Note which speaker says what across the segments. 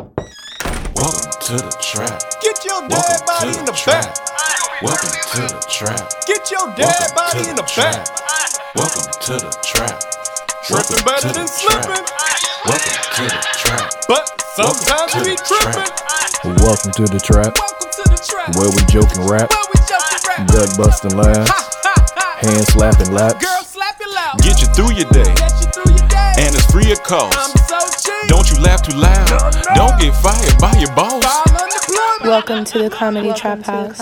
Speaker 1: Welcome to the trap.
Speaker 2: Get your dead
Speaker 1: Welcome to
Speaker 2: body in
Speaker 1: the
Speaker 2: the
Speaker 1: trap.
Speaker 2: back.
Speaker 1: Welcome to the trap.
Speaker 2: Get your
Speaker 1: Welcome
Speaker 2: dead
Speaker 1: to
Speaker 2: body in the
Speaker 1: trap.
Speaker 2: back.
Speaker 1: Welcome to the trap.
Speaker 2: Tripping
Speaker 1: Welcome
Speaker 2: better
Speaker 1: to
Speaker 2: than
Speaker 1: the trap.
Speaker 2: slipping,
Speaker 1: Welcome to the trap.
Speaker 2: but sometimes
Speaker 1: Welcome to
Speaker 2: we
Speaker 1: the
Speaker 2: tripping.
Speaker 3: Welcome to the trap,
Speaker 2: Welcome to the trap.
Speaker 3: where we joke and rap,
Speaker 2: Where we just rap.
Speaker 3: gut busting laughs, hand slapping laps.
Speaker 2: Girl, slap it loud.
Speaker 1: Get you through your day,
Speaker 2: Get you through your day.
Speaker 1: and it's free
Speaker 2: I'm
Speaker 1: of cost.
Speaker 2: so cheap.
Speaker 1: Don't you laugh too loud.
Speaker 2: No, no.
Speaker 1: Don't get fired by your boss.
Speaker 2: All unemployment.
Speaker 4: Welcome to the Comedy Trap House.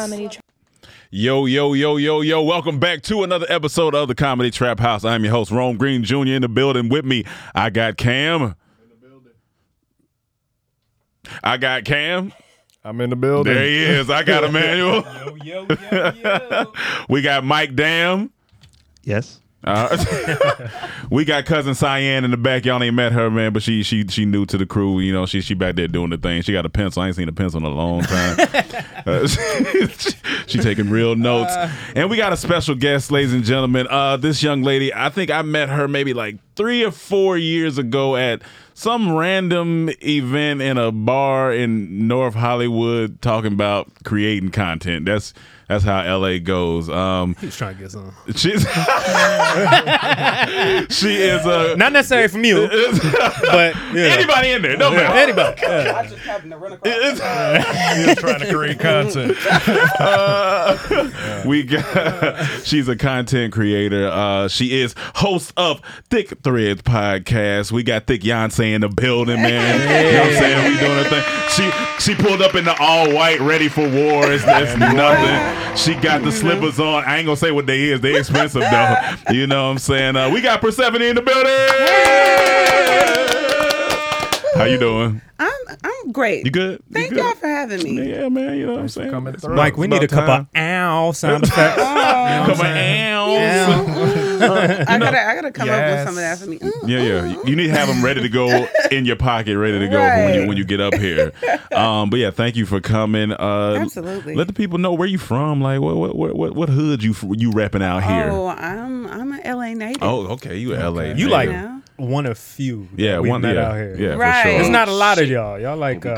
Speaker 5: Yo, yo, yo, yo, yo. Welcome back to another episode of the Comedy Trap House. I'm your host, Rome Green Jr. in the building with me. I got Cam. I got Cam.
Speaker 3: I'm in the building.
Speaker 5: There he is. I got Emmanuel. we got Mike Dam. Uh,
Speaker 6: Yes.
Speaker 5: We got cousin Cyan in the back. Y'all ain't met her, man, but she she she new to the crew. You know, she she back there doing the thing. She got a pencil. I ain't seen a pencil in a long time. Uh, she, she taking real notes.
Speaker 6: Uh.
Speaker 5: and we got a special guest, ladies and gentlemen. Uh, this young lady, I think I met her maybe like three or four years ago at some random event in a bar in North Hollywood, talking about creating content. That's that's how LA goes. Um,
Speaker 6: He's trying to get some.
Speaker 5: she's she is a
Speaker 6: Not necessarily from you, but yeah.
Speaker 5: anybody in there. No
Speaker 6: Yeah,
Speaker 5: matter.
Speaker 6: anybody. Yeah.
Speaker 3: You're trying to create content.
Speaker 5: we got. she's a content creator. Uh, she is host of Thick Threads podcast. We got Thick Yonsei in the building, man. You know what I'm saying? We doing a thing. She she pulled up in the all white, ready for war. It's, it's nothing. She got the slippers on. I ain't gonna say what they is. They expensive though. You know what I'm saying? Uh, we got Persephone in the building. How you doing?
Speaker 4: I'm I'm great.
Speaker 5: You good? You
Speaker 4: Thank
Speaker 5: good?
Speaker 4: y'all for having me.
Speaker 5: Yeah, man. You know what I'm saying?
Speaker 3: coming through.
Speaker 6: Mike, we need a couple ow sound effects.
Speaker 4: Oh,
Speaker 5: Come on, ow.
Speaker 4: I gotta I gotta come
Speaker 3: Yes.
Speaker 4: up with some of that for me. Mm, Ooh,
Speaker 5: Yeah, yeah. You- You need to have them ready to go in your pocket, ready to go for when you
Speaker 4: Right.
Speaker 5: when you get up here. Um, but yeah, thank you for coming. Uh,
Speaker 4: Absolutely.
Speaker 5: Let the people know where you from. Like, what what what what, what hood you f- you repping out here?
Speaker 4: Oh,
Speaker 5: Oh,
Speaker 4: I'm I'm an LA native.
Speaker 5: okay, you L.A.
Speaker 6: You
Speaker 5: native.
Speaker 6: like
Speaker 4: Yeah.
Speaker 6: one of few. that
Speaker 5: yeah,
Speaker 6: we
Speaker 5: one
Speaker 6: met
Speaker 5: yeah,
Speaker 6: out here.
Speaker 5: yeah,
Speaker 4: Right.
Speaker 5: for sure.
Speaker 6: There's not a lot of y'all. Y'all like uh,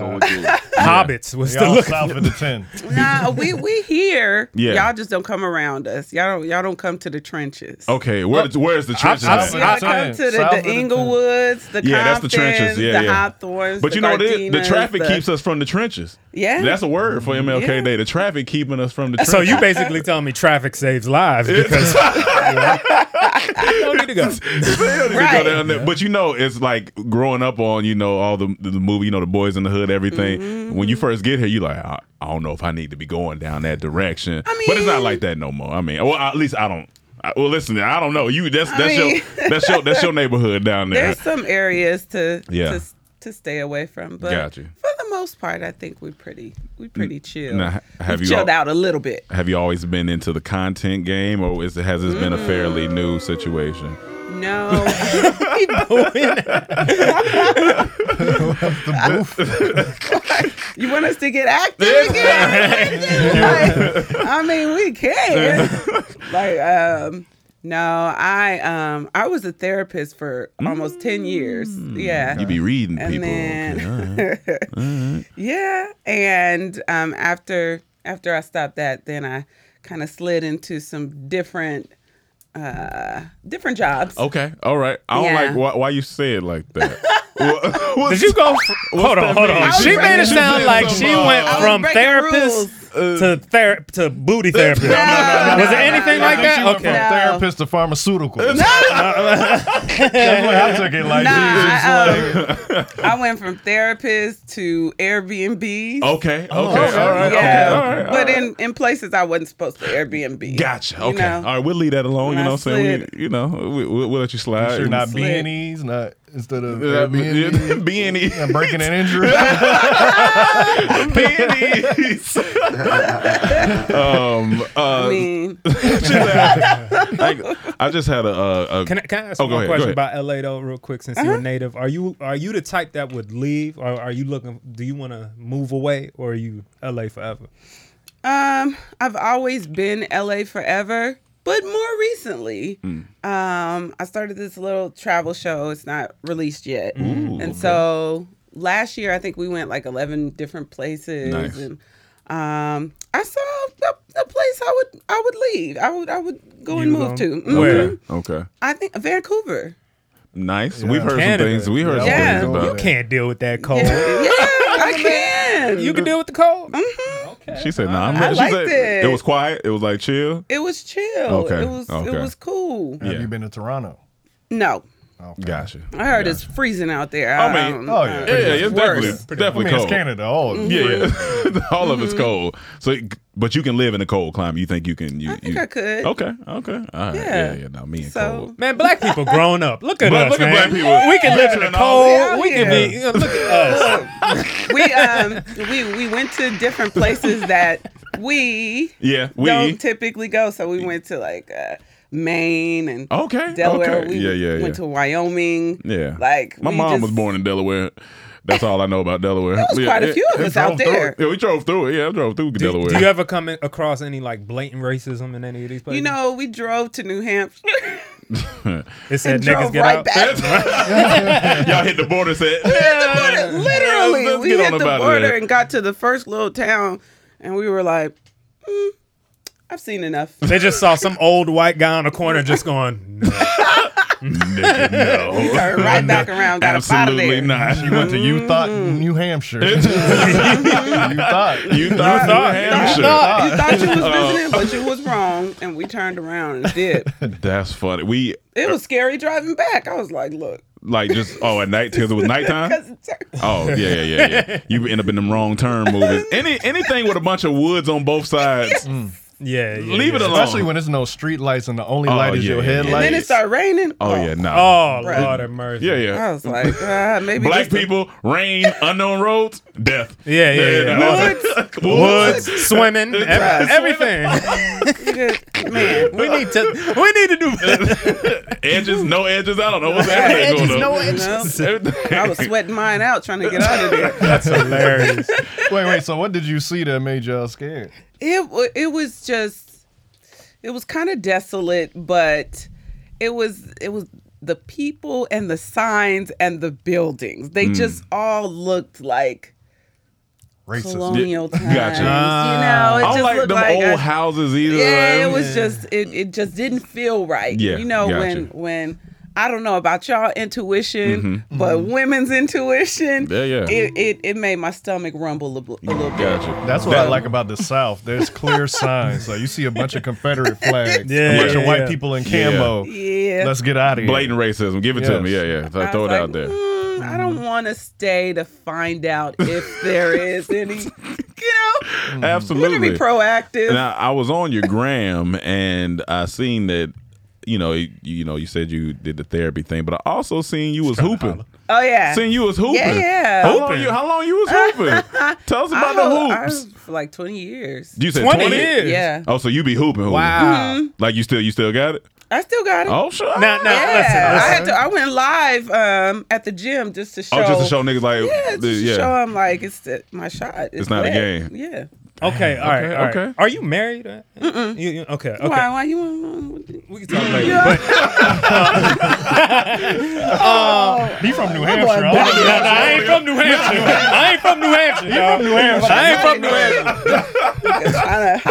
Speaker 6: hobbits. Was the
Speaker 3: Y'all
Speaker 6: look.
Speaker 3: south of the 10.
Speaker 4: Nah, we we here.
Speaker 5: Yeah.
Speaker 4: Y'all just don't come around us. Y'all don't y'all don't come to the trenches.
Speaker 5: Okay, where where's the trenches?
Speaker 6: I-
Speaker 5: at?
Speaker 4: Y'all
Speaker 6: I'm
Speaker 3: saying,
Speaker 4: come to the,
Speaker 3: south of
Speaker 4: the
Speaker 3: the-
Speaker 4: Inglewoods, the
Speaker 5: Yeah, that's the
Speaker 4: Comptons,
Speaker 5: trenches. Yeah,
Speaker 4: the
Speaker 5: yeah.
Speaker 4: Hawthorns.
Speaker 5: But
Speaker 4: the
Speaker 5: you know what it is? The
Speaker 4: Gardenas,
Speaker 5: traffic
Speaker 4: the-
Speaker 5: keeps us from the trenches.
Speaker 4: Yeah.
Speaker 5: That's a word for MLK
Speaker 4: Yeah.
Speaker 5: Day. The traffic keeping us from the trenches.
Speaker 6: So you basically telling me traffic saves lives because you don't need to go.
Speaker 5: go
Speaker 4: Right.
Speaker 5: down there. But you know, it's like growing up on you know all the the movie, you know, the boys in the hood, everything.
Speaker 4: Mm-hmm.
Speaker 5: When you first get here, you like, I, I don't know if I need to be going down that direction. but it's not
Speaker 4: mean-
Speaker 5: like that no more. I mean, well, at least I don't. I, well, listen, I don't know. You that's that's
Speaker 4: mean-
Speaker 5: your that's your that's your neighborhood down there.
Speaker 4: There's some areas to
Speaker 5: Yeah.
Speaker 4: to, to stay away from, but
Speaker 5: Gotcha.
Speaker 4: for the most part, I think we pretty we pretty chill.
Speaker 5: now, ha-
Speaker 4: We've
Speaker 5: have you
Speaker 4: chilled
Speaker 5: all-
Speaker 4: out a little bit?
Speaker 5: Have you always been into the content game, or is, has this been a fairly new
Speaker 4: Mm.
Speaker 5: situation?
Speaker 4: No,
Speaker 7: left the booth.
Speaker 4: you want us to get active again? Like, I mean, we can. like, um, no, I um, I was a therapist for almost ten years. Yeah,
Speaker 5: Mm. You be reading
Speaker 4: and
Speaker 5: people.
Speaker 4: Then,
Speaker 5: Okay, all right.
Speaker 8: Mm-hmm.
Speaker 5: All right.
Speaker 4: yeah, and um, after after I stopped that, then I kind of slid into some different uh different jobs.
Speaker 5: Okay, all right. I don't
Speaker 4: Yeah.
Speaker 5: like why, why you say it like that. What- what's-
Speaker 6: Did you go?
Speaker 5: what's
Speaker 6: hold on,
Speaker 5: that
Speaker 6: hold
Speaker 5: mean?
Speaker 6: on. She made it
Speaker 5: She
Speaker 6: sound
Speaker 5: said
Speaker 6: like
Speaker 5: some,
Speaker 6: she
Speaker 5: uh,
Speaker 6: went
Speaker 5: I was
Speaker 6: from
Speaker 4: breaking
Speaker 6: therapist to ther- to booty therapist. Was it anything like that?
Speaker 7: Went
Speaker 6: Okay.
Speaker 7: From therapist to pharmaceutical. That's what I took it like.
Speaker 4: Nah,
Speaker 7: She's just like,
Speaker 4: I, um, I went from therapist to Airbnb.
Speaker 5: Okay, okay,
Speaker 4: Oh,
Speaker 5: all right, okay, all right, all
Speaker 4: but
Speaker 5: right.
Speaker 4: in, in places I wasn't supposed to Airbnb.
Speaker 5: Gotcha. Okay.
Speaker 4: know?
Speaker 5: All right. We'll leave that alone.
Speaker 4: When
Speaker 5: you know
Speaker 4: I
Speaker 5: what I'm saying? We, you know, we, we'll, we'll let you slide.
Speaker 7: Sure, not
Speaker 4: Slick.
Speaker 7: beanies, not instead of
Speaker 5: Yeah, yeah,
Speaker 7: Airbnb.
Speaker 3: E.
Speaker 5: beanie.
Speaker 7: and E. breaking an injury.
Speaker 5: Beanies. um, uh,
Speaker 4: I mean,
Speaker 5: like, I just had a. a, a
Speaker 6: Can I, can I ask
Speaker 5: Oh,
Speaker 6: you
Speaker 5: go
Speaker 6: one
Speaker 5: ahead, go
Speaker 6: question
Speaker 5: ahead.
Speaker 6: about LA though, real quick? Since
Speaker 3: Uh-huh.
Speaker 6: you're a native, are you are you the type that would leave, or are you looking? Do you want to move away, or are you LA forever?
Speaker 4: um, I've always been LA forever, but more recently,
Speaker 5: Mm.
Speaker 4: um, I started this little travel show. It's not released yet, and so last year I think we went like eleven different places,
Speaker 5: Nice.
Speaker 4: and um, I saw a, a place I would I would leave. I would I would go and
Speaker 6: You
Speaker 4: move to.
Speaker 6: gonna-
Speaker 4: Mhm.
Speaker 6: Where?
Speaker 5: Okay.
Speaker 4: I think Vancouver.
Speaker 5: Nice. We've heard
Speaker 6: Uh, Canada.
Speaker 5: some things. We heard
Speaker 4: Yeah.
Speaker 5: some things
Speaker 6: You
Speaker 5: about.
Speaker 6: can't deal with that cold.
Speaker 4: Yeah, I can.
Speaker 6: You can deal with the cold.
Speaker 4: Mm,
Speaker 5: She said, "Nah, I'm
Speaker 4: I
Speaker 5: ready." She
Speaker 4: liked
Speaker 5: said,
Speaker 4: it.
Speaker 5: was quiet. It was like chill.
Speaker 4: It was chill.
Speaker 5: Okay,
Speaker 4: It was
Speaker 5: okay.
Speaker 4: it was cool.
Speaker 7: Have
Speaker 5: Yeah.
Speaker 7: you been to Toronto?
Speaker 4: No.
Speaker 5: Gotcha.
Speaker 4: I heard it's freezing out there.
Speaker 5: I
Speaker 4: I-
Speaker 5: mean,
Speaker 4: I
Speaker 7: oh,
Speaker 4: don't-
Speaker 7: yeah.
Speaker 5: Yeah, yeah, it's
Speaker 4: Worse. Mm-hmm.
Speaker 5: definitely
Speaker 7: I mean,
Speaker 5: definitely
Speaker 7: it's
Speaker 5: cold.
Speaker 7: Canada. All of it.
Speaker 5: Yeah, yeah. all of it's cold. So, but you can live in a cold climate. You think you can? You, I
Speaker 4: think I could.
Speaker 5: Okay, okay, all right.
Speaker 4: Yeah.
Speaker 5: Yeah, yeah. Now me and
Speaker 4: So-
Speaker 5: cold.
Speaker 6: Man, black people growing up. Look at
Speaker 5: But
Speaker 6: us,
Speaker 5: look at
Speaker 6: man.
Speaker 5: black people.
Speaker 6: We can live in the
Speaker 5: And all
Speaker 4: that.
Speaker 6: cold. We can be.
Speaker 4: Yeah.
Speaker 6: Look at us.
Speaker 4: we um we we went to different places that we
Speaker 5: Yeah, we.
Speaker 4: don't typically go. So we went to like uh, Maine and
Speaker 5: Okay,
Speaker 4: Delaware.
Speaker 5: okay.
Speaker 4: We
Speaker 5: Yeah, yeah,
Speaker 4: went
Speaker 5: yeah.
Speaker 4: to Wyoming.
Speaker 5: Yeah.
Speaker 4: Like
Speaker 5: my
Speaker 4: we
Speaker 5: mom
Speaker 4: just-
Speaker 5: was born in Delaware. That's all I know about Delaware. There
Speaker 4: There was quite a few of us out there.
Speaker 5: Yeah, we drove through it. Yeah, I drove through
Speaker 6: Do,
Speaker 5: Delaware.
Speaker 6: do you ever come in, across any like blatant racism in any of these places?
Speaker 4: You know, we drove to New Hampshire
Speaker 6: it said
Speaker 4: and
Speaker 6: niggas
Speaker 4: drove
Speaker 6: get
Speaker 4: right
Speaker 6: out.
Speaker 4: back.
Speaker 5: Y'all hit the border said,
Speaker 4: the border. Literally,
Speaker 5: let's
Speaker 4: we
Speaker 5: get on
Speaker 4: hit the
Speaker 5: about
Speaker 4: border
Speaker 5: that.
Speaker 4: and got to the first little town, and we were like, "Mm, "I've seen enough."
Speaker 6: They just saw some old white guy in the corner just going. "No."
Speaker 5: Nigga, no.
Speaker 4: Turned right back around, got us out of
Speaker 5: Absolutely
Speaker 4: there.
Speaker 5: not.
Speaker 7: You went to You Thought,
Speaker 2: Mm.
Speaker 7: New Hampshire. you thought.
Speaker 5: You thought New
Speaker 6: thought-
Speaker 5: Hampshire.
Speaker 4: You thought you was visiting,
Speaker 5: Oh.
Speaker 4: but you was wrong, and we turned around and did.
Speaker 5: That's funny. We
Speaker 4: It was scary driving back. I was like, "Look,
Speaker 5: like just oh at night because it was nighttime.
Speaker 4: because it's turkey."
Speaker 5: Oh yeah, yeah, yeah, yeah. You end up in them wrong turn movies. Any anything with a bunch of woods on both sides.
Speaker 6: Yeah, yeah,
Speaker 5: Leave
Speaker 6: yeah.
Speaker 5: it alone.
Speaker 7: Especially when there's no street lights and the only
Speaker 5: Oh,
Speaker 7: light is
Speaker 5: yeah,
Speaker 7: your
Speaker 5: yeah, yeah.
Speaker 4: And
Speaker 7: headlight.
Speaker 4: then it started raining.
Speaker 5: Oh yeah, nah.
Speaker 6: Oh
Speaker 4: Bruh.
Speaker 6: Lord have mercy.
Speaker 5: Yeah,
Speaker 4: I
Speaker 5: yeah.
Speaker 4: was like, uh, maybe
Speaker 5: Black
Speaker 4: just a-
Speaker 5: people, rain, unknown roads, death.
Speaker 6: Yeah, yeah, yeah.
Speaker 5: Woods,
Speaker 6: Woods, swimming, ev- everything.
Speaker 4: good man.
Speaker 6: we need to. We need to do. Better.
Speaker 5: edges, no edges. I don't know what's happening.
Speaker 6: Edges,
Speaker 5: going
Speaker 6: no
Speaker 5: on.
Speaker 4: You know?
Speaker 5: Everything.
Speaker 4: I was sweating mine out trying to get out of there.
Speaker 6: That's hilarious.
Speaker 7: wait, wait. So what did you see that made y'all scared?
Speaker 4: it wa- it was just it was kind of desolate but it was it was the people and the signs and the buildings
Speaker 5: Hmm.
Speaker 4: they just all looked like
Speaker 7: Racist.
Speaker 4: colonial times
Speaker 5: Gotcha.
Speaker 4: you know it
Speaker 5: I
Speaker 4: just
Speaker 5: don't like
Speaker 4: looked
Speaker 5: them
Speaker 4: like
Speaker 5: old
Speaker 4: a-
Speaker 5: houses either. Mm.
Speaker 4: yeah it was just it, it just didn't feel right
Speaker 5: Yeah,
Speaker 4: you know
Speaker 5: gotcha.
Speaker 4: when when i don't know about y'all intuition but women's intuition
Speaker 5: Mm-hmm. Yeah, yeah.
Speaker 4: It, it it made my stomach rumble a, bl- a little bit
Speaker 5: Gotcha.
Speaker 7: That's what I like about the South. There's clear signs. Like you see a bunch of Confederate flags,
Speaker 6: Yeah,
Speaker 7: a bunch
Speaker 6: yeah,
Speaker 7: of white
Speaker 6: yeah.
Speaker 7: people in
Speaker 5: Yeah.
Speaker 7: camo.
Speaker 4: yeah
Speaker 7: Let's get out of here.
Speaker 5: Blatant racism. Give it to
Speaker 7: Yes.
Speaker 5: me. Yeah, yeah. So I
Speaker 4: I
Speaker 5: throw it
Speaker 4: was
Speaker 5: out
Speaker 4: like,
Speaker 5: there.
Speaker 4: "Mm, I don't want to stay to find out if there is any. You know,
Speaker 6: Mm-hmm.
Speaker 4: we're
Speaker 5: Mm. Absolutely.
Speaker 4: gonna be proactive.
Speaker 5: Now I was on your gram and I seen that you know you, you know you said you did the therapy thing, but I also seen you was hooping.
Speaker 4: oh yeah,
Speaker 5: Seen you was hooping.
Speaker 4: Yeah, yeah.
Speaker 5: How long you, how long you was hooping? Tell us about
Speaker 4: I,
Speaker 5: the
Speaker 4: was-
Speaker 5: hoops.
Speaker 4: I was for like twenty years.
Speaker 5: you said
Speaker 6: 20
Speaker 5: twenty
Speaker 6: years.
Speaker 4: Yeah. Mm-hmm.
Speaker 5: Oh, so you be hooping, hooping.
Speaker 6: Wow.
Speaker 5: Like you still you still got it?
Speaker 4: I still got it.
Speaker 5: Oh, sure.
Speaker 4: Now,
Speaker 5: Nah, nah,
Speaker 4: yeah,
Speaker 5: listen,
Speaker 4: I
Speaker 5: listen.
Speaker 4: had to. I went live um, at the gym just to show.
Speaker 5: Oh, just to show niggas like,
Speaker 4: yeah, just
Speaker 5: the-
Speaker 4: to
Speaker 5: yeah.
Speaker 4: show them like it's the, my shot. It's,
Speaker 5: not a
Speaker 4: lit.
Speaker 5: game.
Speaker 4: Yeah.
Speaker 6: Okay, all right,
Speaker 5: Okay,
Speaker 6: all right.
Speaker 5: okay.
Speaker 6: Are you married? Mm-mm. You, you, okay, okay.
Speaker 4: Why? Why you want?
Speaker 6: We can talk later.
Speaker 4: Oh.
Speaker 7: he from New
Speaker 6: Hampshire. I don't know. Uh, Nah, nah, I ain't from New Hampshire. I ain't from New Hampshire.
Speaker 7: He from New
Speaker 6: dawg.
Speaker 7: Hampshire.
Speaker 6: I ain't from New Hampshire.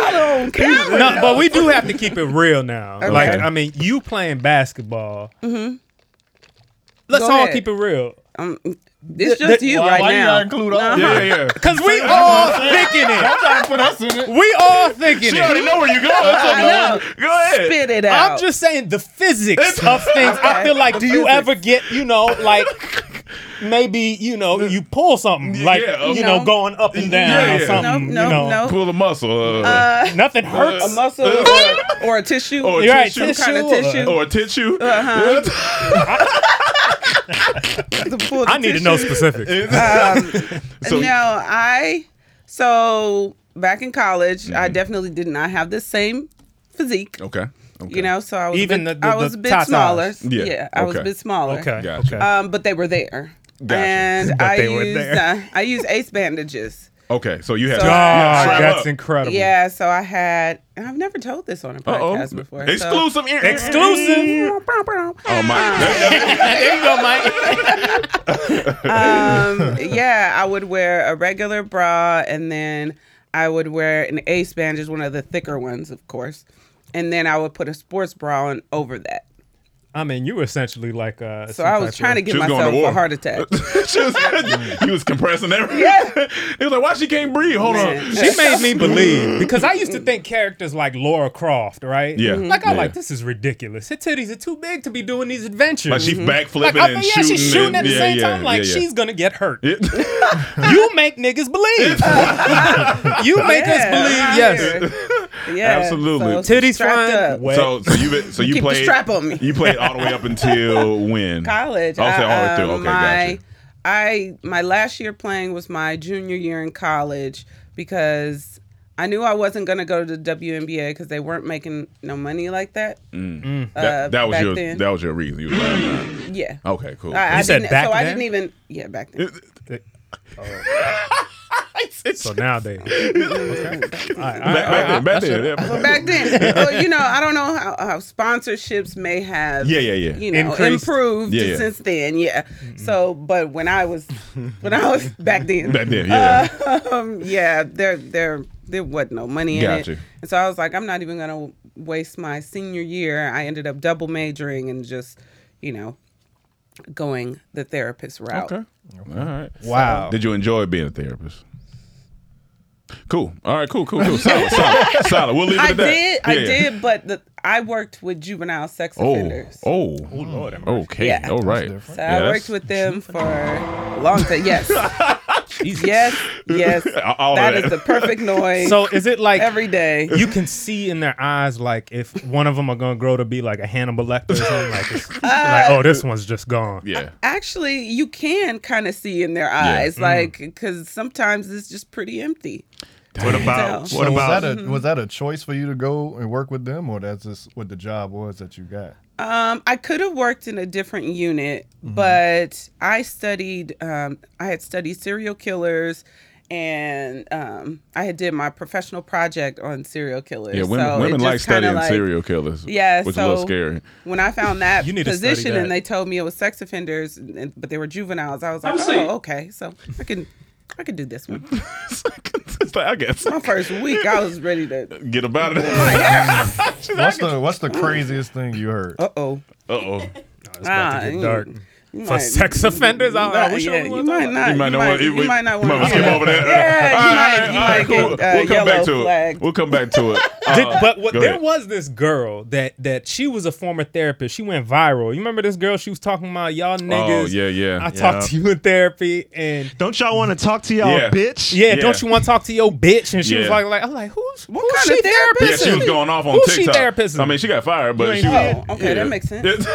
Speaker 4: Hello,
Speaker 6: No, but we do have to keep it real now.
Speaker 4: Okay.
Speaker 6: Like, I mean, you playing basketball.
Speaker 4: Mm-hmm.
Speaker 6: Let's all keep it real.
Speaker 4: Um, it's just you right now.
Speaker 6: Yeah, yeah. Because we all thinking it.
Speaker 4: I'm trying to put us
Speaker 7: in it.
Speaker 6: We all thinking it.
Speaker 4: She already know where you going, so I know. go ahead. Spit it
Speaker 6: I'm
Speaker 4: out.
Speaker 6: just saying the physics of things. I feel like, do you ever get, you know, like maybe, you know, you pull something, like,
Speaker 5: yeah,
Speaker 6: you know,
Speaker 5: okay.
Speaker 6: going up and down or something. you know.
Speaker 5: Pull a muscle. Uh,
Speaker 6: Uh, Nothing hurts.
Speaker 4: A muscle or, or a tissue.
Speaker 5: or a
Speaker 6: You're right,
Speaker 5: tissue,
Speaker 6: tissue
Speaker 4: Some kind of tissue.
Speaker 5: or a tissue.
Speaker 4: Uh-huh.
Speaker 6: I need to know specifics.
Speaker 5: Um, So-
Speaker 4: no, I so back in college, I
Speaker 5: Mm-hmm.
Speaker 4: definitely did not have the same physique.
Speaker 5: Okay.
Speaker 4: You know, so I was
Speaker 6: Even
Speaker 4: a bit,
Speaker 6: the- the-
Speaker 4: I was a
Speaker 6: the
Speaker 4: bit
Speaker 6: tatas.
Speaker 4: smaller.
Speaker 6: Yeah,
Speaker 4: Yeah, I was a
Speaker 6: okay.
Speaker 4: bit smaller.
Speaker 6: Okay, Gotcha. okay.
Speaker 4: Um, but they were there.
Speaker 5: Gotcha.
Speaker 4: And
Speaker 5: But
Speaker 4: I
Speaker 5: they were
Speaker 4: used
Speaker 5: there.
Speaker 4: uh, I used ace bandages.
Speaker 5: Okay, so you had.
Speaker 4: So-
Speaker 5: you had to strap
Speaker 6: Ah, that's
Speaker 5: up.
Speaker 6: incredible.
Speaker 4: Yeah, so I had, and I've never told this on a
Speaker 5: Uh-oh.
Speaker 4: podcast before. so-
Speaker 5: Exclusive.
Speaker 6: Exclusive.
Speaker 5: Oh my.
Speaker 6: there you go, Mike.
Speaker 4: um, yeah, I would wear a regular bra and then I would wear an ace bandage, one of the thicker ones, of course. And then I would put a sports bra on over that.
Speaker 6: I mean, you were essentially like. Uh,
Speaker 4: So I was trying to give
Speaker 5: She was going to
Speaker 4: myself a
Speaker 5: war.
Speaker 4: heart attack.
Speaker 5: she was, he was compressing everything. He was like, "Why she can't breathe? Hold on."
Speaker 6: She made me believe because I used to think characters like Laura Croft, right?
Speaker 5: Yeah.
Speaker 4: Mm-hmm.
Speaker 5: Mhm.
Speaker 6: Like I am
Speaker 5: Yeah.
Speaker 6: like this is ridiculous. Her titties are too big to be doing these adventures.
Speaker 5: Like, she
Speaker 4: Mm-hmm.
Speaker 5: Mhm. backflipping
Speaker 6: Like, I
Speaker 5: and
Speaker 6: mean, yeah, she's
Speaker 5: shooting
Speaker 6: shooting
Speaker 5: and-
Speaker 6: at the
Speaker 5: yeah,
Speaker 6: same
Speaker 5: yeah,
Speaker 6: time. Like
Speaker 5: yeah, yeah.
Speaker 6: she's gonna get hurt. you make niggas believe. you make us believe. Yes.
Speaker 4: Yeah, so
Speaker 5: Absolutely.
Speaker 6: Titties
Speaker 4: strapped up.
Speaker 6: fine. Wet.
Speaker 5: So, so you been- so you
Speaker 4: Keep the
Speaker 5: played
Speaker 4: strap on me.
Speaker 5: You played all the way up until when?
Speaker 4: College.
Speaker 5: Oh, okay, all the way through.
Speaker 4: um,
Speaker 5: Okay,
Speaker 4: my,
Speaker 5: gotcha.
Speaker 4: I my last year playing was my junior year in college because I knew I wasn't gonna go to the WNBA because they weren't making no money like that.
Speaker 5: Mm.
Speaker 4: Uh,
Speaker 5: that, that was
Speaker 4: back
Speaker 5: your
Speaker 4: then.
Speaker 5: that was your reason. You was like, nah.
Speaker 4: Yeah.
Speaker 5: Okay, cool.
Speaker 4: I, I
Speaker 5: You said
Speaker 4: didn't-
Speaker 5: back
Speaker 4: so I
Speaker 5: then?
Speaker 4: didn't even yeah back then.
Speaker 6: So nowadays.
Speaker 5: back, back then, back then, yeah.
Speaker 4: Well, back then, well, you know, I don't know how, how sponsorships may have,
Speaker 5: Yeah, yeah, yeah.
Speaker 4: you know,
Speaker 5: Increased.
Speaker 4: improved
Speaker 5: Yeah, yeah.
Speaker 4: since then. Yeah. So, but when I was, when I was back then,
Speaker 5: Back then, yeah.
Speaker 4: um, yeah, there, there, there wasn't no money in
Speaker 5: Gotcha.
Speaker 4: it, and so I was like, I'm not even gonna waste my senior year. I ended up double majoring and just, you know, going the therapist route.
Speaker 5: Okay. All right.
Speaker 6: Wow.
Speaker 5: Did you enjoy being a therapist? Cool. All right. Cool. Cool. Cool. Solid. solid. Solid. We'll leave it
Speaker 4: I
Speaker 5: at that.
Speaker 4: did, I
Speaker 5: Yeah.
Speaker 4: did, but the, I worked with juvenile sex
Speaker 5: Oh.
Speaker 4: offenders.
Speaker 5: Oh. Oh Lord. Okay.
Speaker 4: Yeah.
Speaker 5: All right.
Speaker 4: So
Speaker 5: Yeah,
Speaker 4: I worked
Speaker 5: that's-
Speaker 4: with them for a long time. Yes. Yes. Yes.
Speaker 5: All of
Speaker 4: that
Speaker 5: that.
Speaker 4: is the perfect noise.
Speaker 6: So is it like
Speaker 4: every day?
Speaker 6: you can see in their eyes like if one of them are gonna grow to be like a Hannibal Lecter or something like this?
Speaker 4: Uh,
Speaker 6: like oh, this one's just gone.
Speaker 5: Yeah.
Speaker 4: Actually, you can kind of see in their eyes,
Speaker 5: Mm.
Speaker 4: like because sometimes it's just pretty empty.
Speaker 7: What about
Speaker 4: So- Mm-hmm.
Speaker 7: what
Speaker 4: So was
Speaker 7: about
Speaker 4: that a-
Speaker 7: was that a choice for you to go and work with them, or that's just what the job was that you got?
Speaker 4: Um, I could have worked in a different unit,
Speaker 5: Mm-hmm.
Speaker 4: but I studied. Um, I had studied serial killers, and um, I had did my professional project on serial killers.
Speaker 5: Yeah. Women,
Speaker 4: So it
Speaker 5: women
Speaker 4: just
Speaker 5: like
Speaker 4: kinda
Speaker 5: studying
Speaker 4: like-
Speaker 5: serial killers.
Speaker 4: Yeah,
Speaker 5: Which is
Speaker 4: so
Speaker 5: a little scary.
Speaker 4: When I found that
Speaker 5: You need to study
Speaker 4: position
Speaker 5: that.
Speaker 4: and they told me it was sex offenders, and, but they were juveniles, I was like,
Speaker 2: I'm saying-
Speaker 4: oh, okay, so I can, I can do this one.
Speaker 5: It's like, I guess.
Speaker 4: My first week, I was ready to.
Speaker 5: Get about it.
Speaker 7: What's the what's the craziest thing you heard?
Speaker 4: Uh oh.
Speaker 5: Uh oh.
Speaker 4: Ah, you- you might-
Speaker 6: offenders,
Speaker 4: you might- yeah, you might not.
Speaker 5: You might not want.
Speaker 4: You
Speaker 5: we-
Speaker 4: might not
Speaker 5: we
Speaker 4: want.
Speaker 5: might skip over that.
Speaker 4: Yeah, you
Speaker 5: All
Speaker 4: might.
Speaker 5: right,
Speaker 4: You
Speaker 5: all
Speaker 4: might
Speaker 5: right,
Speaker 4: get uh,
Speaker 5: We'll come back
Speaker 4: yellow
Speaker 5: to
Speaker 4: flag.
Speaker 5: it. We'll come back to it.
Speaker 6: Did,
Speaker 5: Uh,
Speaker 6: but what,
Speaker 5: go
Speaker 6: there
Speaker 5: ahead.
Speaker 6: was this girl that that she was a former therapist. She went viral. You remember this girl? She was talking about y'all niggas.
Speaker 5: Oh, yeah, yeah.
Speaker 6: I talked to
Speaker 5: Yeah.
Speaker 6: you in therapy, and
Speaker 9: don't y'all want to talk to y'all
Speaker 6: Yeah.
Speaker 9: bitch?
Speaker 6: Yeah, don't you want to talk to your bitch? And she was
Speaker 5: Yeah.
Speaker 6: like, like I'm like, who's what
Speaker 4: kind
Speaker 6: she
Speaker 4: of therapist
Speaker 5: Yeah, she was going off on
Speaker 6: Who's she
Speaker 5: TikTok.
Speaker 6: therapist?
Speaker 5: I mean, she got fired,
Speaker 6: You
Speaker 5: but
Speaker 6: ain't
Speaker 5: she
Speaker 6: know.
Speaker 5: was.
Speaker 6: Oh, okay, that
Speaker 5: yeah.
Speaker 6: makes
Speaker 4: sense.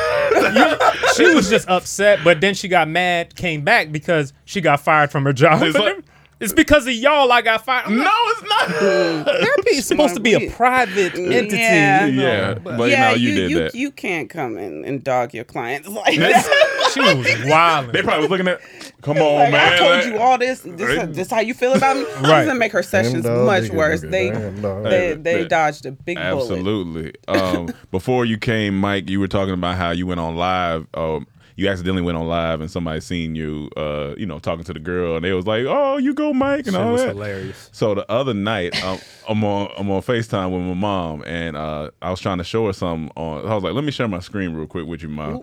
Speaker 6: she was just upset, but then she got mad, came back because she got fired from her job.
Speaker 5: It's like-
Speaker 6: It's because of y'all I got fired. no,
Speaker 5: it's not.
Speaker 6: Therapy is supposed to be a private
Speaker 4: Mm.
Speaker 6: entity.
Speaker 4: Yeah,
Speaker 5: Yeah, but no, you did
Speaker 4: you,
Speaker 5: that.
Speaker 4: You can't come in and dog your clients like
Speaker 5: That's-
Speaker 4: that.
Speaker 6: she was wild.
Speaker 5: They probably was looking at. Come on,
Speaker 4: Like,
Speaker 5: man.
Speaker 4: I told
Speaker 5: Like-
Speaker 4: you all this. This, this how you feel about me. I'm
Speaker 5: Right.
Speaker 4: just gonna make her sessions
Speaker 5: Them dog
Speaker 4: much
Speaker 5: niggas,
Speaker 4: worse.
Speaker 5: Oh, nigga,
Speaker 4: They
Speaker 5: them dog
Speaker 4: they,
Speaker 5: niggas.
Speaker 4: they
Speaker 5: That-
Speaker 4: dodged a big bullet.
Speaker 5: Absolutely. Um, before you came, Mike, you were talking about how you went on live. Um, you accidentally went on live and somebody seen you, uh, you know, talking to the girl, and they was like, "Oh, you go, Mike," and
Speaker 6: Shit
Speaker 5: all
Speaker 6: was
Speaker 5: that.
Speaker 6: hilarious.
Speaker 5: So the other night, um, I'm on I'm on Facetime with my mom, and uh, I was trying to show her something. On I was like, "Let me share my screen real quick with you, mom."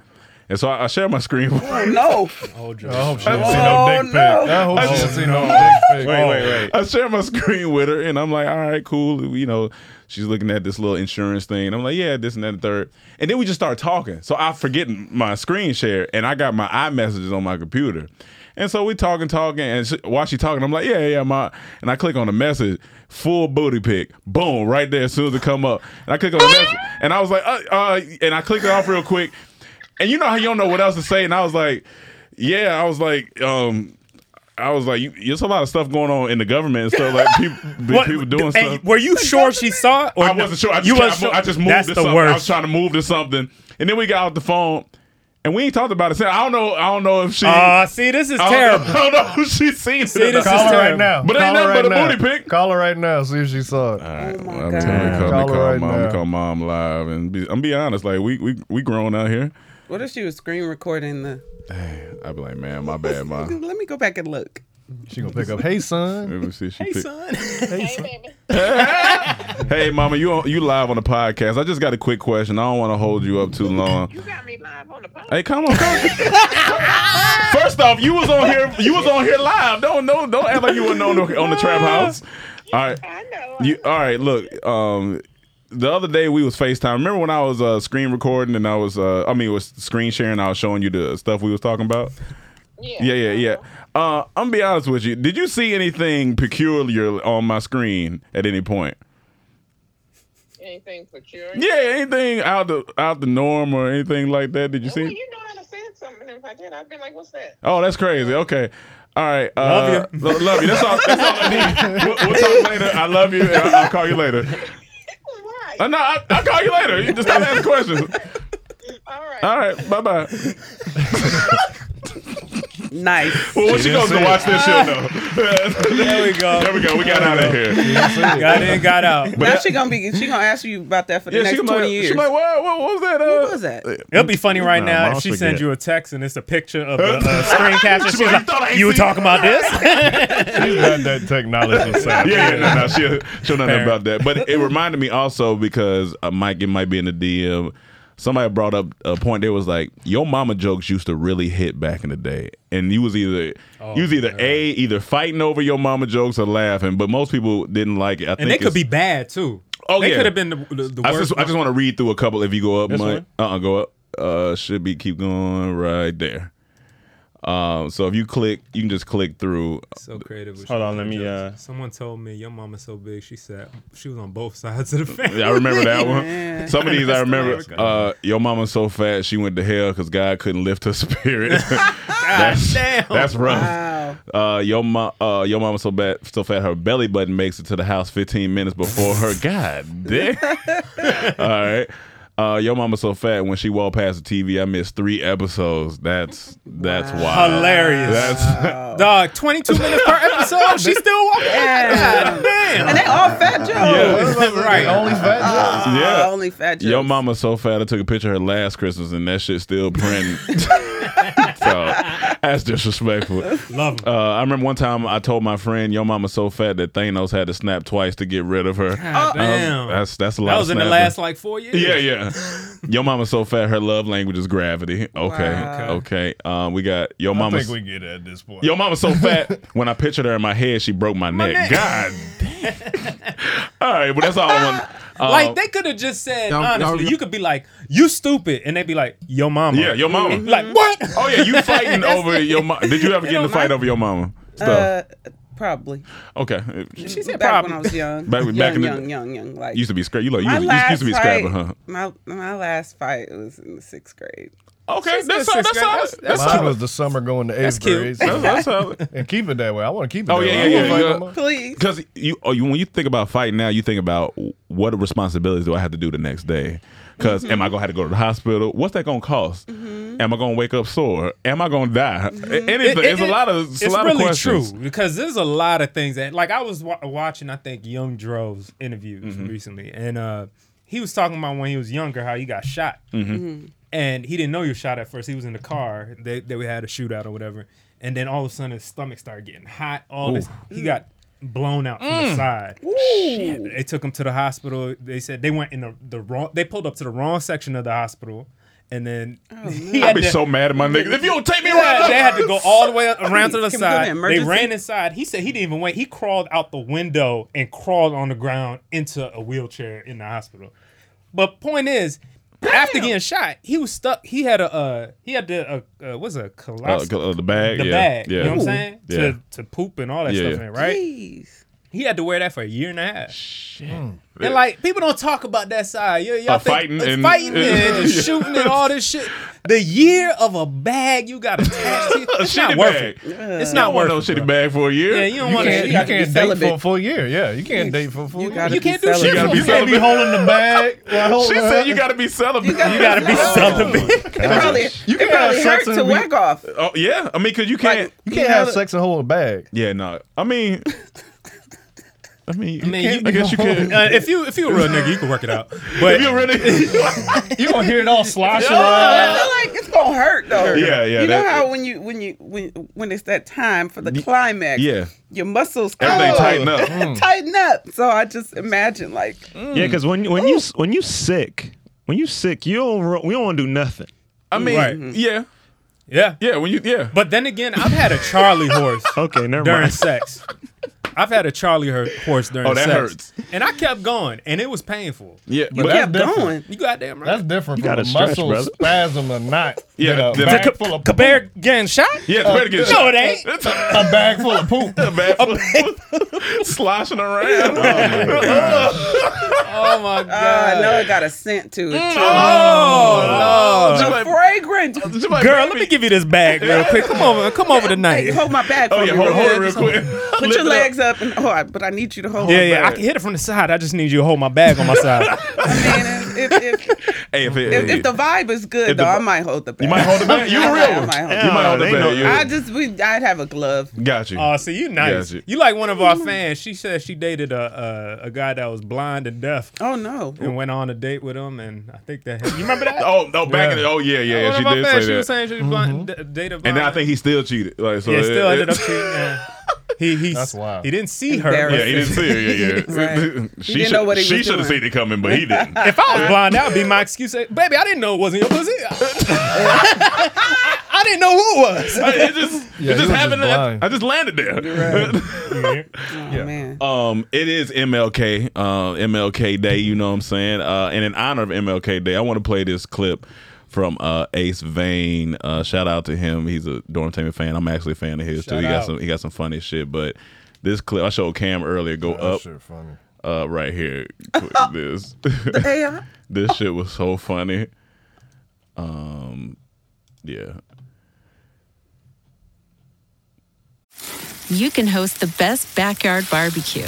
Speaker 5: And so I, I shared my screen.
Speaker 4: Oh no!
Speaker 6: Oh,
Speaker 7: I hope she didn't see
Speaker 5: Oh,
Speaker 7: no dick pic. I hope she didn't see no dick pic.
Speaker 5: wait, wait, wait. I share my screen with her, and I'm like, all right, cool. You know, she's looking at this little insurance thing. and I'm like, yeah, this and that and third. And then we just start talking. So I forget my screen share, and I got my iMessages on my computer. And so we talking, talking, and she, while she talking, I'm like, yeah, yeah, my. And I click on the message, full booty pic, boom, right there as soon as it come up. And I click on the message, and I was like, uh, uh and I clicked it off real quick. And you know how you don't know what else to say, and I was like, yeah, I was like, um, I was like, you, there's a lot of stuff going on in the government and stuff like people,
Speaker 6: What-
Speaker 5: people doing
Speaker 6: hey,
Speaker 5: stuff.
Speaker 6: Were you sure she saw it? Or
Speaker 5: I wasn't sure. I just,
Speaker 6: you
Speaker 5: you
Speaker 6: wasn't
Speaker 5: I just moved
Speaker 6: That's
Speaker 5: to
Speaker 6: the
Speaker 5: something. I was
Speaker 6: worst.
Speaker 5: trying to move to something, and then we got off the phone, and we ain't talked about it. since. I don't know. I don't know if she.
Speaker 6: Aw, Uh, see, this is
Speaker 5: I don't-
Speaker 6: terrible.
Speaker 5: I don't know if she's seen
Speaker 6: See,
Speaker 5: it. or
Speaker 6: this
Speaker 5: not.
Speaker 6: is
Speaker 7: Call her right
Speaker 6: terrible.
Speaker 7: now.
Speaker 5: But
Speaker 7: Call
Speaker 5: ain't
Speaker 7: her
Speaker 5: nothing
Speaker 7: right
Speaker 5: but a
Speaker 7: now.
Speaker 5: booty pic.
Speaker 7: Call her right now. See if she saw it.
Speaker 6: Oh
Speaker 5: I'm telling you, call,
Speaker 7: Call
Speaker 5: me,
Speaker 7: her
Speaker 5: call
Speaker 7: right
Speaker 5: mom,
Speaker 7: now.
Speaker 5: me call mom live, and be, I'm be honest. Like we we we grown out here.
Speaker 4: What if she was screen recording the?
Speaker 5: I'd be like, man, my bad, mom.
Speaker 4: Let me go back and look.
Speaker 7: She gonna pick up. Hey son.
Speaker 5: Let me see if she
Speaker 7: Hey,
Speaker 5: pick-
Speaker 4: son.
Speaker 5: Hey, mama, you on, you live on the podcast. I just got a quick question. I don't want to hold you up too long. You got me live on the podcast. Hey, come on. Come on. First off, you was on here. You was on here live. Don't don't don't act like you wasn't on the, on the trap house. All right. I know. You, all right. Look. Um. The other day we was FaceTime. Remember when I was uh, screen recording and I was uh, I mean it was screen sharing. I was showing you the stuff we was talking about. Yeah, yeah, yeah. Uh, I'm gonna be honest with you. Did you see anything peculiar on my screen at any point?
Speaker 9: Anything peculiar?
Speaker 5: Yeah, anything out the out the norm or anything like that? Did you see?
Speaker 9: You know how to send something. If I did, I'd be like, what's that?
Speaker 5: Oh, that's crazy. Okay. All right. Uh,
Speaker 6: Love
Speaker 5: you. love you. That's all. That's all I need. We'll, we'll talk later. I love you. and I- I'll call you later. Uh, no, I, I'll call you later. You just stop asking questions. All right. All right. Bye bye.
Speaker 4: Nice.
Speaker 5: Well, when she,
Speaker 6: She
Speaker 5: goes to
Speaker 6: didn't see
Speaker 5: watch
Speaker 6: it.
Speaker 5: this, she'll know.
Speaker 6: There we go.
Speaker 5: There we go. We got out of here.
Speaker 6: Got in, got out.
Speaker 4: now she gonna be. She gonna ask you about that for the
Speaker 5: Yeah, she
Speaker 4: next
Speaker 5: gonna-
Speaker 4: twenty
Speaker 5: she
Speaker 4: years.
Speaker 5: like, what, what was that? uh?
Speaker 4: what was that?
Speaker 6: It'll be funny right
Speaker 5: Nah,
Speaker 6: now
Speaker 5: I'll
Speaker 6: if she
Speaker 5: forget.
Speaker 6: sends you a text and it's a picture of the uh, screen capture.
Speaker 5: She
Speaker 6: She's
Speaker 5: like,
Speaker 6: like,
Speaker 5: "You thought I ain't
Speaker 6: you were
Speaker 5: seen
Speaker 6: talking about this?
Speaker 7: She's not that technology
Speaker 5: yeah,
Speaker 7: savvy.
Speaker 5: yeah, no, no, she'll, she'll know nothing
Speaker 6: Fair.
Speaker 5: about that. But it reminded me also because uh, Mike, it might be in the DM. Somebody brought up a point. They was like, "Your mama jokes used to really hit back in the day, and you was either
Speaker 6: Oh,
Speaker 5: you was either a either fighting over your mama jokes or laughing." But most people didn't like it. I
Speaker 6: And
Speaker 5: think
Speaker 6: they could
Speaker 5: it's-
Speaker 6: be bad too.
Speaker 5: Oh,
Speaker 6: they
Speaker 5: yeah.
Speaker 6: could have been the, the, the
Speaker 5: I
Speaker 6: worst.
Speaker 5: just, I just want to read through a couple. If you go up,
Speaker 6: This
Speaker 5: Mike, uh, uh go up. Uh, should be keep going right there. Um, so if you click, you can just click through.
Speaker 6: so creative. with
Speaker 10: Hold
Speaker 6: your
Speaker 10: on, let
Speaker 6: mama
Speaker 10: me,
Speaker 6: jokes.
Speaker 10: uh,
Speaker 6: Someone told me your mama's so big. She said she was on both sides of the family.
Speaker 5: Yeah, I remember that one.
Speaker 6: Man.
Speaker 5: Some of these I
Speaker 6: That's the
Speaker 5: remember.
Speaker 6: way it goes.
Speaker 5: Uh, your mama's so fat she went to hell because God couldn't lift her spirit. that's,
Speaker 6: damn.
Speaker 5: That's rough.
Speaker 6: Wow.
Speaker 5: Uh, your mom, uh, your mama so bad, so fat her belly button makes it to the house 15 minutes before her. God damn. All right. Uh, your mama so fat when she walked past the TV, I missed three episodes. That's that's wild.
Speaker 6: Hilarious.
Speaker 5: That's
Speaker 6: Dog, 22 minutes per episode. She's still walking. God damn.
Speaker 4: And they all fat jokes.
Speaker 6: Yeah. right.
Speaker 4: Only fat jokes.
Speaker 5: yeah.
Speaker 4: only fat jokes.
Speaker 5: Your mama's so fat I took a picture of her last Christmas and that shit still printing. so that's disrespectful.
Speaker 6: Love
Speaker 5: Uh, I remember one time I told my friend, "Your mama's so fat that Thanos had to snap twice to get rid of her."
Speaker 6: God
Speaker 4: Oh,
Speaker 5: Um,
Speaker 6: damn.
Speaker 5: that's that's a lot.
Speaker 6: That
Speaker 5: of
Speaker 6: was in the
Speaker 5: snapping.
Speaker 6: last like four years.
Speaker 5: Yeah, yeah. Your mama's so fat, her love language is gravity. Okay, okay. Um, we got your
Speaker 7: I
Speaker 5: mama's.
Speaker 7: think we get it at this point.
Speaker 5: Your mama's so fat. when I pictured her in my head, she broke my, neck.
Speaker 6: neck.
Speaker 5: God. all right, but that's all I want. Um,
Speaker 6: like they could have just said
Speaker 5: Y'all- y'all
Speaker 6: honestly,
Speaker 5: remember-
Speaker 6: you could be like, "You stupid," and they'd be like, "Yo, mama."
Speaker 5: Yeah, your mama.
Speaker 6: And Like what?
Speaker 5: Oh yeah, you fighting over your mom. Did you ever get in a fight over your mama stuff?
Speaker 4: Uh, probably.
Speaker 5: okay.
Speaker 4: She
Speaker 6: said
Speaker 4: back
Speaker 6: probably.
Speaker 4: when I was young.
Speaker 5: Back-
Speaker 4: young,
Speaker 5: back in the-
Speaker 4: young, young, young. Like
Speaker 5: Used to be scra- you like- you
Speaker 4: My
Speaker 5: was- you used
Speaker 4: last
Speaker 5: to be scrapping,
Speaker 4: fight-
Speaker 5: huh?
Speaker 4: My my last fight was in the sixth grade.
Speaker 5: Okay,
Speaker 7: She's
Speaker 5: that's
Speaker 7: good,
Speaker 5: all.
Speaker 7: sis,
Speaker 5: That's
Speaker 7: girl.
Speaker 5: all.
Speaker 7: That's- that's
Speaker 5: all.
Speaker 7: Mine was the summer going to
Speaker 5: That's
Speaker 7: eighth
Speaker 5: cute.
Speaker 7: grade.
Speaker 5: That's- that's all.
Speaker 7: And keep it that way. I want to keep it
Speaker 5: Oh
Speaker 7: that
Speaker 5: yeah,
Speaker 7: way.
Speaker 5: yeah,
Speaker 7: I
Speaker 5: yeah.
Speaker 7: don't
Speaker 5: yeah.
Speaker 7: fight no more.
Speaker 4: Please.
Speaker 5: Because you, oh, you, when you think about fighting now, you think about what responsibilities do I have to do the next day? Because am I
Speaker 6: Mm-hmm.
Speaker 5: gonna have to go to the hospital? What's that gonna cost? Am I gonna wake up sore? Am I gonna die? Anything.
Speaker 6: Mm-hmm. It- it-
Speaker 5: it's a lot of.
Speaker 6: It's,
Speaker 5: a lot
Speaker 6: really
Speaker 5: of questions.
Speaker 6: true because there's a lot of things that, like, I was wa- watching. I think Young Dro's interviews
Speaker 5: Mm-hmm.
Speaker 6: recently, and uh, he was talking about when he was younger how he got shot,
Speaker 5: Mhm. Mhm.
Speaker 6: and he didn't know he was shot at first. He was in the car. They they had a shootout or whatever, and then all of a sudden his stomach started getting hot. All this,
Speaker 5: Ooh.
Speaker 6: he got blown out from the
Speaker 5: Mm.
Speaker 6: side. Shit. They took him to the hospital. They said they went in the, the wrong. They pulled up to the wrong section of the hospital. And then he
Speaker 5: I'd
Speaker 6: had
Speaker 5: be
Speaker 6: to-
Speaker 5: so mad at my niggas if you don't take me
Speaker 6: Yeah,
Speaker 5: right now.
Speaker 6: They had to go all the way around to the
Speaker 5: Can we go to
Speaker 6: side. they
Speaker 5: emergency?
Speaker 6: ran inside. He said he didn't even wait. He crawled out the window and crawled on the ground into a wheelchair in the hospital. But point is, after getting shot, he was stuck. He had a uh, he had the uh, uh, what's a
Speaker 5: Uh,
Speaker 6: colostomy?
Speaker 5: uh, the bag.
Speaker 6: the
Speaker 5: yeah,
Speaker 6: bag.
Speaker 5: Yeah.
Speaker 6: You know what I'm saying?
Speaker 5: Yeah.
Speaker 6: To to poop and all that
Speaker 5: Yeah,
Speaker 6: stuff
Speaker 5: yeah.
Speaker 6: in, it, right? He had to wear that for a year and a half.
Speaker 5: Shit.
Speaker 6: And like people don't talk about that side. You, y'all
Speaker 5: Uh,
Speaker 6: think
Speaker 5: fighting
Speaker 6: uh,
Speaker 5: and-
Speaker 6: fighting and
Speaker 5: Yeah.
Speaker 6: just shooting and all "Oh, this shit. The year of a bag you got attached to.
Speaker 5: A
Speaker 6: It's not
Speaker 5: shitty
Speaker 6: worth
Speaker 5: bag.
Speaker 6: it. It's not worth
Speaker 5: no
Speaker 6: it.
Speaker 5: shitty bag for a year.
Speaker 6: Yeah, you don't
Speaker 7: You
Speaker 6: want to.
Speaker 7: can't, you can't date for a full year. Yeah, you can't date for a full year.
Speaker 6: You be can't do shit celibate. for
Speaker 7: You
Speaker 6: a
Speaker 7: can't be
Speaker 6: year.
Speaker 7: holding the bag. while
Speaker 5: she
Speaker 7: holding her-
Speaker 5: said you gotta be celibate. You gotta,
Speaker 6: be celibate.
Speaker 4: probably,
Speaker 5: You
Speaker 4: it probably
Speaker 7: have
Speaker 4: hurt
Speaker 7: sex
Speaker 4: to
Speaker 7: and be-
Speaker 4: whack off.
Speaker 5: Oh yeah, I mean, cause you can't.
Speaker 7: You can't have sex and hold a bag.
Speaker 5: Yeah, no. I mean, I mean, you
Speaker 6: Man,
Speaker 5: can't- I guess you can.
Speaker 6: Uh, if you if you a real nigga, you can work it out. But
Speaker 5: if you're really,
Speaker 7: you gonna hear it all slosh
Speaker 4: I feel like it's gonna hurt though.
Speaker 5: Yeah, yeah,
Speaker 4: You know
Speaker 5: that-
Speaker 4: how when you when you when when it's that time for the climax,
Speaker 5: yeah.
Speaker 4: your muscles
Speaker 5: Everything
Speaker 4: go-
Speaker 5: tighten up. Mm.
Speaker 4: tighten up. So I just imagine like,
Speaker 10: Yeah, because when when you when you sick, when you sick, you don't ro- we don't wanna do nothing.
Speaker 5: I mean,
Speaker 10: Right.
Speaker 5: yeah,
Speaker 6: yeah,
Speaker 5: yeah. When you yeah.
Speaker 6: But then again, I've had a Charlie horse.
Speaker 10: okay, never
Speaker 6: during
Speaker 10: mind.
Speaker 6: sex. I've had a Charlie her- horse during
Speaker 10: Oh, that hurts.
Speaker 6: sex, and I kept going, and it was painful.
Speaker 5: Yeah,
Speaker 7: But that's different.
Speaker 6: You goddamn right.
Speaker 7: That's different
Speaker 6: You
Speaker 7: from
Speaker 6: gotta
Speaker 7: a
Speaker 6: stretch,
Speaker 7: muscle
Speaker 6: brother.
Speaker 7: spasm or not.
Speaker 5: Yeah,
Speaker 7: Than a
Speaker 5: the-
Speaker 7: bag
Speaker 5: the-
Speaker 7: full of
Speaker 6: Bear getting shot?
Speaker 5: Yeah, the bear getting
Speaker 6: No,
Speaker 5: shot.
Speaker 6: it ain't.
Speaker 7: a bag full of poop.
Speaker 5: a bag full of sloshing around.
Speaker 6: Oh my
Speaker 4: god! Ah, I know it got a scent to it. Too.
Speaker 6: Mm. Oh,
Speaker 4: the
Speaker 6: Lord.
Speaker 4: fragrant.
Speaker 6: Girl, let me give you this bag real quick. Come over, come over tonight.
Speaker 4: Hey, hold my bag for
Speaker 6: Oh, yeah,
Speaker 4: me
Speaker 6: hold-
Speaker 4: real
Speaker 6: hold it
Speaker 4: quick.
Speaker 6: real quick.
Speaker 4: Put
Speaker 6: Lift
Speaker 4: your
Speaker 6: it up.
Speaker 4: legs up. and oh, I- but I need you to hold.
Speaker 6: yeah,
Speaker 4: my
Speaker 6: yeah. I
Speaker 4: bag.
Speaker 6: can hit it from the side. I just need you to hold my bag on my side.
Speaker 5: Hey, if, it,
Speaker 4: If, if the vibe is good,
Speaker 5: If
Speaker 4: though,
Speaker 5: the
Speaker 4: I
Speaker 5: vi-
Speaker 4: might hold the bag.
Speaker 5: might hold the bag? You
Speaker 4: I
Speaker 5: a
Speaker 4: might-
Speaker 5: real
Speaker 4: I
Speaker 5: one.
Speaker 4: might hold
Speaker 5: You
Speaker 4: the
Speaker 5: might hold
Speaker 4: bag.
Speaker 5: the bag, yeah.
Speaker 4: I just, we, I'd have a glove.
Speaker 5: got you.
Speaker 6: Oh, see, you nice.
Speaker 5: Got you.
Speaker 6: You like one of our
Speaker 4: Mm.
Speaker 6: fans. She said she dated a a, a guy that was blind and deaf.
Speaker 4: Oh no!
Speaker 6: And went on a date with him, and I think that you remember that?
Speaker 5: Oh no! Back in the oh yeah yeah, yeah
Speaker 6: One
Speaker 5: she
Speaker 6: of our
Speaker 5: did
Speaker 6: fans,
Speaker 5: say that.
Speaker 6: she
Speaker 5: Mm-hmm.
Speaker 6: was saying she was blind, d- dated blind.
Speaker 5: and then I think he still cheated. Like so,
Speaker 6: yeah,
Speaker 5: it-
Speaker 6: still
Speaker 5: it-
Speaker 6: ended up cheating. yeah. He he
Speaker 5: That's wild.
Speaker 6: He didn't see her.
Speaker 5: Yeah, he didn't see her. Yeah, yeah. She should, She should have seen it coming, but he didn't.
Speaker 6: If I was blind, that would be my excuse. Hey, Baby, I didn't know it wasn't your pussy. I, I didn't know who it was.
Speaker 5: I- it just, it
Speaker 6: Yeah, you
Speaker 5: just
Speaker 6: were
Speaker 5: happened.
Speaker 6: just
Speaker 5: I, I just landed there.
Speaker 4: yeah. man.
Speaker 5: Um, it is MLK, uh, MLK Day. You know what I'm saying? Uh, and in honor of MLK Day, I want to play this clip from uh, Ace Vane. Uh, shout out to him. He's a Dorm Tainment fan. I'm actually a fan of his too.
Speaker 7: Shout
Speaker 5: He got
Speaker 7: out.
Speaker 5: some. He got some funny shit. But this clip I showed Cam earlier. Go
Speaker 7: that
Speaker 5: up.
Speaker 7: shit funny.
Speaker 5: Uh, right here. Click this.
Speaker 4: AI?
Speaker 5: this shit was so funny. Um, yeah.
Speaker 8: you can host the best backyard barbecue.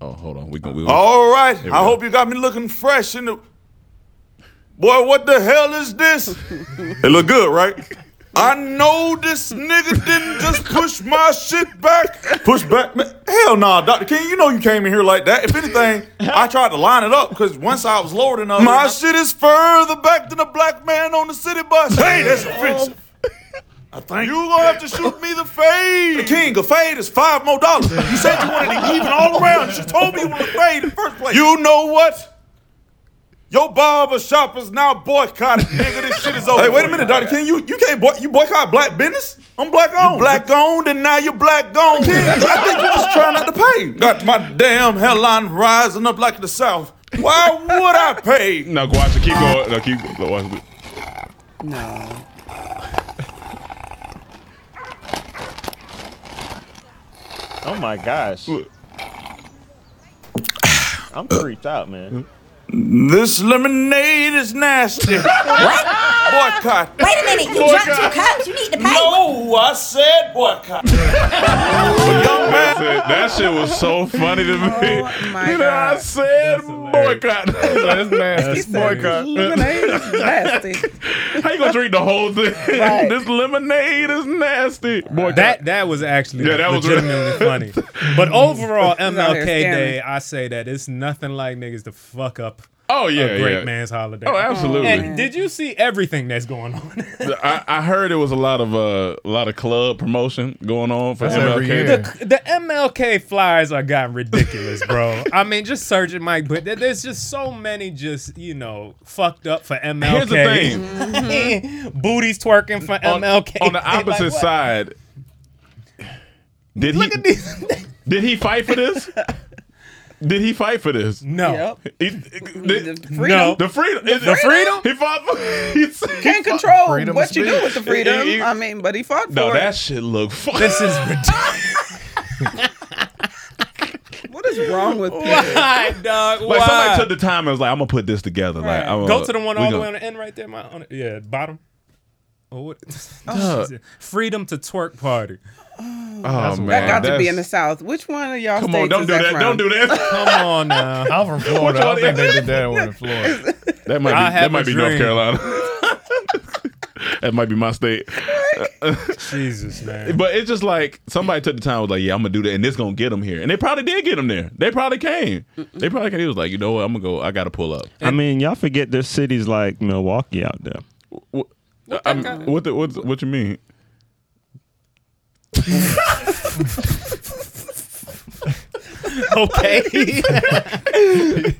Speaker 5: Oh, hold on. We gonna. We
Speaker 11: All right.
Speaker 5: Here we
Speaker 11: I
Speaker 5: go.
Speaker 11: hope you got me looking fresh in the. Boy, what the hell is this? It look good, right? I know this nigga didn't just push my shit back. Push back? Man, hell nah, Dr. King. You know you came in here like that. If anything, I tried to line it up because one side was lower than the other.
Speaker 2: My
Speaker 11: My shit is further back than a black man on the city bus. Hey, that's offensive. I think you gonna have to shoot me the fade. The king, a fade is five more dollars. You said you wanted to even all around. You told me you wanted a fade in the first place. You know what? Your barber shop is now boycotted, nigga. This shit is over. Hey, wait a minute, Dr. King. You you can't boy, you boycott black business? I'm black owned. black owned, and now you're black owned. King, I think you're just trying not to pay. Got my damn hairline rising up like the South. Why would I pay?
Speaker 5: No, Guacha, keep going. No, keep no, watch.
Speaker 4: No.
Speaker 10: Oh my gosh. I'm freaked out, man.
Speaker 11: This lemonade is nasty. Boycott.
Speaker 2: Wait a minute, you
Speaker 11: Boycott.
Speaker 2: dropped your cups, you need to pay.
Speaker 11: No, I said boycott.
Speaker 5: That shit- that shit was so funny to me.
Speaker 4: Oh my
Speaker 5: you know, I said boycott. That's nasty. boycott.
Speaker 4: Lemonade is nasty.
Speaker 5: How you gonna drink the whole thing?
Speaker 4: Right.
Speaker 5: this lemonade is nasty. Boy,
Speaker 6: that that was actually
Speaker 5: Yeah, that was
Speaker 6: legitimately funny. But overall,
Speaker 5: He's out here
Speaker 6: MLK Day,
Speaker 5: scamming.
Speaker 6: I say that it's nothing like niggas to fuck up.
Speaker 5: Oh, yeah,
Speaker 6: a great
Speaker 5: yeah.
Speaker 6: man's holiday.
Speaker 5: Oh, absolutely.
Speaker 6: And did you see everything that's going on?
Speaker 5: I, I heard it was a lot of uh, a lot of club promotion going on for
Speaker 6: That's
Speaker 5: MLK.
Speaker 6: every year. The MLK flyers are gotten ridiculous, bro. I mean, just search it, Mike. But there- there's just so many, just you know, fucked up for MLK.
Speaker 5: Here's the
Speaker 6: thing: booties twerking for MLK.
Speaker 5: on the
Speaker 6: Like,
Speaker 5: opposite
Speaker 6: what?
Speaker 5: side. Did he did he fight for this? Did he fight for this?
Speaker 6: No.
Speaker 5: He- the,
Speaker 4: freedom. No.
Speaker 5: The freedom.
Speaker 4: The
Speaker 5: is it-
Speaker 4: freedom?
Speaker 5: He fought for. he-
Speaker 4: Can't control
Speaker 5: Freedom
Speaker 4: what
Speaker 5: of
Speaker 4: you do
Speaker 5: speech.
Speaker 4: with the freedom.
Speaker 5: He- he-
Speaker 4: I mean, but he fought
Speaker 5: No,
Speaker 4: for
Speaker 5: that
Speaker 4: it.
Speaker 5: shit look. Fu-
Speaker 6: this is
Speaker 4: What is wrong with people?
Speaker 6: Why, dog?
Speaker 5: like
Speaker 6: Why?
Speaker 5: somebody took the time and was like, "I'm gonna put this together." Like, I'm
Speaker 6: Go
Speaker 5: gonna-
Speaker 6: to the one
Speaker 5: we
Speaker 6: all the
Speaker 5: gonna-
Speaker 6: way on the end right there. My, on the, yeah, bottom. Oh, what?
Speaker 5: Dog.
Speaker 6: Jesus. Freedom to twerk party.
Speaker 5: Oh, man,
Speaker 4: that got to be in the
Speaker 5: that's-
Speaker 4: South. Which one of y'all
Speaker 5: Come
Speaker 4: states
Speaker 5: on, don't
Speaker 4: is
Speaker 5: do that.
Speaker 4: from?
Speaker 5: Don't do that.
Speaker 6: Come on now.
Speaker 7: I'm from Florida. I think they did that one in Florida.
Speaker 5: That might be,
Speaker 6: I
Speaker 5: that
Speaker 6: have a
Speaker 5: might be North
Speaker 6: dream.
Speaker 5: Carolina. that might be my state.
Speaker 6: Jesus, man.
Speaker 5: But it's just like somebody took the time was like, yeah, I'm gonna do that, and it's gonna get them here, and they probably did get them there. They probably came. They probably came. He was like, you know what, I'm gonna go. I gotta pull up.
Speaker 10: I mean, y'all forget there's cities like Milwaukee out there.
Speaker 5: What, I'm, what, the, what, what you mean?
Speaker 6: okay.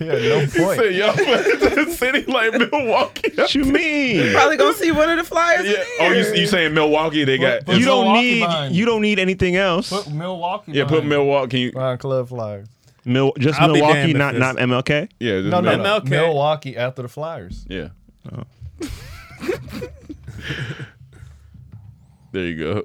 Speaker 5: no
Speaker 2: point.
Speaker 5: He said, y'all in a city like Milwaukee. What
Speaker 10: you mean?
Speaker 4: Probably gonna see one of the flyers.
Speaker 5: Yeah. Oh, you, you saying Milwaukee? They got.
Speaker 10: you don't need you don't need anything else.
Speaker 7: Milwaukee.
Speaker 5: Yeah, put Milwaukee.
Speaker 7: Behind club flyers.
Speaker 10: Mil- just
Speaker 7: I'll be
Speaker 10: Milwaukee,
Speaker 7: damned if
Speaker 10: not
Speaker 7: this-
Speaker 10: not MLK.
Speaker 5: Yeah,
Speaker 7: No, no, no. Milwaukee after the flyers.
Speaker 5: Yeah.
Speaker 10: Oh.
Speaker 5: There you go.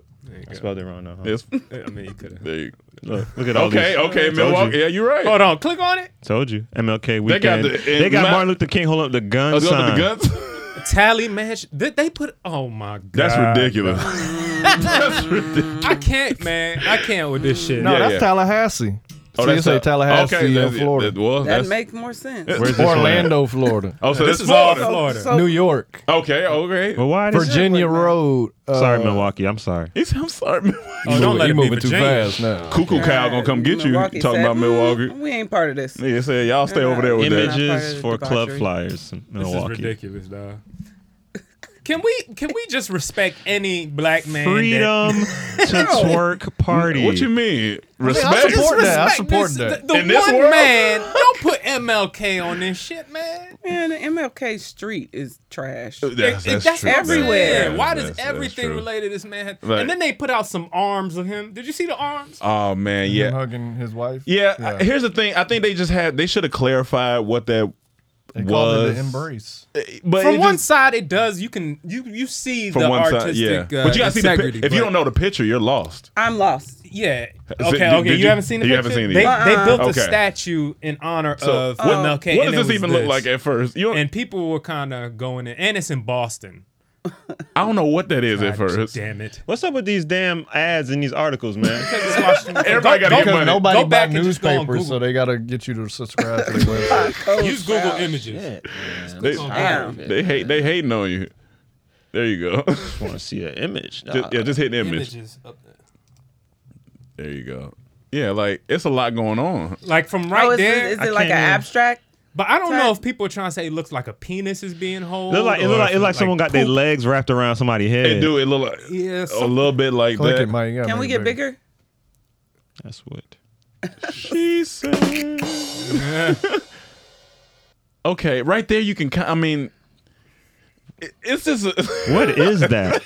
Speaker 10: I spelled it wrong. Now, huh?
Speaker 5: It's,
Speaker 6: I mean, you could have.
Speaker 5: There you go.
Speaker 10: uh-huh. Look, look at all
Speaker 5: Okay,
Speaker 10: these-
Speaker 5: okay,
Speaker 10: Told
Speaker 5: Milwaukee.
Speaker 10: you.
Speaker 5: Yeah, you're right.
Speaker 6: Hold on. Click on it.
Speaker 10: Told you, MLK
Speaker 5: They
Speaker 10: weekend.
Speaker 5: got
Speaker 10: They got,
Speaker 5: the- and my-
Speaker 10: Martin Luther King holding up the gun
Speaker 5: Oh, they got
Speaker 10: sign.
Speaker 5: the guns?
Speaker 6: Tally match. Did they put? Oh my god.
Speaker 5: That's ridiculous.
Speaker 6: That's ridiculous. I can't, man. I can't with this shit.
Speaker 7: No, that's Tallahassee.
Speaker 5: Oh,
Speaker 7: Oh,
Speaker 5: that's
Speaker 7: that's say
Speaker 5: Ta-
Speaker 7: Tallahassee
Speaker 5: okay,
Speaker 7: in
Speaker 5: that's-
Speaker 7: Florida.
Speaker 5: that- well,
Speaker 4: That makes more sense.
Speaker 5: Where's this
Speaker 7: Orlando, Florida.
Speaker 5: Oh, so
Speaker 7: This
Speaker 5: this
Speaker 7: is
Speaker 5: is
Speaker 7: all
Speaker 5: Florida.
Speaker 7: Florida. New York.
Speaker 5: Okay, okay.
Speaker 10: Well, why does-
Speaker 7: Virginia Road. uh,
Speaker 10: sorry, Milwaukee. I'm sorry.
Speaker 5: He said, I'm sorry, Milwaukee.
Speaker 7: Oh, don't let
Speaker 5: you
Speaker 7: it be
Speaker 5: moving too
Speaker 7: Virginia.
Speaker 5: fast now. Cuckoo Cow gonna come get you.
Speaker 4: Milwaukee
Speaker 5: Talking
Speaker 4: said, "Mm,
Speaker 5: about Milwaukee.
Speaker 4: We ain't part of this.
Speaker 5: Nigga said, y'all stay over there with
Speaker 10: Images
Speaker 5: that.
Speaker 10: for club flyers in
Speaker 6: This is
Speaker 10: Milwaukee.
Speaker 6: ridiculous, dog. Can we can we just respect any black man? that-
Speaker 10: Freedom to
Speaker 6: No.
Speaker 10: twerk party.
Speaker 5: What you mean? Respect?
Speaker 6: I mean,
Speaker 5: support that. I
Speaker 6: respect
Speaker 5: support
Speaker 6: this-
Speaker 5: that.
Speaker 6: The, the
Speaker 5: In this
Speaker 6: one
Speaker 5: world?
Speaker 6: man, don't put MLK on this shit, man.
Speaker 4: Man, the MLK street is trash.
Speaker 5: That's- that's true.
Speaker 4: everywhere.
Speaker 5: That's-
Speaker 6: Why
Speaker 5: that's-
Speaker 6: does
Speaker 5: that's
Speaker 6: everything
Speaker 5: true.
Speaker 6: related to this man? have-
Speaker 5: Right.
Speaker 6: And then they put out some arms of him. Did you see the arms?
Speaker 5: Oh man,
Speaker 7: Him
Speaker 5: yeah,
Speaker 7: hugging his wife.
Speaker 5: yeah. I- Here's the thing. I think they just had. They should have clarified what that
Speaker 7: called
Speaker 5: was.
Speaker 7: it the embrace.
Speaker 5: But
Speaker 6: from
Speaker 5: it
Speaker 6: one side, Eh, it does. You can you you see
Speaker 5: from
Speaker 6: the
Speaker 5: one
Speaker 6: artistic.
Speaker 5: side, yeah.
Speaker 6: uh,
Speaker 5: but you gotta see the.
Speaker 6: integrity,
Speaker 5: pi- If you
Speaker 6: but-
Speaker 5: don't know the picture, you're lost.
Speaker 4: I'm lost.
Speaker 6: Yeah.
Speaker 5: Is it-
Speaker 6: Okay.
Speaker 5: did-
Speaker 6: okay.
Speaker 5: did
Speaker 6: you,
Speaker 5: you-
Speaker 6: haven't seen the
Speaker 5: you
Speaker 6: picture?
Speaker 5: haven't seen it
Speaker 6: They,
Speaker 5: yet?
Speaker 6: they built
Speaker 5: Okay.
Speaker 6: a statue in honor
Speaker 5: So,
Speaker 6: of
Speaker 5: what-
Speaker 6: MLK.
Speaker 5: what
Speaker 6: and
Speaker 5: does
Speaker 6: it
Speaker 5: this even
Speaker 6: was
Speaker 5: look like at first? You don't-
Speaker 6: and people were kind of going in, and it's in Boston.
Speaker 5: I don't know what that is at
Speaker 6: God
Speaker 5: first.
Speaker 6: Damn it!
Speaker 10: What's up with these damn ads in these articles, man?
Speaker 5: Everybody got to
Speaker 10: Go-
Speaker 5: get
Speaker 10: go-
Speaker 5: money.
Speaker 7: Nobody
Speaker 10: Go
Speaker 7: buy
Speaker 10: back and just go on
Speaker 7: newspapers, so
Speaker 10: Google.
Speaker 7: they gotta get you to subscribe to the website.
Speaker 6: Use Google Images.
Speaker 5: They,
Speaker 10: Oh,
Speaker 6: Google
Speaker 5: they,
Speaker 6: Images.
Speaker 5: hate. They hating on you. There you go. just
Speaker 10: want to see an image.
Speaker 5: yeah, just hit the image.
Speaker 6: Images up there.
Speaker 5: There you go. Yeah, like it's a lot going on.
Speaker 6: Like from right
Speaker 4: Oh, is it-
Speaker 6: there.
Speaker 4: is it I like can't an even- abstract
Speaker 6: But I don't know if people are trying to say it looks like a penis is being hold.
Speaker 10: Look like it
Speaker 6: or
Speaker 10: look like, it
Speaker 6: if
Speaker 10: look like someone got their
Speaker 6: poop.
Speaker 10: legs wrapped around somebody's head.
Speaker 5: It do. It look like
Speaker 6: Yeah,
Speaker 5: a
Speaker 6: some-
Speaker 5: little bit like
Speaker 7: Click
Speaker 5: that.
Speaker 7: it, Mike. Yeah,
Speaker 4: Can we
Speaker 7: make
Speaker 4: get
Speaker 7: it
Speaker 4: bigger?
Speaker 10: That's what.
Speaker 5: She said. okay, right there you can. ki- I mean, it- it's just. A
Speaker 10: What is that?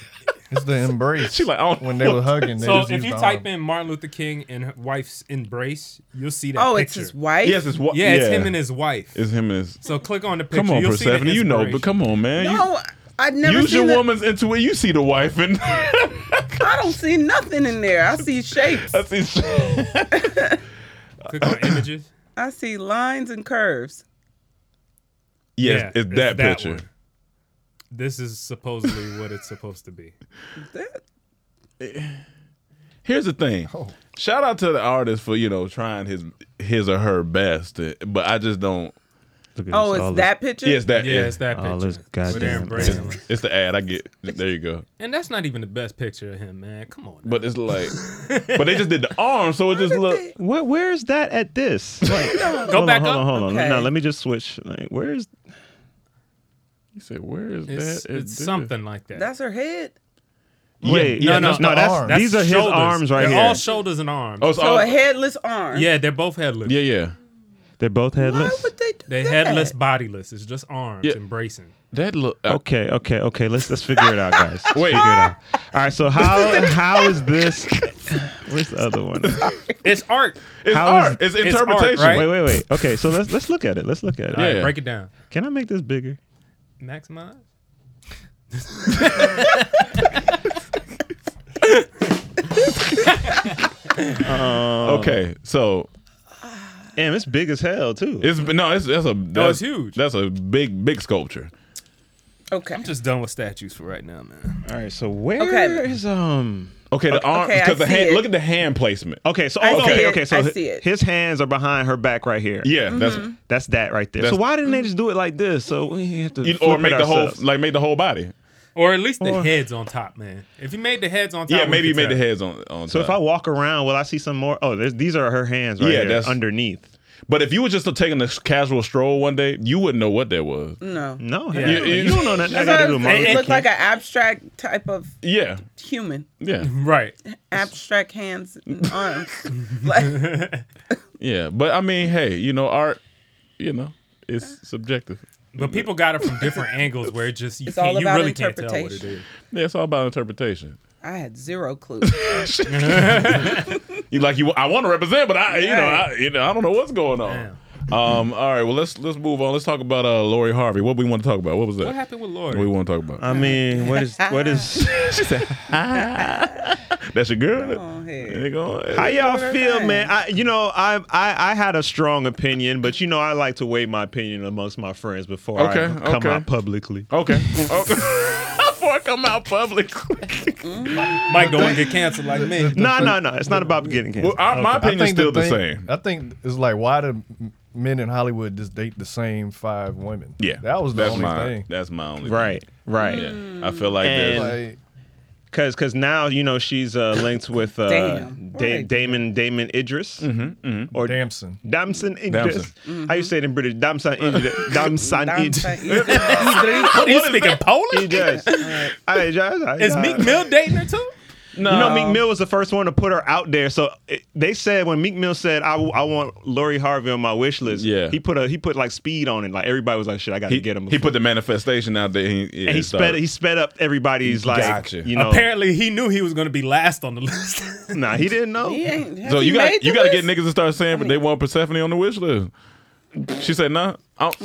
Speaker 7: It's the embrace.
Speaker 5: She like, I don't
Speaker 7: when they were hugging, they
Speaker 6: So
Speaker 7: just
Speaker 6: if
Speaker 7: used
Speaker 6: you
Speaker 7: the
Speaker 6: type
Speaker 7: arm.
Speaker 6: in Martin Luther King and her wife's embrace, you'll see that.
Speaker 4: Oh, it's
Speaker 6: picture.
Speaker 4: his wife?
Speaker 5: Yes, it's what.
Speaker 6: Yeah, it's him and his wife.
Speaker 5: It's him and his.
Speaker 6: So click on the picture.
Speaker 5: Come on,
Speaker 6: you'll See
Speaker 5: Persephone.
Speaker 6: the
Speaker 5: You know,
Speaker 6: inspiration.
Speaker 5: but come on, man. You-
Speaker 4: No, I'd never
Speaker 5: use
Speaker 4: seen
Speaker 5: your
Speaker 4: the-
Speaker 5: woman's intuition. You see the wife and
Speaker 4: I don't see nothing in there. I see shapes.
Speaker 5: I see
Speaker 6: Click on images.
Speaker 4: I see lines and curves.
Speaker 5: Yes,
Speaker 6: Yeah,
Speaker 5: it's
Speaker 6: it's
Speaker 5: that
Speaker 6: that
Speaker 5: picture.
Speaker 6: one. This is supposedly what it's supposed to be.
Speaker 5: Here's the thing. Shout out to the artist for you know trying his his or her best, uh, but I just don't.
Speaker 4: Oh, it's that picture?
Speaker 5: Yes, that.
Speaker 6: Yeah, it's that
Speaker 10: All
Speaker 6: picture.
Speaker 10: this goddamn.
Speaker 5: It's, it's the ad. I get. There you go.
Speaker 6: And that's not even the best picture of him, man. Come on.
Speaker 5: But it's like, but they just did the arm, so it just looked.
Speaker 10: What? Where is that at this? Like,
Speaker 6: Go
Speaker 10: hold
Speaker 6: back
Speaker 10: on, hold
Speaker 6: up.
Speaker 10: on, hold on.
Speaker 6: Okay.
Speaker 10: No, let me just switch. Like, where is?
Speaker 5: You said, where is
Speaker 6: It's,
Speaker 5: that? at
Speaker 6: it's
Speaker 5: this?
Speaker 6: something like that.
Speaker 4: That's her head.
Speaker 10: Wait,
Speaker 6: no,
Speaker 10: yeah,
Speaker 6: no,
Speaker 10: that's- no, that's-
Speaker 6: arms.
Speaker 10: these are his
Speaker 6: shoulders.
Speaker 10: arms right
Speaker 6: They're
Speaker 10: here.
Speaker 6: All shoulders and arms.
Speaker 5: Oh, it's
Speaker 4: So
Speaker 5: all-
Speaker 4: a headless arm.
Speaker 6: yeah, they're both headless.
Speaker 5: yeah, yeah.
Speaker 10: They're both headless.
Speaker 6: They headless, bodiless. It's just arms
Speaker 5: Yeah.
Speaker 6: embracing.
Speaker 5: That look.
Speaker 10: Okay, okay, okay. Let's let's figure it out, guys. Let's
Speaker 5: Wait.
Speaker 10: figure it out. All right. So how how is this? Where's the other one?
Speaker 6: It's art.
Speaker 5: It's
Speaker 10: How is-
Speaker 5: art. It's interpretation.
Speaker 6: right?
Speaker 10: Wait, wait, wait. Okay, so let's let's look at it. Let's look at it.
Speaker 6: All right, break it down.
Speaker 10: Can I make this bigger?
Speaker 6: Maximize.
Speaker 10: Um,
Speaker 5: okay, so
Speaker 10: Damn, it's big as hell too. Oh,
Speaker 5: it's no, it's that's a that's
Speaker 6: it's huge.
Speaker 5: That's a big big sculpture.
Speaker 4: Okay.
Speaker 6: I'm just done with statues for right now, man.
Speaker 10: All right. So where is
Speaker 4: Okay.
Speaker 10: um?
Speaker 5: Okay, the arm
Speaker 4: okay, I
Speaker 5: because the
Speaker 4: see
Speaker 5: hand.
Speaker 4: it.
Speaker 5: Look at the hand placement.
Speaker 10: Okay, so
Speaker 4: I see
Speaker 10: okay,
Speaker 4: it.
Speaker 10: okay, so
Speaker 4: I
Speaker 10: hi-
Speaker 4: see it. Mm-hmm.
Speaker 10: his hands are behind her back right here.
Speaker 5: Yeah, that's
Speaker 10: That's that right there. So
Speaker 5: That's-
Speaker 10: why didn't they just do it like this? So we have to
Speaker 5: you-
Speaker 10: flip
Speaker 5: or
Speaker 10: it
Speaker 5: make the whole
Speaker 10: ourselves.
Speaker 5: like make the whole body.
Speaker 6: Or at least the
Speaker 10: Or-
Speaker 6: heads on top, man. If you made the heads on top,
Speaker 5: yeah,
Speaker 6: we
Speaker 5: maybe
Speaker 6: could
Speaker 5: make the
Speaker 6: tell.
Speaker 5: heads on on.
Speaker 10: So if I
Speaker 5: top.
Speaker 10: walk around, will I see some more? Oh, there's, these are her hands right
Speaker 5: Yeah,
Speaker 10: here
Speaker 5: that's-
Speaker 10: underneath.
Speaker 5: but if you were just taking a casual stroll one day, you wouldn't know what that was.
Speaker 4: No.
Speaker 10: No,
Speaker 5: Yeah.
Speaker 10: hell no.
Speaker 5: You-
Speaker 10: you, don't know nothing. I
Speaker 4: That's
Speaker 10: got to
Speaker 4: what
Speaker 10: do with
Speaker 4: I'm-
Speaker 10: Martin
Speaker 4: it
Speaker 10: Luther
Speaker 4: looked like
Speaker 10: King.
Speaker 4: an abstract type of
Speaker 5: Yeah,
Speaker 4: human.
Speaker 5: yeah,
Speaker 6: right.
Speaker 4: Abstract hands and arms. like,
Speaker 5: yeah. But I mean, hey, you know, art, you know, it's subjective.
Speaker 6: But people got it from different angles where it just you,
Speaker 4: It's
Speaker 6: can't,
Speaker 4: all
Speaker 6: you
Speaker 4: about
Speaker 6: really can't tell what it is.
Speaker 4: interpretation.
Speaker 5: Yeah, it's all about interpretation.
Speaker 4: I had zero clue.
Speaker 5: You like you? I want to represent, but I, you know,
Speaker 4: Right.
Speaker 5: I, you know, I don't know what's going on. Um, all right, well let's let's move on. Let's talk about uh Lori Harvey. What we want to talk about? What was that?
Speaker 6: What happened with
Speaker 5: What
Speaker 6: Lori?
Speaker 5: we want to talk about?
Speaker 10: I mean, what is what is?
Speaker 5: she said, "Ah." "That's your girl." They go,
Speaker 10: How y'all feel, man? I, you know, I, I I had a strong opinion, but you know, I like to weigh my opinion amongst my friends before I
Speaker 5: Okay,
Speaker 10: come
Speaker 5: okay.
Speaker 10: out publicly.
Speaker 5: Okay. Before I come out publicly.
Speaker 4: Mm-hmm.
Speaker 6: Might go and get canceled like me.
Speaker 10: No, no, no. It's not about getting
Speaker 5: Well,
Speaker 10: canceled.
Speaker 5: I, my
Speaker 7: I
Speaker 5: opinion's
Speaker 7: think
Speaker 5: still the,
Speaker 7: thing-
Speaker 5: same.
Speaker 7: I think it's like why do m- men in Hollywood just date the same five women?
Speaker 5: Yeah,
Speaker 7: that was the
Speaker 5: that's
Speaker 7: only
Speaker 5: my,
Speaker 7: thing. Mm.
Speaker 5: That's my only.
Speaker 10: Right, right.
Speaker 5: Thing. Yeah, I feel like
Speaker 10: And-
Speaker 5: there's
Speaker 7: Like,
Speaker 10: Cause, Cause, now you know she's uh, linked with uh,
Speaker 7: Damn.
Speaker 10: da- Damon Damon Idris
Speaker 5: Mm-hmm,
Speaker 10: or Damson Damson Idris. How you say it in British? Damson Idris. Damson Idris.
Speaker 4: Damson
Speaker 6: What, he's speaking Polish?
Speaker 10: He does. I- I- I-
Speaker 6: Is Meek Mill dating her too?
Speaker 10: You know, Meek Mill was the first one to put her out there. So it, they said when Meek Mill said, I, I want Lori Harvey on my wish list."
Speaker 5: Yeah.
Speaker 10: he put a he put like speed on it. Like everybody was like, "Shit, I got to
Speaker 5: He,
Speaker 10: get him."
Speaker 5: he put the manifestation out there. He,
Speaker 10: and he
Speaker 5: so-
Speaker 10: sped he sped up everybody's like,
Speaker 5: Gotcha.
Speaker 10: you know,
Speaker 6: Apparently, he knew he was going to be last on the list.
Speaker 10: nah, he didn't know.
Speaker 4: He ain't- has
Speaker 5: So
Speaker 4: he
Speaker 5: you
Speaker 4: made
Speaker 5: got you
Speaker 4: the
Speaker 5: got to
Speaker 4: list?
Speaker 5: get niggas to start saying, but they want Persephone on the wish list. She said, "Nah, I don't-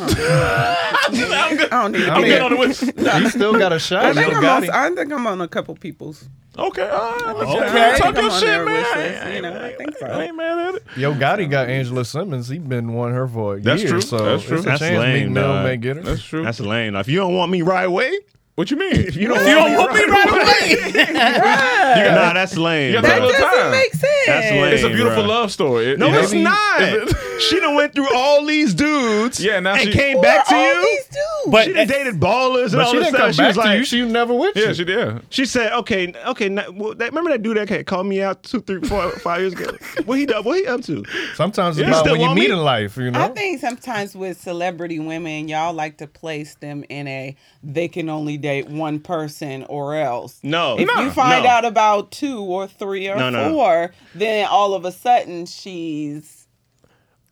Speaker 4: I'm good. I don't need
Speaker 5: I'm
Speaker 4: to
Speaker 5: good
Speaker 4: hear
Speaker 5: on the
Speaker 4: it.
Speaker 5: wish."
Speaker 4: You
Speaker 5: still got a
Speaker 4: I think, I'm on, I think I'm on a couple people's.
Speaker 5: Okay,
Speaker 4: I think
Speaker 5: Talk
Speaker 4: I'm
Speaker 5: your
Speaker 4: on
Speaker 5: shit,
Speaker 4: their
Speaker 5: man.
Speaker 4: wish list, You know, I think so.
Speaker 5: I ain't mad at it.
Speaker 7: Yo Gotti got Angela Simmons. He been wanting her for a
Speaker 10: That's
Speaker 7: year.
Speaker 10: true.
Speaker 7: So
Speaker 10: That's true.
Speaker 7: it's a chance Meek Mill
Speaker 10: dog.
Speaker 7: may get her.
Speaker 5: That's true.
Speaker 10: That's lame. If you don't want me right away,
Speaker 5: what you mean? If
Speaker 10: you don't,
Speaker 6: If you
Speaker 10: want,
Speaker 6: don't
Speaker 10: me right, away, nah, that's lame.
Speaker 5: You gotta
Speaker 10: bro.
Speaker 5: take a little time.
Speaker 10: That's lame.
Speaker 5: It's a beautiful
Speaker 10: bro.
Speaker 5: love story. It-
Speaker 10: No,
Speaker 5: you know?
Speaker 10: it's not. she done went through all these dudes.
Speaker 5: Yeah, now
Speaker 10: and
Speaker 5: she-
Speaker 10: came
Speaker 5: Or
Speaker 10: back to
Speaker 5: all
Speaker 10: you.
Speaker 5: these
Speaker 4: dudes.
Speaker 10: she done dated ballers and
Speaker 5: But
Speaker 10: all
Speaker 5: she
Speaker 10: this
Speaker 5: didn't
Speaker 10: stuff.
Speaker 5: come
Speaker 10: she was
Speaker 5: back to
Speaker 10: like,
Speaker 5: you.
Speaker 7: She never with
Speaker 5: Yeah,
Speaker 7: you.
Speaker 5: she did.
Speaker 10: She said, "Okay, okay. Now, well, that, remember that dude that ca- called me out two, three, four, five years ago? What he done? What he up to?
Speaker 7: Sometimes it's
Speaker 10: You
Speaker 7: about
Speaker 10: still
Speaker 7: when you
Speaker 10: want
Speaker 7: meet
Speaker 10: me?
Speaker 7: in life, you know.
Speaker 4: I think sometimes with celebrity women, y'all like to place them in a they can only date one person or else.
Speaker 10: No,
Speaker 4: If
Speaker 10: no,
Speaker 4: you find
Speaker 10: no.
Speaker 4: out about two or three or
Speaker 10: No, no.
Speaker 4: four, then all of a sudden she's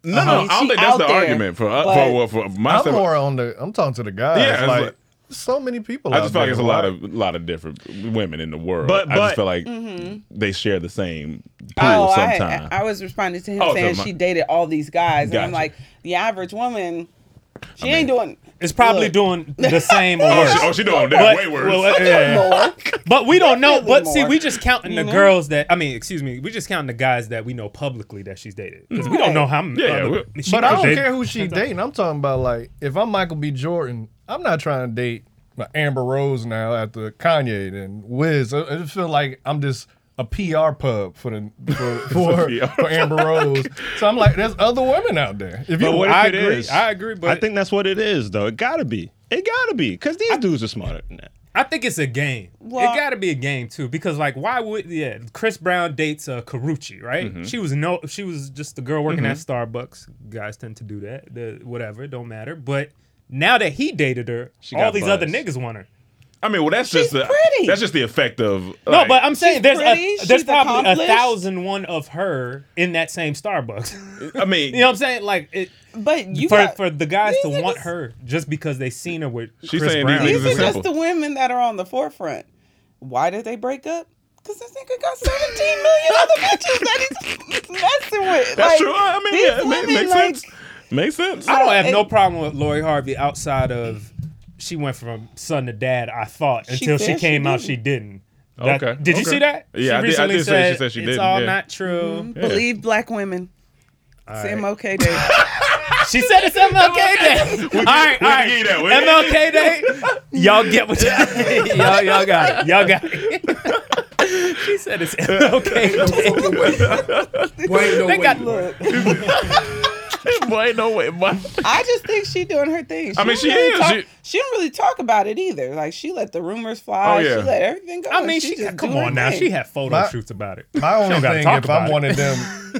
Speaker 5: No, no,
Speaker 4: Uh-huh.
Speaker 5: I don't
Speaker 4: She
Speaker 5: think that's
Speaker 4: out
Speaker 5: the
Speaker 4: there,
Speaker 5: argument for
Speaker 4: but-
Speaker 5: for, for, for my
Speaker 7: I'm
Speaker 5: step-
Speaker 7: more on the. I'm talking to the guys.
Speaker 5: Yeah, it's
Speaker 7: like,
Speaker 5: like-
Speaker 7: so many people.
Speaker 5: I
Speaker 7: out
Speaker 5: just feel like
Speaker 7: there,
Speaker 5: it's a lot of lot of different women in the world.
Speaker 10: But-
Speaker 5: I just
Speaker 10: but-
Speaker 5: feel like
Speaker 4: Mhm.
Speaker 5: they share the same pool
Speaker 4: oh, I,
Speaker 5: sometimes.
Speaker 4: I was responding to him
Speaker 5: Oh, so
Speaker 4: saying
Speaker 5: my-
Speaker 4: she dated all these guys, and I'm
Speaker 5: Gotcha.
Speaker 4: like, the average woman, she ain't doing.
Speaker 6: It's probably
Speaker 4: Look.
Speaker 6: doing the same or
Speaker 5: Oh,
Speaker 6: worse.
Speaker 5: she- oh, she doing that way worse.
Speaker 6: well, uh, yeah. But we don't know. But see,
Speaker 4: more,
Speaker 6: we just counting the
Speaker 7: Mm-hmm.
Speaker 4: you know?
Speaker 6: girls that I mean, excuse me, we just counting the guys that we know publicly that she's dated. 'Cause we don't know how. many
Speaker 5: Yeah,
Speaker 6: other-
Speaker 5: we-
Speaker 6: she
Speaker 7: but I
Speaker 6: could
Speaker 7: don't
Speaker 6: date-
Speaker 7: care who she dating. I'm talking about like if I'm Michael B. Jordan, I'm not trying to date like, Amber Rose now after Kanye and Wiz. I, I just feel like I'm just a PR pub for the for for,
Speaker 5: It's a PR.
Speaker 7: for Amber Rose. So I'm like, there's other women out there. If you,
Speaker 10: but what if
Speaker 7: I
Speaker 10: it
Speaker 7: agree.
Speaker 10: is?
Speaker 7: I agree. But
Speaker 10: I think that's what it is, though. It gotta be. It gotta be, because these dudes are smarter than that.
Speaker 6: I think it's a game.
Speaker 4: Well-
Speaker 6: it got to be a game too, because like, why would yeah? Chris Brown dates uh, Carucci, right?
Speaker 5: Mm-hmm.
Speaker 6: She was no, she was just the girl working at Starbucks. Guys tend to do that. The, whatever, it don't matter. But now that he dated her,
Speaker 5: She
Speaker 6: all
Speaker 5: got
Speaker 6: these
Speaker 5: buzz.
Speaker 6: other niggas want her.
Speaker 5: I mean, well, that's just the,
Speaker 4: pretty.
Speaker 5: that's just the effect of
Speaker 6: no, but I'm saying there's
Speaker 4: pretty,
Speaker 6: a, there's
Speaker 4: she's
Speaker 6: probably a
Speaker 4: accomplished.
Speaker 6: thousand one of her in that same Starbucks.
Speaker 5: I mean,
Speaker 6: you know what I'm saying? Like, it,
Speaker 4: But you
Speaker 6: for
Speaker 4: got-
Speaker 6: for the guys to
Speaker 4: these
Speaker 6: want
Speaker 4: niggas-
Speaker 6: her just because they seen her with
Speaker 5: She's
Speaker 6: Chris
Speaker 5: saying these
Speaker 6: Brown.
Speaker 5: niggas
Speaker 4: These
Speaker 5: It's
Speaker 4: are just
Speaker 5: simple.
Speaker 4: the women that are on the forefront. Why did they break up? Because this nigga got 17 million other bitches that he's messing with.
Speaker 5: that's
Speaker 4: Like,
Speaker 5: true. I mean,
Speaker 4: these
Speaker 5: yeah, it ma-
Speaker 4: women,
Speaker 5: makes
Speaker 4: like,
Speaker 5: sense. Makes sense.
Speaker 6: I don't have
Speaker 4: it-
Speaker 6: no problem with Lori Harvey outside of she went from son to dad. I thought
Speaker 4: She
Speaker 6: until she,
Speaker 4: said she
Speaker 6: came out, she
Speaker 4: didn't.
Speaker 6: didn't. That-
Speaker 5: Okay,
Speaker 6: Did you
Speaker 5: okay.
Speaker 6: see that?
Speaker 5: Yeah, I did- I
Speaker 6: recently
Speaker 5: did say she said she
Speaker 6: it's
Speaker 5: didn't,
Speaker 6: all
Speaker 5: yeah.
Speaker 6: not true.
Speaker 4: Mm-hmm. Believe black women.
Speaker 6: All
Speaker 4: It's
Speaker 6: right.
Speaker 4: MLK Day.
Speaker 6: She said it's MLK Day. all right, all right.
Speaker 5: give you that. We-
Speaker 6: MLK Day. Y'all get what you y'all y'all got it. Y'all got it. she said it's MLK Day.
Speaker 2: Wait, no,
Speaker 6: They
Speaker 2: wait.
Speaker 6: got-
Speaker 4: Look,
Speaker 5: Boy, no way. boy.
Speaker 4: I just think she doing her thing.
Speaker 5: I mean,
Speaker 4: don't
Speaker 5: she
Speaker 4: really
Speaker 5: is.
Speaker 4: Talk,
Speaker 5: She-
Speaker 4: she, don't really talk about it either. Like she let the rumors fly.
Speaker 5: Oh, yeah.
Speaker 4: She let everything go.
Speaker 6: I mean, she,
Speaker 4: just
Speaker 6: come
Speaker 4: do her
Speaker 6: on now.
Speaker 4: thing.
Speaker 6: She had photo
Speaker 7: My-
Speaker 6: shoots about it.
Speaker 7: My
Speaker 6: She
Speaker 7: only
Speaker 6: don't gotta
Speaker 7: thing,
Speaker 6: talk
Speaker 7: if I'm
Speaker 6: about
Speaker 7: one
Speaker 6: it.
Speaker 7: of them,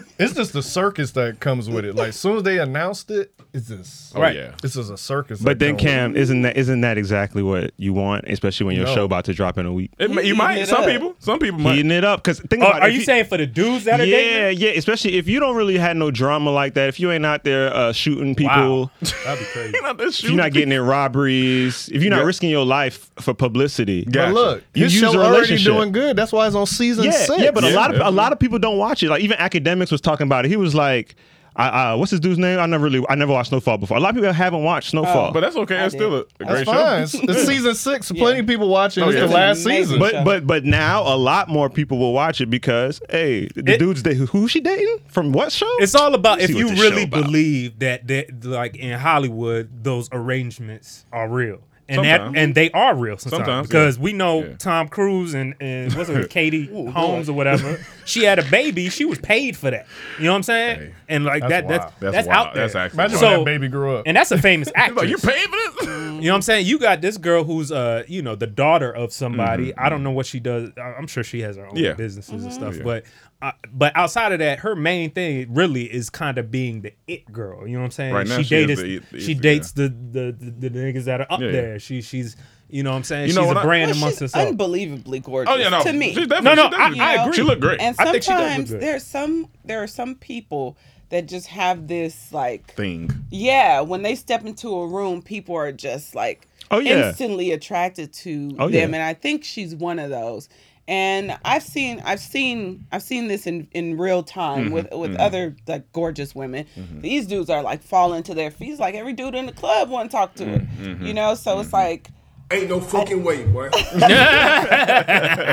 Speaker 7: it's just the circus that comes with it. Like, as soon as they announced it, it's this.
Speaker 5: Oh, Right. yeah.
Speaker 7: This is a circus.
Speaker 10: But
Speaker 7: that
Speaker 10: then,
Speaker 7: come with it.
Speaker 10: Cam, isn't that isn't that exactly what you want, especially when your
Speaker 7: No.
Speaker 10: show about to drop in a week?
Speaker 5: It, ma- you
Speaker 4: eating
Speaker 5: might.
Speaker 4: it
Speaker 5: Some
Speaker 4: up.
Speaker 5: people. Some people might.
Speaker 10: Heating it up, because think
Speaker 6: Oh,
Speaker 10: about it.
Speaker 6: are
Speaker 10: if
Speaker 6: you saying for the dudes that are dating?
Speaker 10: yeah, yeah. Especially if you don't really had no drama like that. If you ain't out there uh, shooting people,
Speaker 6: Wow. That'd be crazy.
Speaker 5: You know, this
Speaker 10: if you're not
Speaker 5: shooting
Speaker 10: getting in robberies, if you're not
Speaker 5: Yeah.
Speaker 10: risking your life for publicity.
Speaker 5: Gotcha.
Speaker 7: But look,
Speaker 10: You
Speaker 7: his
Speaker 10: use
Speaker 7: show
Speaker 10: a
Speaker 7: already
Speaker 10: relationship.
Speaker 7: doing good. That's why it's on season
Speaker 10: yeah,
Speaker 7: six.
Speaker 10: yeah. But a lot of
Speaker 5: Yeah.
Speaker 10: a lot of people don't watch it. Like even academics was talking about it. He was like, I, uh, "What's this dude's name? I never really, I never watched Snowfall before. A lot of people haven't watched
Speaker 7: Oh,
Speaker 10: Snowfall,
Speaker 5: Oh, But that's okay. It's
Speaker 4: did.
Speaker 5: still a, a
Speaker 7: That's
Speaker 5: great
Speaker 7: fine.
Speaker 5: show.
Speaker 7: It's, it's season six. Plenty of people watching.
Speaker 5: Oh,
Speaker 7: it's
Speaker 5: yeah.
Speaker 7: the last
Speaker 4: Amazing.
Speaker 7: season.
Speaker 10: But but but now a lot more people will watch it because hey, the
Speaker 6: It-
Speaker 10: dudes they who she dating from what show?
Speaker 6: It's all about
Speaker 10: Let's
Speaker 6: if
Speaker 10: see
Speaker 6: you
Speaker 10: what this show
Speaker 6: really
Speaker 10: about.
Speaker 6: believe that that like in Hollywood those arrangements are real. and that
Speaker 5: Sometimes.
Speaker 6: and they are real sometimes,
Speaker 5: Sometimes,
Speaker 6: because
Speaker 5: yeah.
Speaker 6: we know Tom Cruise and and what's her Katie
Speaker 5: Ooh,
Speaker 6: Holmes
Speaker 5: boy.
Speaker 6: or whatever. She had a baby. She was paid for that. You know what I'm saying? and like
Speaker 7: that's
Speaker 6: that,
Speaker 7: wild.
Speaker 6: that's
Speaker 7: That's
Speaker 6: that's,
Speaker 7: wild.
Speaker 6: out there.
Speaker 7: That's actually Imagine when wild. that baby grew up.
Speaker 6: and that's a famous actor.
Speaker 7: Like, "You
Speaker 6: paid for this? You know what I'm saying? You got this girl who's uh you know the daughter of somebody.
Speaker 5: Mhm,
Speaker 6: I don't know what she does. I- I'm sure she has her own
Speaker 5: Yeah.
Speaker 6: businesses
Speaker 4: Mm-hmm.
Speaker 6: and
Speaker 5: Mhm.
Speaker 6: stuff,
Speaker 5: Yeah.
Speaker 6: but. Uh, but outside of that, her main thing really is kind of being the it girl. You know what I'm saying?
Speaker 5: Right now,
Speaker 6: she,
Speaker 5: she is
Speaker 6: dated,
Speaker 5: the it- the
Speaker 6: she
Speaker 5: it- yeah.
Speaker 6: dates the, the, the, the niggas that are up
Speaker 5: Yeah, yeah.
Speaker 6: there. She she's you know what I'm saying
Speaker 5: You know
Speaker 6: she's
Speaker 5: what
Speaker 6: a
Speaker 5: I-
Speaker 6: brand
Speaker 5: Well,
Speaker 6: amongst
Speaker 5: she's
Speaker 6: herself.
Speaker 4: unbelievably gorgeous.
Speaker 5: Oh, yeah, no,
Speaker 4: to me.
Speaker 5: she's definitely- No, no, she's definitely- I- I
Speaker 4: You know?
Speaker 5: agree. She look great.
Speaker 4: And
Speaker 5: I think she does look
Speaker 4: sometimes
Speaker 5: good.
Speaker 4: there's some there are some people that just have this like
Speaker 5: thing.
Speaker 4: yeah when they step into a room people are just like
Speaker 10: Oh, yeah.
Speaker 4: instantly attracted to
Speaker 10: Oh,
Speaker 4: them
Speaker 10: yeah.
Speaker 4: and I think she's one of those. And I've seen I've seen I've seen this in, in real time
Speaker 10: Mhm,
Speaker 4: with with
Speaker 10: mhm.
Speaker 4: other like gorgeous women.
Speaker 10: Mhm.
Speaker 4: These dudes are like falling to their feet like every dude in the club want to talk to her.
Speaker 10: Mhm,
Speaker 4: You know, so it's like
Speaker 2: Ain't no fucking way, boy.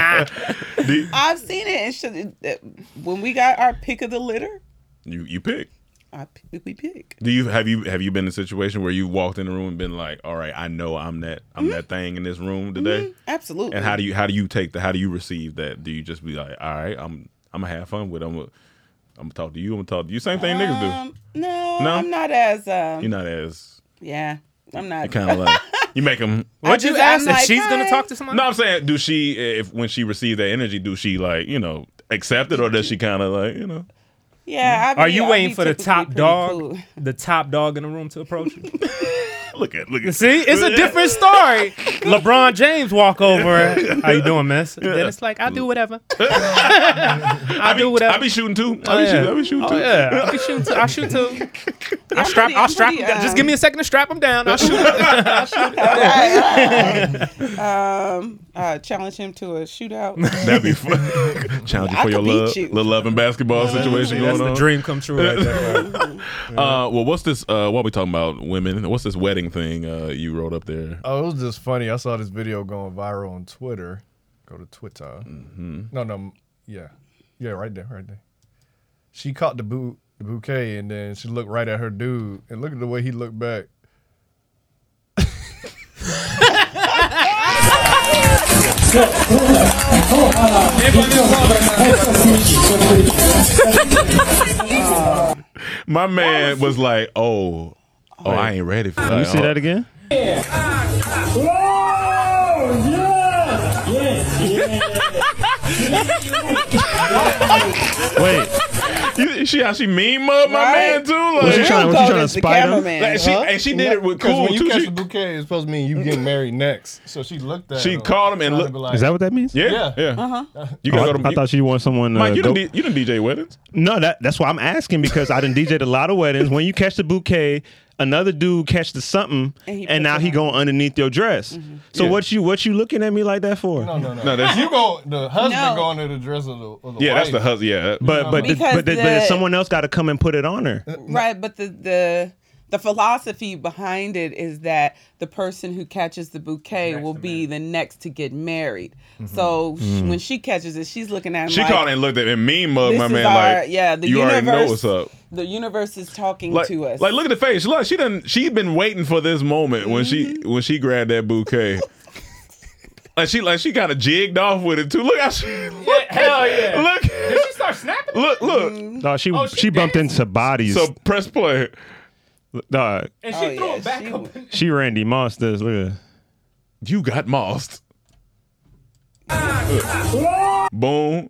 Speaker 4: I've seen it. And should, uh, when we got our pick of the litter,
Speaker 5: You you pick.
Speaker 4: I, p- we pick.
Speaker 5: Do you have you have you been in a situation where you walked in the room and been like, all right, I know I'm that I'm that thing in this room today.
Speaker 4: Mm-hmm. Absolutely.
Speaker 5: And how do you how do you take the how do you receive that? Do you just be like, all right, I'm I'm gonna have fun with it. I'm gonna, I'm gonna talk to you. I'm gonna talk to you. Same thing niggas
Speaker 4: Um, no,
Speaker 5: No?
Speaker 4: I'm not as.
Speaker 5: do.
Speaker 4: Um,
Speaker 5: You're not as
Speaker 4: Yeah, I'm not.
Speaker 5: you kind of like you make them.
Speaker 4: What'd I you just- ask? I'm If like, she's gonna "Hi." talk
Speaker 6: to
Speaker 5: No, I'm saying, do she if when she receives that energy, do she like you know accept it or does she kind of like you know?
Speaker 4: yeah. I
Speaker 6: Are
Speaker 4: be-
Speaker 6: you
Speaker 4: I
Speaker 6: waiting
Speaker 4: be
Speaker 6: for the
Speaker 4: typically
Speaker 6: top
Speaker 4: pretty
Speaker 6: dog,
Speaker 4: cool.
Speaker 6: the top dog in the room to approach you?
Speaker 5: look at look at.
Speaker 6: See, it's a different story. LeBron James walk over. How you doing, miss? Then it's like I'll do whatever.
Speaker 5: I do whatever. I be shooting too. I be shooting. I be shooting
Speaker 6: Oh,
Speaker 5: too.
Speaker 6: yeah. I be shooting too. I shoot too. I strap. I'll strap. him down. Just give me a second to strap him down. I'll shoot. I'll shoot.
Speaker 4: um, uh, challenge him to a shootout.
Speaker 5: That'd be fun. Challenge you
Speaker 4: I
Speaker 5: for your
Speaker 4: could beat
Speaker 5: love,
Speaker 4: you.
Speaker 5: little love and basketball situation
Speaker 6: That's
Speaker 5: going
Speaker 6: the
Speaker 5: on.
Speaker 6: dream come true right there,
Speaker 5: uh, well, what's this? Uh, while we talking about women, what's this wedding thing uh, you wrote up there?
Speaker 7: Oh, it was just funny. I saw this video going viral on Twitter. Go to Twitter.
Speaker 10: Mm-hmm.
Speaker 7: No, no, m- yeah, yeah, right there, right there. She caught the bou- the bouquet, and then she looked right at her dude, and look at the way he looked back.
Speaker 5: My man was like, "Oh, oh, I ain't ready for that."
Speaker 10: you see that
Speaker 5: again? Wait, you, she how she mean mug my man too? Like,
Speaker 10: Was she trying- was she trying to spite him?
Speaker 5: Like, she, And she did it with
Speaker 7: 'Cause
Speaker 5: cool
Speaker 7: When you
Speaker 5: too.
Speaker 7: catch
Speaker 5: She,
Speaker 7: the bouquet, it's supposed to mean you getting married next. So she looked at.
Speaker 5: she
Speaker 7: him,
Speaker 5: called him and
Speaker 7: trying to
Speaker 5: looked.
Speaker 7: be like-
Speaker 5: Yeah, yeah.
Speaker 7: Uh-huh.
Speaker 5: You gotta
Speaker 10: Oh,
Speaker 5: go to,
Speaker 10: I, I thought she wanted someone.
Speaker 5: Mike,
Speaker 10: uh,
Speaker 5: you
Speaker 10: go-
Speaker 5: done did- you done DJ weddings?
Speaker 10: No, that that's why I'm asking because I done DJ'd a lot of weddings. When you catch the bouquet, another dude catch the something,
Speaker 4: And
Speaker 10: and,
Speaker 4: he
Speaker 10: now he going underneath your dress.
Speaker 4: Mm-hmm.
Speaker 10: So
Speaker 5: Yeah.
Speaker 10: what you what you looking at me like that for?
Speaker 7: No, no, no.
Speaker 5: No, that's-
Speaker 7: you go. The husband
Speaker 4: No.
Speaker 7: going to the dress of the. Of the
Speaker 5: Yeah, that's the
Speaker 7: wife.
Speaker 5: husband. Yeah,
Speaker 10: But but the,
Speaker 4: Because
Speaker 10: but, the,
Speaker 4: the-
Speaker 10: but someone else got to come and put it on her.
Speaker 4: Right, but the the the philosophy behind it is that the person who catches the bouquet will be the next to get married. So sh-
Speaker 5: Mm.
Speaker 4: when she catches it, she's looking at him
Speaker 5: She
Speaker 4: like,
Speaker 5: called and looked at and mean mug
Speaker 4: this
Speaker 5: my
Speaker 4: is
Speaker 5: man
Speaker 4: our-
Speaker 5: like
Speaker 4: yeah, the
Speaker 5: you already know
Speaker 4: universe-
Speaker 5: what's up.
Speaker 4: the universe is talking
Speaker 5: Like,
Speaker 4: to us.
Speaker 5: like look at the face. Look, she done she been waiting for this moment when she
Speaker 4: Mm-hmm.
Speaker 5: when she grabbed that bouquet. like she like she kind of jigged off with it too. Look how she look,
Speaker 6: hell yeah.
Speaker 5: Look
Speaker 6: Did she start snapping?
Speaker 5: look look.
Speaker 4: Mm-hmm.
Speaker 10: No, she
Speaker 7: Oh,
Speaker 10: she, bumped into bodies.
Speaker 5: So press play.
Speaker 10: Dog,
Speaker 6: And she threw it back up.
Speaker 10: she Randy Moss this. Look at
Speaker 5: you got mossed. Boom.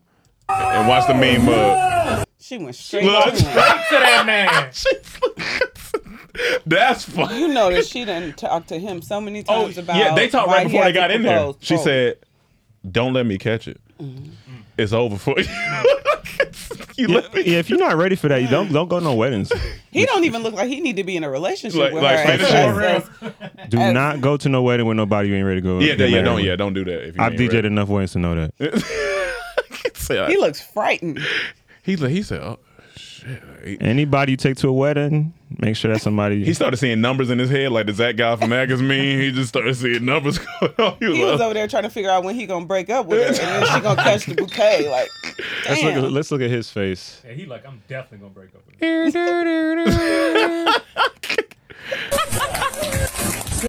Speaker 5: And watch the mean mug.
Speaker 4: she went straight
Speaker 5: Look.
Speaker 4: to him.
Speaker 6: to that man.
Speaker 5: That's fun.
Speaker 4: You know that she done talked to him so many times about
Speaker 5: Oh, Yeah, they talked
Speaker 4: why
Speaker 5: right
Speaker 4: he
Speaker 5: before
Speaker 4: had
Speaker 5: they
Speaker 4: to
Speaker 5: got in there.
Speaker 4: propose. Mm-hmm.
Speaker 5: She
Speaker 4: Oh.
Speaker 5: said, "Don't let me catch it. It's over for you." you
Speaker 10: yeah, yeah, if you're not ready for that, you don't don't go no weddings.
Speaker 4: he don't even look like he need to be in a relationship
Speaker 5: Like-
Speaker 4: with
Speaker 5: like
Speaker 4: her.
Speaker 5: finish
Speaker 4: As-
Speaker 10: Do
Speaker 4: as-
Speaker 10: not go to no wedding with nobody you ain't ready to go.
Speaker 5: Yeah,
Speaker 10: get
Speaker 5: yeah, don't-
Speaker 10: married with.
Speaker 5: yeah, don't do that if you
Speaker 10: I've
Speaker 5: ain't
Speaker 10: DJ'd
Speaker 5: ready.
Speaker 10: enough weddings to know that.
Speaker 5: Say,
Speaker 4: he looks frightened.
Speaker 5: He like, he said, "Oh shit."
Speaker 10: Anybody you take to a wedding, make sure that's somebody.
Speaker 5: He started seeing numbers in his head, like the Zach guy from magazine. He just started seeing numbers. Going on. He was
Speaker 4: He was
Speaker 5: like,
Speaker 4: over there trying to figure out when he gonna break up with her, and then she gonna catch the bouquet. Like,
Speaker 10: Let's look, at,
Speaker 4: damn.
Speaker 10: let's look at his face.
Speaker 6: And he like, I'm definitely gonna break up. with
Speaker 4: that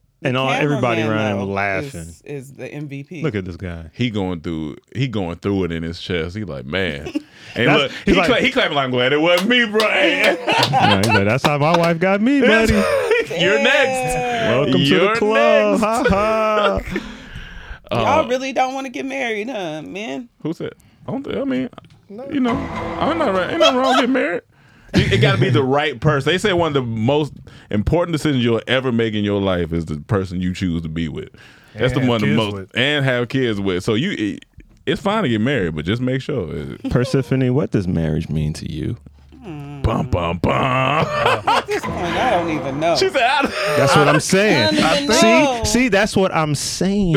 Speaker 10: and all everybody around him
Speaker 4: though,
Speaker 10: laughing.
Speaker 4: Is, is the MVP.
Speaker 10: Look at this guy.
Speaker 5: He going through. He going through it in his chest. He like man. And
Speaker 10: That's-
Speaker 5: look, he
Speaker 10: he's like-
Speaker 5: cla- he clapping like I'm glad it wasn't me, bro.
Speaker 10: Yeah, he's like, That's how my wife got me, buddy.
Speaker 5: You're next.
Speaker 10: Welcome to
Speaker 5: You're
Speaker 10: the club.
Speaker 5: next.
Speaker 10: Ha ha.
Speaker 5: Uh,
Speaker 4: Y'all really don't want to get married, huh, man?
Speaker 5: Who said? I don't. think- I mean, you know, I'm not right. Ain't nothing wrong with getting married. You- It got to be the right person. They say one of the most important decisions you'll ever make in your life is the person you choose to be with. That's
Speaker 10: And
Speaker 5: the one of the
Speaker 10: have
Speaker 5: most
Speaker 10: kids
Speaker 5: and have kids with. So you, it, it's fine to get married, but just make sure. it-
Speaker 10: Persephone, what does marriage mean to you?
Speaker 4: Hmm.
Speaker 5: Bum bum bum.
Speaker 4: At this point, I don't even know. She
Speaker 5: said, I
Speaker 10: That's what I'm saying.
Speaker 4: I don't even know.
Speaker 10: See, see, that's what I'm saying.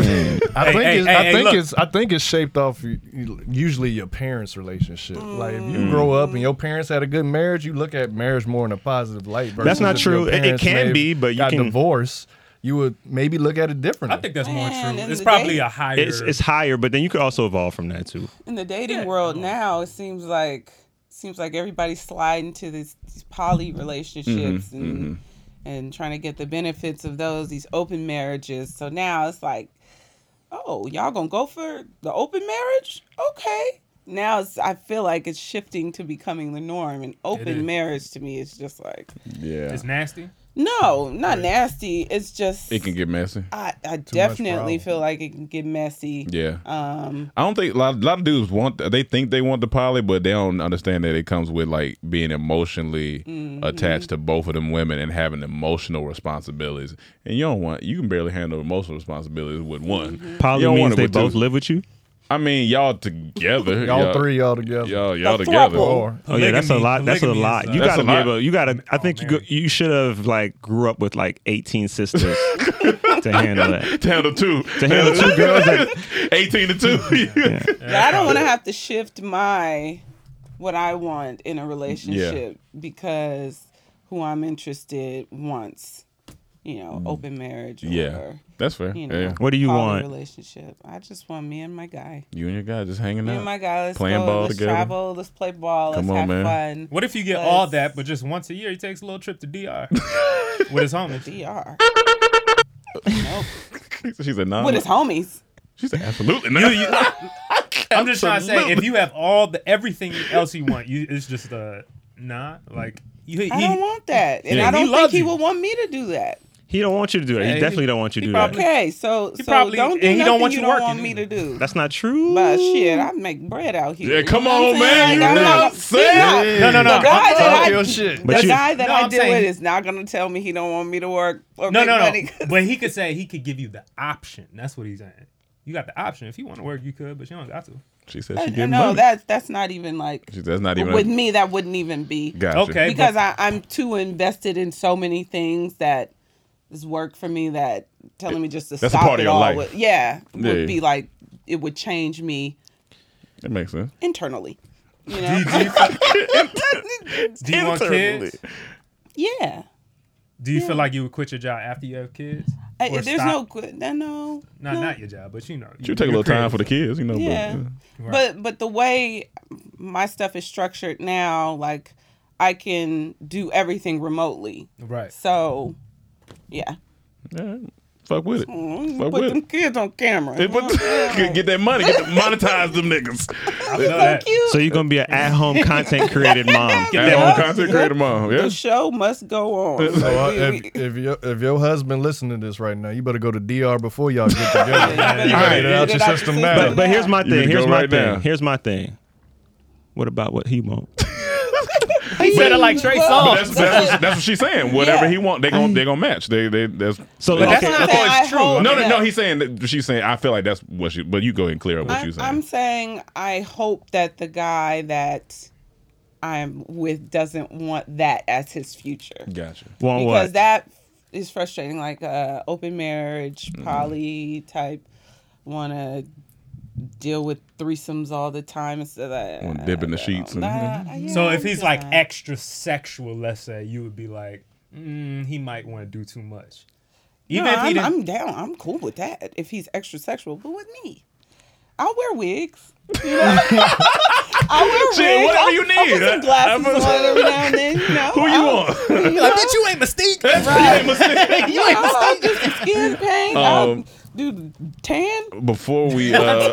Speaker 7: I think it's, I think it's I think it's shaped off u- u- usually your parents' relationship. Like if you
Speaker 10: Mm.
Speaker 7: grow up and your parents had a good marriage, you look at marriage more in a positive light. versus
Speaker 10: That's not
Speaker 7: if your
Speaker 10: true. It- it
Speaker 7: parents
Speaker 10: can
Speaker 7: may
Speaker 10: be, but you
Speaker 7: got
Speaker 10: can-
Speaker 7: divorce. You would maybe look at it differently. I think
Speaker 6: that's more true.
Speaker 4: in
Speaker 6: It's
Speaker 4: the
Speaker 6: probably
Speaker 4: day-
Speaker 6: a higher.
Speaker 10: It's, it's higher, but then you could also evolve from that too.
Speaker 4: in the dating world now it seems like seems like everybody's sliding to this, these poly
Speaker 5: Mm-hmm.
Speaker 10: Mm-hmm.
Speaker 4: relationships and and trying to get the benefits of those these open marriages so now it's like oh y'all gonna go for the open marriage okay now it's, i feel like it's shifting to becoming the norm and
Speaker 6: is.
Speaker 4: open marriage to me is just like
Speaker 5: Yeah,
Speaker 6: It's nasty.
Speaker 4: no not nasty it's just
Speaker 5: it can get messy.
Speaker 4: i, I
Speaker 5: much
Speaker 4: definitely
Speaker 5: problem.
Speaker 4: feel like it can get messy
Speaker 5: Yeah.
Speaker 4: um
Speaker 5: I don't think a lot, lot of dudes want. They think they want the poly, but they don't understand that it comes with like being emotionally
Speaker 4: Mm-hmm.
Speaker 5: attached to both of them women and having emotional responsibilities. And you don't want. You can barely handle emotional responsibilities with one.
Speaker 4: Mm-hmm.
Speaker 10: Poly
Speaker 5: You don't want
Speaker 10: means
Speaker 5: it
Speaker 10: they
Speaker 5: with
Speaker 10: both
Speaker 5: two.
Speaker 10: live with you.
Speaker 5: I mean, y'all together.
Speaker 7: Y'all three, y'all together.
Speaker 5: Y'all, y'all
Speaker 7: The
Speaker 5: together.
Speaker 7: throuple.
Speaker 10: Oh yeah, that's a
Speaker 7: Polygamy-
Speaker 10: lot. That's a
Speaker 7: polygamy is,
Speaker 10: lot.
Speaker 7: uh,
Speaker 10: You
Speaker 5: That's
Speaker 10: gotta
Speaker 5: a
Speaker 10: be
Speaker 5: lot.
Speaker 10: able. You gotta. I think you go, you should have like grew up with like 18 sisters to handle that.
Speaker 5: To handle two.
Speaker 10: To handle two girls. That,
Speaker 5: Eighteen to two.
Speaker 4: But I don't want to have to shift my what I want in a relationship because who I'm interested wants, you know, open marriage. Or,
Speaker 5: Mm. Yeah, that's fair.
Speaker 4: You
Speaker 5: Yeah.
Speaker 4: know,
Speaker 5: What do you
Speaker 4: poly
Speaker 5: want?
Speaker 4: Relationship. I just want me and my guy.
Speaker 5: You and your guy just hanging
Speaker 4: Me
Speaker 5: out.
Speaker 4: and my guy. Let's
Speaker 5: playing
Speaker 4: go,
Speaker 5: ball
Speaker 4: let's
Speaker 5: together.
Speaker 4: travel. Let's play ball.
Speaker 5: Come
Speaker 4: let's
Speaker 5: on,
Speaker 4: have
Speaker 5: man.
Speaker 4: fun.
Speaker 6: What if you get
Speaker 4: Let's-
Speaker 6: all that, but just once a year he takes a little trip to DR with his homies?
Speaker 4: DR.
Speaker 5: She said, "Nah."
Speaker 4: with his homies?
Speaker 5: She said, "Absolutely not."
Speaker 6: I'm just trying to say, if
Speaker 5: Absolutely.
Speaker 6: you have all the everything else you want, you it's just a nah. Like you,
Speaker 4: I don't want that, and
Speaker 10: Yeah.
Speaker 4: I
Speaker 10: He
Speaker 4: don't think
Speaker 10: loves
Speaker 4: he
Speaker 10: you.
Speaker 4: would want me to do that.
Speaker 10: he don't want you to do that. He
Speaker 4: Hey,
Speaker 10: definitely don't want you to do that.
Speaker 4: Okay, so
Speaker 6: He
Speaker 4: so
Speaker 6: probably-
Speaker 4: don't do
Speaker 6: and he
Speaker 4: nothing
Speaker 6: don't want you
Speaker 4: don't
Speaker 6: working
Speaker 4: want me to do.
Speaker 10: That's not true.
Speaker 4: But shit, I make bread out here.
Speaker 5: Yeah, come
Speaker 4: You know
Speaker 5: on,
Speaker 4: what I'm saying?
Speaker 5: man.
Speaker 4: Like, I'm not-
Speaker 5: You know what I'm
Speaker 4: he's
Speaker 5: saying?
Speaker 4: not-
Speaker 5: No, no, no.
Speaker 4: The guy
Speaker 5: Talk
Speaker 4: that I,
Speaker 5: your shit.
Speaker 4: The
Speaker 5: But you-
Speaker 4: guy that
Speaker 6: No,
Speaker 4: I
Speaker 6: I'm
Speaker 4: deal
Speaker 6: saying-
Speaker 4: with is not gonna tell me he don't want me to work. Or
Speaker 6: no,
Speaker 4: make
Speaker 6: no,
Speaker 4: money.
Speaker 6: no. but he could say he could give you the option. That's what he's saying. You got the option. If you want to work, you could, but you don't got to.
Speaker 5: She said she
Speaker 4: Uh, No,
Speaker 5: gave
Speaker 4: no,
Speaker 5: money.
Speaker 4: that's that's not even like.
Speaker 5: She- that's not even-
Speaker 4: with me. That wouldn't even be
Speaker 5: Gotcha. Okay,
Speaker 4: Because
Speaker 5: but-
Speaker 4: I, I'm too invested in so many things that is work for me that telling me just to
Speaker 5: That's a
Speaker 4: stop
Speaker 5: part
Speaker 4: it
Speaker 5: of your
Speaker 4: all.
Speaker 5: life.
Speaker 4: Would, yeah, would
Speaker 5: Yeah.
Speaker 4: be like it would change me
Speaker 5: That makes sense.
Speaker 4: internally. You know.
Speaker 6: Do you want
Speaker 4: Internally.
Speaker 6: kids?
Speaker 4: Yeah.
Speaker 6: Do you feel like you would quit your job after you have kids?
Speaker 4: I,
Speaker 6: Or
Speaker 4: there's no
Speaker 6: stop-
Speaker 4: good. No, no.
Speaker 6: Nah,
Speaker 4: no.
Speaker 6: not your job, but you know.
Speaker 5: You take a
Speaker 6: you're
Speaker 5: little time
Speaker 6: creative.
Speaker 5: for the kids, you know.
Speaker 4: yeah.
Speaker 6: Right.
Speaker 4: But but the way my stuff is structured now, like I can do everything remotely.
Speaker 6: Right.
Speaker 4: So, yeah.
Speaker 5: But, yeah, fuck with it.
Speaker 4: Mm,
Speaker 5: Fuck
Speaker 4: put
Speaker 5: with
Speaker 4: them
Speaker 5: it.
Speaker 4: kids on camera.
Speaker 5: It- but- get, get that money. Get the, monetize them niggas.
Speaker 10: So you're gonna be an at-home content created mom.
Speaker 5: Get that home content creator mom. Yeah.
Speaker 4: The show must go on.
Speaker 7: So uh,
Speaker 4: Like, we- we-
Speaker 7: if, if your if your husband listening to this right now, you better go to DR before y'all get together. you
Speaker 10: All
Speaker 7: better
Speaker 10: right.
Speaker 7: get it out your system now.
Speaker 10: But, but here's my
Speaker 7: You better
Speaker 10: thing. Here's
Speaker 7: go
Speaker 10: my
Speaker 7: right
Speaker 10: thing.
Speaker 7: now.
Speaker 10: Here's my thing. What about what he wants?
Speaker 5: He
Speaker 6: said it like Trey
Speaker 5: But
Speaker 6: Songz.
Speaker 5: that's, that's, what- that's what she's saying. Whatever
Speaker 6: Yeah.
Speaker 5: he want, they gon' they gonna match. They they that's
Speaker 10: So,
Speaker 5: that's,
Speaker 10: okay, That's what I'm
Speaker 4: saying, I
Speaker 5: No,
Speaker 4: hold
Speaker 5: no,
Speaker 4: that.
Speaker 5: no. He's saying that she's saying. I feel like that's what she. But you go ahead and clear up what
Speaker 4: I'm,
Speaker 5: you saying.
Speaker 4: I'm saying I hope that the guy that I'm with doesn't want that as his future.
Speaker 5: Gotcha.
Speaker 10: Want what?
Speaker 4: because that is frustrating. Like uh, open marriage,
Speaker 5: Mm-hmm.
Speaker 4: poly type, want to deal with threesomes all the time instead of uh, that.
Speaker 5: Wanna dip in the sheets. And,
Speaker 4: Uh,
Speaker 6: so if he's like extra sexual, let's say, you would be like, mm, he might want to do too much.
Speaker 4: No,
Speaker 6: Even if he
Speaker 4: I'm,
Speaker 6: didn't.
Speaker 4: I'm down. I'm cool with that. If he's extra sexual, but with me, I'll wear wigs. You know? I'll wear
Speaker 5: Shit,
Speaker 4: wigs.
Speaker 5: whatever
Speaker 4: I'll,
Speaker 5: you
Speaker 4: I'll put
Speaker 5: need.
Speaker 4: some glasses
Speaker 5: I'm a-
Speaker 4: on every now and then. You know?
Speaker 5: Who you
Speaker 4: I'll-
Speaker 5: want?
Speaker 4: you
Speaker 5: I
Speaker 4: know?
Speaker 5: bet
Speaker 6: you ain't Mystique.
Speaker 5: You ain't Mystique.
Speaker 4: You ain't Oh, I'll do some skin paint. I'll
Speaker 5: Um,
Speaker 4: do tan.
Speaker 5: before we uh,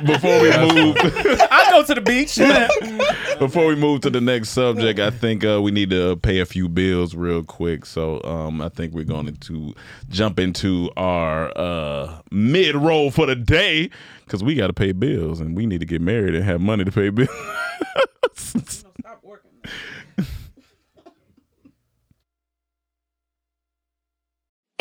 Speaker 5: before we move
Speaker 6: I go to the beach.
Speaker 5: Before we move to the next subject, I think uh, we need to pay a few bills real quick. So um, I think we're going to jump into our uh, mid roll for the day because we got to pay bills and we need to get married and have money to pay bills.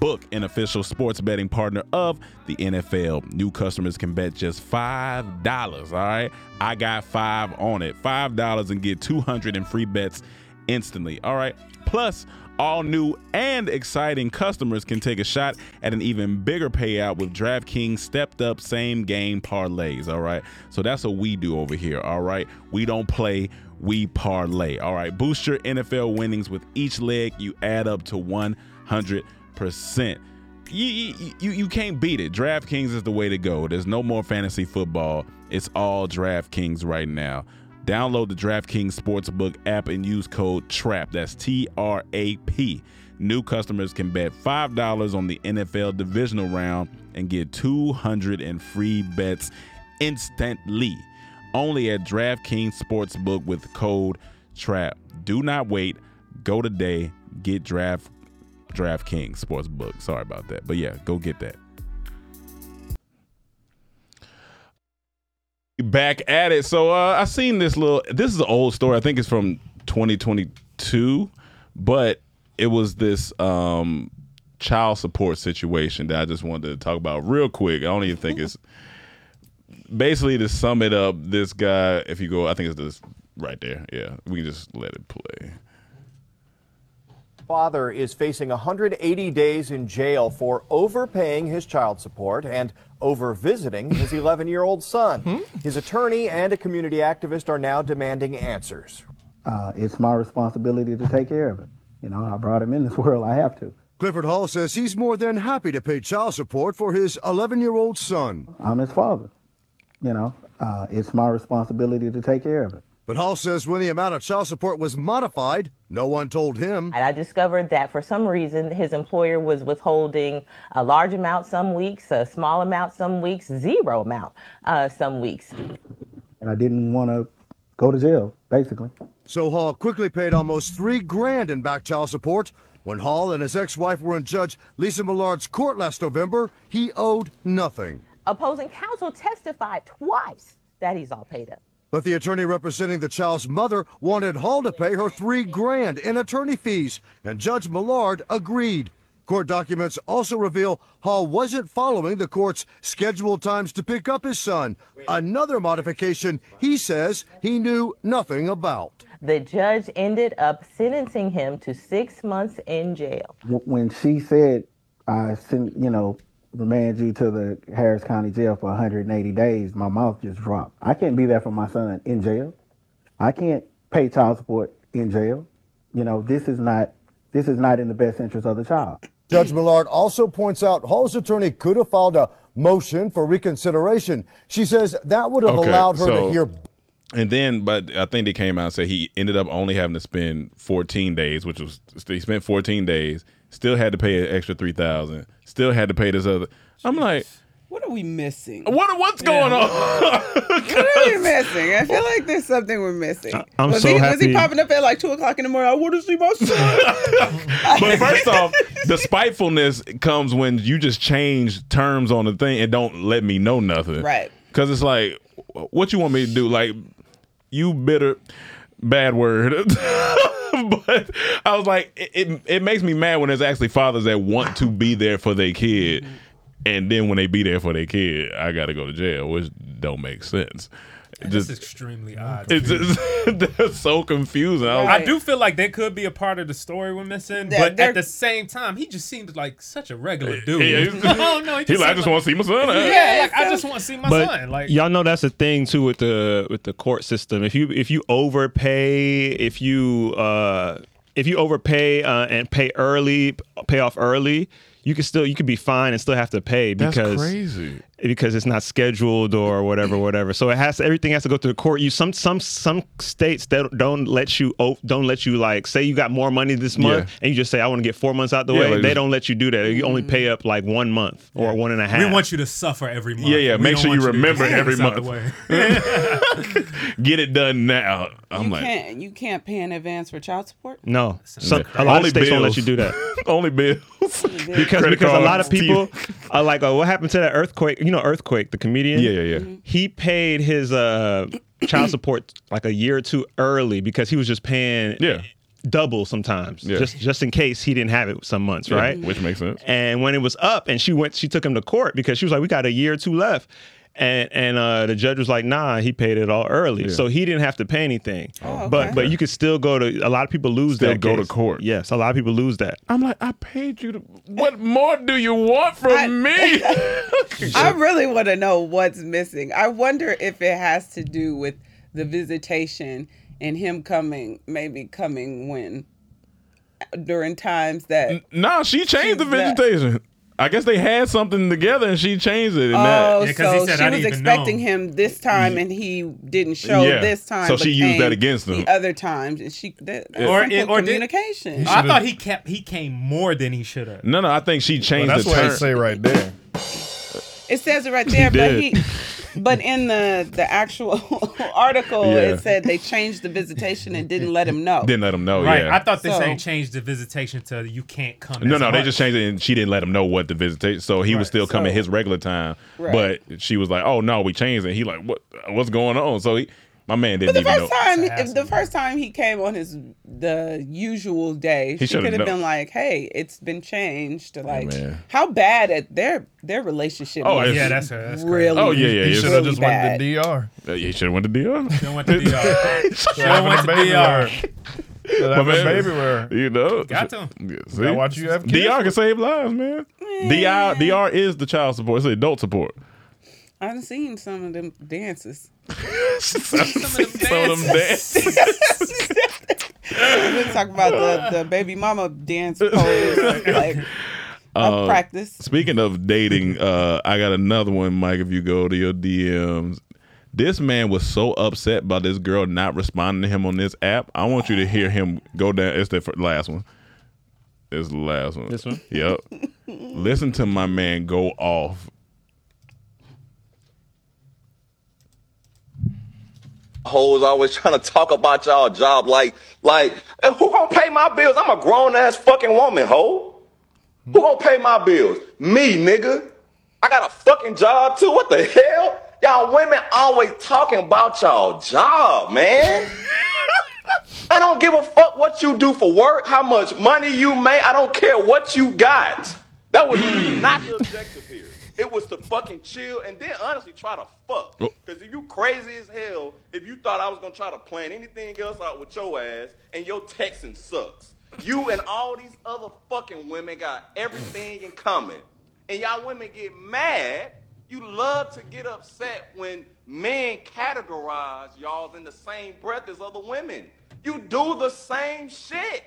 Speaker 5: Book, an official sports betting partner of the NFL. New customers can bet just $5. All right. I got five on it. $5 and get 200 in free bets instantly. All right. Plus, all new and exciting customers can take a shot at an even bigger payout with DraftKings stepped up same game parlays. All right. So that's what we do over here. All right. We don't play, we parlay. All right. Boost your NFL winnings with each leg. You add up to 100%. You, you, you, you can't beat it. DraftKings is the way to go. There's no more fantasy football. It's all DraftKings right now. Download the DraftKings Sportsbook app and use code TRAP. That's T R A P. New customers can bet $5 on the NFL divisional round and get 200 in free bets instantly. Only at DraftKings Sportsbook with code TRAP. Do not wait. Go today. Get Draft DraftKings Sportsbook. Sorry about that. But yeah, go get that. back at it. So uh, I seen this little. This is an old story. I think it's from 2022, but it was this um, child support situation that I just wanted to talk about real quick. I don't even think it's basically to sum it up. This guy, if you go, I think it's this right there. Yeah, we can just let it play.
Speaker 12: Father is facing 180 days in jail for overpaying his child support and overvisiting his 11 year old son. His attorney and a community activist are now demanding answers.
Speaker 13: uh, it's my responsibility to take care of it. You know, I brought him in this world. I have to.
Speaker 14: Clifford Hall says he's more than happy to pay child support for his 11 year old son.
Speaker 13: I'm his father. You know, uh, it's my responsibility to take care of it.
Speaker 14: But Hall says when the amount of child support was modified, no one told him.
Speaker 15: And I discovered that for some reason, his employer was withholding a large amount some weeks, a small amount some weeks, zero amount uh, some weeks.
Speaker 13: And I didn't want to go to jail, basically.
Speaker 14: So Hall quickly paid almost three grand in back child support. When Hall and his ex wife were in Judge Lisa Millard's court last November, he owed nothing.
Speaker 15: Opposing counsel testified twice that he's all paid up.
Speaker 14: But the attorney representing the child's mother wanted Hall to pay her three grand in attorney fees, and Judge Millard agreed. Court documents also reveal Hall wasn't following the court's scheduled times to pick up his son, another modification he says he knew nothing about.
Speaker 15: The judge ended up sentencing him to six months in jail.
Speaker 13: Wh- When she said, I sent, you know, remand you to the Harris County Jail for 180 days, my mouth just dropped. I can't be there for my son in jail. I can't pay child support in jail. You know, this is not this is not in the best interest of the child.
Speaker 14: Judge Millard also points out Hall's attorney could have filed a motion for reconsideration. She says that would have
Speaker 5: Okay,
Speaker 14: allowed her
Speaker 5: so-
Speaker 14: to hear
Speaker 5: And then, but I think they came out and said he ended up only having to spend 14 days, which was he spent 14 days, still had to pay an extra three thousand, still had to pay this other. I'm like,
Speaker 4: What are we missing?
Speaker 5: What what's going on? what
Speaker 4: are we missing? I feel like there's something we're missing.
Speaker 5: I'm
Speaker 4: was
Speaker 5: so
Speaker 4: he, Was
Speaker 5: happy-
Speaker 4: he popping up at like two o'clock in the morning? I want to see my son.
Speaker 5: but first off, the spitefulness comes when you just change terms on the thing and don't let me know nothing.
Speaker 4: Right.
Speaker 5: Because it's like, what you want me to do? Like, you bitter, bad word. but I was like, it, it, it makes me mad when there's actually fathers that want to be there for their kid. And then when they be there for their kid, I got to go to jail, which don't make sense.
Speaker 6: This is extremely odd.
Speaker 5: It's just, that's so confusing. I was
Speaker 6: I do feel like that could be a part of the story we're missing,
Speaker 4: Oh, They're-
Speaker 6: but
Speaker 4: they're-
Speaker 6: at the same time, he just seemed like such a regular dude.
Speaker 5: yeah, he's-
Speaker 6: no, no,
Speaker 5: he like, "I
Speaker 6: seemed
Speaker 5: just wanna see my son."
Speaker 6: Yeah, like I just want to see my son. Like
Speaker 10: y'all know that's the thing too with the with the court system. If you if you overpay, if you uh if you overpay uh, and pay early, pay off early, you can still you could be fine and still have to pay
Speaker 5: That's
Speaker 10: because
Speaker 5: crazy.
Speaker 10: because it's not scheduled or whatever whatever. So it has everything has to go through the court. You some some some states that don't let you o- don't let you like say you got more money this month
Speaker 5: Yeah.
Speaker 10: and you just say I want to get 4 months out the
Speaker 5: Yeah,
Speaker 10: way.
Speaker 5: like-
Speaker 10: they don't let you do that. You only pay up like 1 month or one and a half.
Speaker 6: we want you to suffer every month.
Speaker 10: Yeah, yeah,
Speaker 6: We
Speaker 10: make
Speaker 6: don't
Speaker 10: sure you
Speaker 6: want to just
Speaker 10: remember
Speaker 6: get
Speaker 10: every
Speaker 6: this out the
Speaker 5: month.
Speaker 6: way.
Speaker 5: get it done now. I'm
Speaker 4: you
Speaker 5: like,
Speaker 4: can't you can't pay in advance for child support.
Speaker 10: No, Some- a lot
Speaker 5: Only
Speaker 10: of states don't let
Speaker 5: bills.
Speaker 10: you do that
Speaker 5: only bills
Speaker 10: because
Speaker 5: Credit
Speaker 10: because a lot
Speaker 5: cards,
Speaker 10: of people are like, oh, what happened to that earthquake? You know, earthquake, the comedian.
Speaker 5: Yeah, yeah, yeah.
Speaker 10: He paid his uh, child support like a year or two early because he was just paying yeah. double sometimes
Speaker 5: Yeah.
Speaker 10: just just in case he didn't have it some months,
Speaker 5: Yeah,
Speaker 10: right?
Speaker 5: which makes sense.
Speaker 10: And when it was up, and she went, she took him to court because she was like, we got a year or two left. And and uh, the judge was like, nah, he paid it all early,
Speaker 5: Yeah.
Speaker 10: so he didn't have to pay anything.
Speaker 5: Oh, okay.
Speaker 10: But but you could still go to a lot of people lose
Speaker 5: Still
Speaker 10: that.
Speaker 5: go to
Speaker 10: court. Yes, a lot of people lose that.
Speaker 5: I'm like, I paid you. To, what more do you want from me?
Speaker 4: I really want to know what's missing. I wonder if it has to do with the visitation and him coming, maybe coming when during times that
Speaker 5: nah, she changed the
Speaker 4: She's back.
Speaker 5: vegetation. I guess they had something together and she changed it. And
Speaker 4: oh,
Speaker 5: that.
Speaker 4: so she was expecting him this time and he didn't show
Speaker 5: Yeah.
Speaker 4: this time.
Speaker 5: So she
Speaker 4: but
Speaker 5: used that
Speaker 4: came
Speaker 5: against him.
Speaker 4: The other times and she that, that's
Speaker 6: Or-
Speaker 4: simple
Speaker 6: or did-
Speaker 4: communication.
Speaker 6: I thought he kept he came more than he should have.
Speaker 5: No, no, I think she changed
Speaker 7: that's
Speaker 5: the
Speaker 7: what I
Speaker 5: term.
Speaker 7: say right there.
Speaker 4: It says it right there, but
Speaker 5: did.
Speaker 4: he, but in the the actual article,
Speaker 5: Yeah.
Speaker 4: it said they changed the visitation and didn't let him know.
Speaker 5: Didn't let him know.
Speaker 6: right.
Speaker 5: yeah.
Speaker 6: I thought they
Speaker 4: So-
Speaker 6: saying changed the visitation to you can't come.
Speaker 5: No,
Speaker 6: as
Speaker 5: no, they
Speaker 6: much.
Speaker 5: just changed it, and she didn't let him know what the visitation. So he was still coming his regular time,
Speaker 4: Right.
Speaker 5: but she was like, "Oh no, we changed it." He like, "What? What's going on?" So he, my man
Speaker 4: But
Speaker 5: didn't
Speaker 4: the
Speaker 5: even know.
Speaker 4: first time, if the first time he came on his the usual day, she
Speaker 5: should've
Speaker 4: could have
Speaker 5: known.
Speaker 4: been like, "Hey, it's been changed." Like,
Speaker 5: man.
Speaker 4: how bad at their their relationship?
Speaker 5: Oh,
Speaker 4: must
Speaker 5: yeah,
Speaker 4: be
Speaker 5: that's- that's
Speaker 4: really.
Speaker 5: crazy. Oh, yeah, yeah,
Speaker 7: He
Speaker 5: yeah.
Speaker 7: should have
Speaker 5: Really
Speaker 7: just
Speaker 5: bad.
Speaker 7: went to DR.
Speaker 5: Uh, he should have went to DR. Should have
Speaker 6: went to DR. Should've went to DR.
Speaker 7: Should've
Speaker 5: My
Speaker 7: went to
Speaker 5: man,
Speaker 7: baby wear.
Speaker 5: You know,
Speaker 7: Got to.
Speaker 5: Yeah,
Speaker 7: Is
Speaker 5: see?
Speaker 7: that what you have kids
Speaker 5: DR can
Speaker 7: with?
Speaker 5: save lives, man. DR, DR is the child support. It's the adult support.
Speaker 4: I've seen some of them dances.
Speaker 5: some of them dances.
Speaker 4: We're talking about the, the baby mama dance pose. Like,
Speaker 5: Uh,
Speaker 4: practice.
Speaker 5: Speaking of dating, uh, I got another one, Mike. If you go to your DMs, this man was so upset by this girl not responding to him on this app. I want you to hear him go down. It's the fir- last one. It's the last one. This
Speaker 10: one?
Speaker 5: Yep. Listen to my man go off.
Speaker 1: hoes always trying to talk about y'all job like like "Eh, who gonna pay my bills i'm a grown-ass fucking woman hoe who gonna pay my bills me nigga i got a fucking job too what the hell y'all women always talking about y'all job man I don't give a fuck what you do for work, how much money you make. I don't care what you got. That was not the objective here. It was to fucking chill and then honestly try to fuck.
Speaker 10: Oh.
Speaker 1: Because if you crazy as hell, if you thought I was gonna try to plan anything else out with your ass and your texting sucks. You and all these other fucking women got everything in common. And y'all women get mad. You love to get upset when men categorize y'all in the same breath as other women. You do the same shit.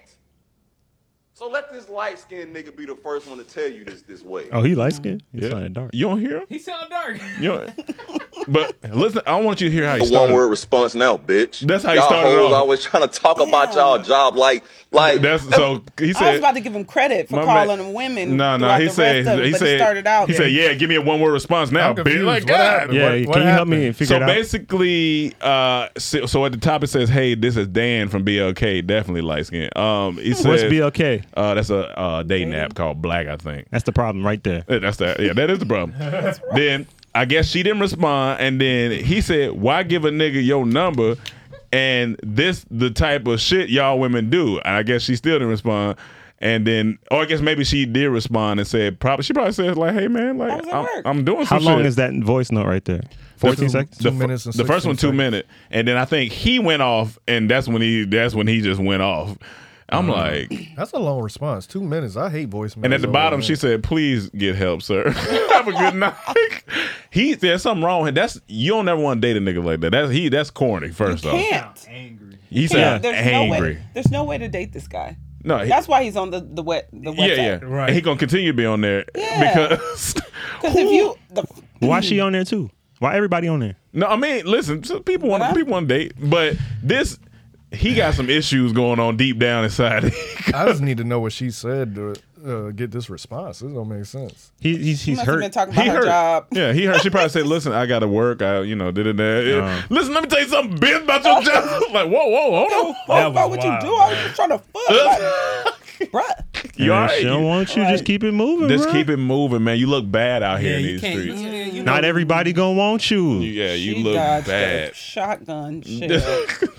Speaker 1: So let this light skinned nigga be the first one to tell you this this way.
Speaker 10: Oh, he light skinned? He's yeah. dark.
Speaker 5: You don't hear him?
Speaker 6: He sound dark.
Speaker 5: You don't- but listen, I want you to hear how he
Speaker 1: a one
Speaker 5: started.
Speaker 1: word response now, bitch.
Speaker 5: That's how he
Speaker 1: y'all
Speaker 5: started
Speaker 1: hoes
Speaker 5: off.
Speaker 1: always trying to talk about y'all job like like
Speaker 5: That's so
Speaker 4: I
Speaker 5: he
Speaker 4: was
Speaker 5: said.
Speaker 4: about to give him credit for
Speaker 5: My man-
Speaker 4: calling them women.
Speaker 5: No, no,
Speaker 4: throughout
Speaker 5: he
Speaker 4: the rest of
Speaker 5: said
Speaker 4: it,
Speaker 5: he
Speaker 4: but
Speaker 5: said
Speaker 4: started out.
Speaker 5: he said yeah. Give me a one word response now.
Speaker 7: I'm confused.
Speaker 5: bitch.
Speaker 7: What
Speaker 5: God.
Speaker 7: happened? Yeah, What- can what you help me happened? figure
Speaker 5: so
Speaker 7: it out?
Speaker 5: basically, uh, so, so at the top it says, "Hey, this is Dan from BLK, definitely light skin." Um, he says,
Speaker 10: What's BLK?
Speaker 5: Uh, that's a uh, dating app called Black, I think.
Speaker 10: That's the problem right there.
Speaker 5: Yeah, That's that. Yeah, that is the problem. then I guess she didn't respond, and then he said, "Why give a nigga your number?" And this the type of shit y'all women do. And I guess she still didn't respond. And then, or I guess maybe she did respond and said, probably she probably said like, "Hey man, like I'm, I'm doing
Speaker 10: How
Speaker 5: some
Speaker 10: long
Speaker 5: shit."
Speaker 10: is that voice note right there? 14
Speaker 5: That's-
Speaker 10: seconds?
Speaker 5: The, fir- the first one two minute, and then I think he went off, and that's when he that's when he just went off. I'm like,
Speaker 7: That's a long response. Two minutes. I hate voicemail.
Speaker 5: and at the bottom, she said, "Please get help, sir. Have a good night." he there's something wrong. with That's you don't ever want to date a nigga like that. That's he. That's corny. First off,
Speaker 4: can't.
Speaker 5: he
Speaker 4: Can't.
Speaker 5: said
Speaker 4: There's no
Speaker 5: angry.
Speaker 4: way. There's no way to date this guy.
Speaker 5: No, he-
Speaker 4: that's why he's on the the wet the
Speaker 5: yeah,
Speaker 4: website.
Speaker 5: yeah. Right. he gonna continue to be on there because
Speaker 4: Because if you the
Speaker 10: Why she on there too? Why everybody on there?
Speaker 5: no. I mean, listen. so People want people want to date, but this he got some issues going on deep down inside.
Speaker 7: I just need to know what she said to uh, get this response. This don't make sense.
Speaker 10: He, he's
Speaker 7: She he's must have hurt. been talking about
Speaker 5: he
Speaker 7: her
Speaker 5: hurt.
Speaker 7: job.
Speaker 5: Yeah, he hurt. She probably said, "Listen, I got to work. I, you know, did it that.
Speaker 10: Uh.
Speaker 5: Listen, let me tell you something, Ben, about your job. like, whoa, whoa, hold on.
Speaker 4: That was what you do? I was just trying to fuck, like, bruh.
Speaker 5: You all right?
Speaker 10: She don't want you. just keep it moving.
Speaker 5: Just
Speaker 10: bruh.
Speaker 5: keep it moving, man. You look bad out here
Speaker 10: Yeah,
Speaker 5: in
Speaker 10: you
Speaker 5: these
Speaker 10: can't-
Speaker 5: streets.
Speaker 10: Not everybody gonna want you.
Speaker 5: Yeah, you
Speaker 4: She
Speaker 5: look
Speaker 4: dodged
Speaker 5: bad.
Speaker 4: a Shotgun shit.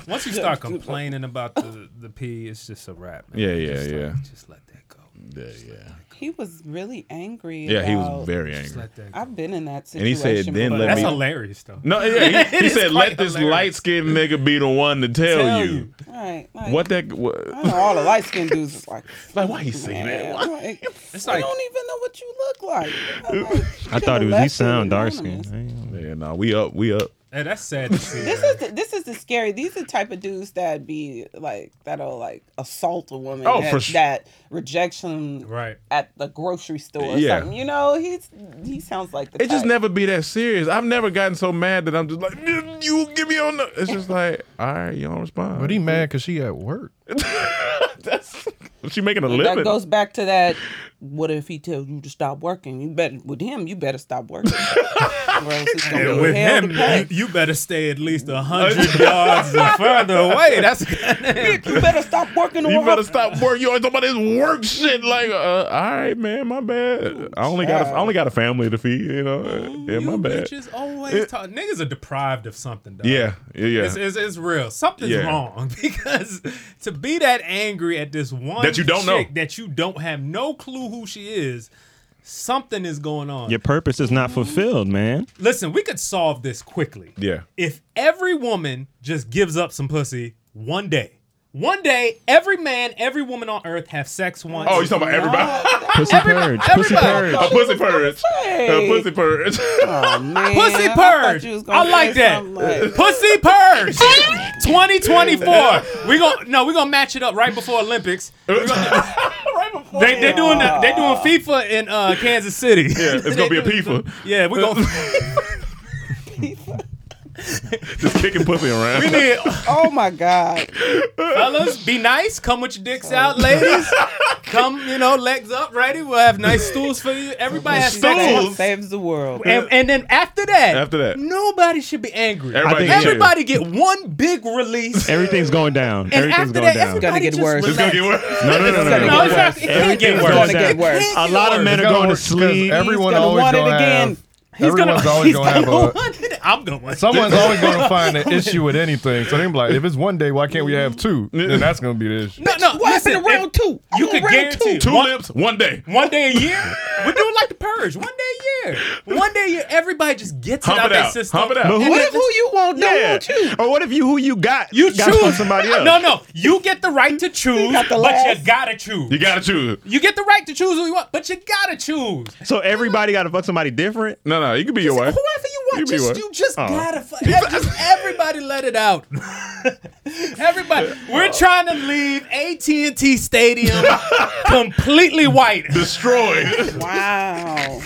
Speaker 6: Once you start complaining about the the pee, it's just a wrap. Man.
Speaker 5: Yeah, yeah,
Speaker 6: Just like-
Speaker 5: yeah.
Speaker 6: just let that go.
Speaker 5: Yeah, yeah.
Speaker 4: He was really angry.
Speaker 5: Yeah, he was
Speaker 4: about-
Speaker 5: very Just angry. let
Speaker 4: I've been in that
Speaker 5: And
Speaker 4: situation.
Speaker 5: he said, "Then
Speaker 4: before.
Speaker 5: let me." No, yeah, he,
Speaker 6: It
Speaker 5: he
Speaker 6: is
Speaker 5: said,
Speaker 6: quite
Speaker 5: "Let this
Speaker 6: hilarious.
Speaker 5: light skinned nigga be the one to tell,
Speaker 4: Tell
Speaker 5: you.
Speaker 4: you. Right, like-
Speaker 5: what that? What?
Speaker 4: I know all the light skinned dudes is like,
Speaker 5: like why he saying
Speaker 4: man,
Speaker 5: that? Why?
Speaker 4: like,
Speaker 6: it's
Speaker 4: I
Speaker 6: like-
Speaker 4: don't even know what you look like. I'm like.
Speaker 5: I
Speaker 10: thought it was he sound dark skinned.
Speaker 5: Yeah, no, we up, we up.
Speaker 6: Hey, that's sad to see.
Speaker 4: This is the, this is the scary. These are the type of dudes that be like that'll like assault a woman.
Speaker 5: Oh,
Speaker 4: that,
Speaker 5: for su-
Speaker 4: that rejection
Speaker 6: right
Speaker 4: at the grocery store. Or
Speaker 5: Yeah.
Speaker 4: something. you know he's he sounds like the.
Speaker 5: It just
Speaker 4: type.
Speaker 5: never be that serious. I've never gotten so mad that I'm just like, "You- you give me on the. It's just like, all right, you don't respond.
Speaker 7: But he mad because she at work.
Speaker 5: That's she making a
Speaker 4: And
Speaker 5: living.
Speaker 4: That goes back to that. What if he tells you to stop working? You better with him. You better stop working. or else it's gonna
Speaker 6: Yeah,
Speaker 4: be
Speaker 6: with
Speaker 4: hell
Speaker 6: him,
Speaker 4: to pay.
Speaker 6: you, you better stay at least a hundred yards further away. That's
Speaker 4: you better stop working.
Speaker 5: You better stop work. You always talking about this work shit. Like, uh, all right, man, my bad. I only got a, I only got a family to feed. You know, yeah, my bad.
Speaker 6: Bitches always talk. Niggas are deprived of something. Dog.
Speaker 5: Yeah, yeah, yeah.
Speaker 6: It's, it's, it's real. Something's
Speaker 5: Yeah.
Speaker 6: wrong because to be that angry at this one
Speaker 5: That you don't
Speaker 6: chick that you don't have no clue who she is, something is going on.
Speaker 10: Your purpose is not fulfilled, man.
Speaker 6: Listen, we could solve this quickly.
Speaker 5: Yeah.
Speaker 6: If every woman just gives up some pussy one day, one day every man, every woman on earth have sex once.
Speaker 5: Oh, you talking about everybody?
Speaker 10: Pussy purge. Pussy
Speaker 5: Everybody.
Speaker 10: purge.
Speaker 5: A pussy purge. A Uh, pussy purge.
Speaker 4: Oh man,
Speaker 6: Pussy
Speaker 4: I thought
Speaker 6: purge.
Speaker 4: you was
Speaker 6: I,
Speaker 4: gonna
Speaker 6: like
Speaker 4: say
Speaker 6: that.
Speaker 4: something like-
Speaker 6: Pussy purge. 2024. We going no, we gonna match it up right before Olympics. They they doing the, they doing FIFA in uh, Kansas City. Yeah,
Speaker 5: it's gonna be a FIFA.
Speaker 6: Yeah, we gonna
Speaker 5: Just kicking pussy around.
Speaker 6: we need
Speaker 4: Oh my god,
Speaker 6: fellas, be nice. Come with your dicks out, ladies. Come, you know, legs up, ready. We'll have nice stools for you. Everybody has
Speaker 4: That
Speaker 6: stools.
Speaker 4: saves the world.
Speaker 6: And, and then after that,
Speaker 5: After that.
Speaker 6: nobody should be angry.
Speaker 10: Everybody
Speaker 6: Everybody,
Speaker 10: I think should.
Speaker 6: get one big release.
Speaker 10: Everything's going down.
Speaker 6: And
Speaker 10: Everything's
Speaker 6: after
Speaker 10: going
Speaker 6: that,
Speaker 10: down.
Speaker 6: it's gonna get worse.
Speaker 10: It's gonna get
Speaker 6: worse.
Speaker 10: No, no, no, no, no.
Speaker 6: No, it's not- it can't
Speaker 10: Everything's
Speaker 6: get
Speaker 10: going
Speaker 6: worse. It
Speaker 10: down.
Speaker 6: can't get
Speaker 10: A lot of
Speaker 6: worse.
Speaker 10: men
Speaker 6: It's
Speaker 10: are
Speaker 6: gonna
Speaker 10: going to
Speaker 6: work 'cause
Speaker 10: sleep.
Speaker 7: everyone
Speaker 6: gonna
Speaker 7: always
Speaker 6: want it
Speaker 7: gonna
Speaker 6: again.
Speaker 7: Have,
Speaker 6: He's gonna-
Speaker 7: everyone's always
Speaker 6: he's
Speaker 7: gonna
Speaker 6: gonna
Speaker 7: have a.
Speaker 6: want it. I'm going.
Speaker 7: Someone's always going to find an issue with anything. So they're like, if it's one day, why can't we have two? Then that's going to be the issue.
Speaker 6: No, no. What listen, happened round two? You can guarantee
Speaker 5: Two
Speaker 6: one-
Speaker 5: lips, one day.
Speaker 6: One day a year? We're doing like the purge. One day a year. One day a year. Everybody just gets
Speaker 5: Hump
Speaker 6: it out
Speaker 5: it
Speaker 6: their
Speaker 5: out.
Speaker 6: system.
Speaker 5: Hump it out.
Speaker 6: And
Speaker 5: But who-
Speaker 6: then
Speaker 5: What if
Speaker 6: just-
Speaker 5: who you want don't Yeah. want you? Or what if you who you got
Speaker 6: You
Speaker 5: got from
Speaker 6: choose
Speaker 5: somebody else?
Speaker 6: No, no. You get the right to choose,
Speaker 5: got the
Speaker 6: but
Speaker 5: last.
Speaker 6: you gotta choose.
Speaker 5: You gotta choose.
Speaker 6: You get the right to choose who you want, but you gotta choose.
Speaker 10: So everybody got to fuck somebody different.
Speaker 5: No, no, you could be your wife.
Speaker 6: Whoever you
Speaker 10: You
Speaker 6: want,
Speaker 10: be
Speaker 6: just,
Speaker 10: what?
Speaker 6: you just
Speaker 5: uh-huh.
Speaker 10: Oh.
Speaker 6: gotta. fu- just everybody let it out. everybody, we're trying to leave AT and T Stadium completely white,
Speaker 5: destroyed.
Speaker 6: Wow.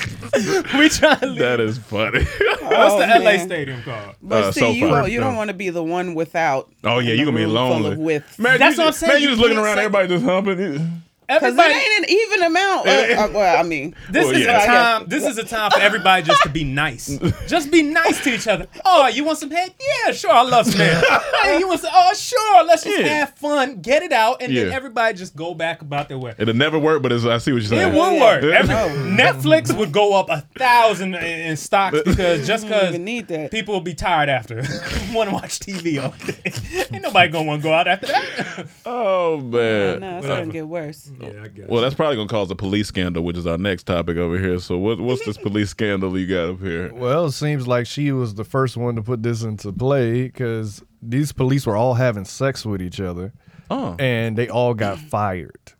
Speaker 6: we trying to leave.
Speaker 5: That is funny.
Speaker 6: What's the LA
Speaker 4: Oh, man.
Speaker 6: stadium called?
Speaker 4: But
Speaker 5: Uh,
Speaker 4: see,
Speaker 5: so
Speaker 4: you,
Speaker 5: far.
Speaker 4: you don't want to be the one without.
Speaker 5: Oh yeah, you gonna be
Speaker 4: room full of
Speaker 5: lonely.
Speaker 4: with.
Speaker 5: Man,
Speaker 4: That's
Speaker 5: you,
Speaker 4: what I'm saying,
Speaker 5: Man, you
Speaker 4: you
Speaker 5: just looking
Speaker 4: can't
Speaker 5: around,
Speaker 4: say-
Speaker 5: everybody just humping.
Speaker 4: Because it ain't an even amount. of-
Speaker 5: It-
Speaker 4: uh, well, I mean,
Speaker 6: This
Speaker 5: Well,
Speaker 6: is
Speaker 5: yeah.
Speaker 6: a time. This is a time for everybody just to be nice. Just be nice to each other. Oh, you want some head? Yeah, sure. I love some head. hey, you want some? Oh, sure. Let's just
Speaker 5: Yeah.
Speaker 6: have fun, get it out, and then
Speaker 5: Yeah.
Speaker 6: everybody just go back about their way.
Speaker 5: It'll never work, but it's, I see what you're
Speaker 6: It
Speaker 5: saying.
Speaker 6: would work. Every- Netflix would go up a thousand in in stocks because just because people will be tired after, want to watch TV all day. Ain't nobody gonna want to go out after that.
Speaker 5: oh man.
Speaker 4: No, it's
Speaker 5: Whatever.
Speaker 4: gonna get worse.
Speaker 6: Yeah, I
Speaker 7: Oh,
Speaker 6: guess.
Speaker 5: Well, that's probably gonna cause a police scandal, which is our next topic over here. So, what, what's this police scandal you got up here?
Speaker 7: Well, it seems like she was the first one to put this into play because these police were all having sex with each other.
Speaker 5: Oh.
Speaker 7: And they all got fired.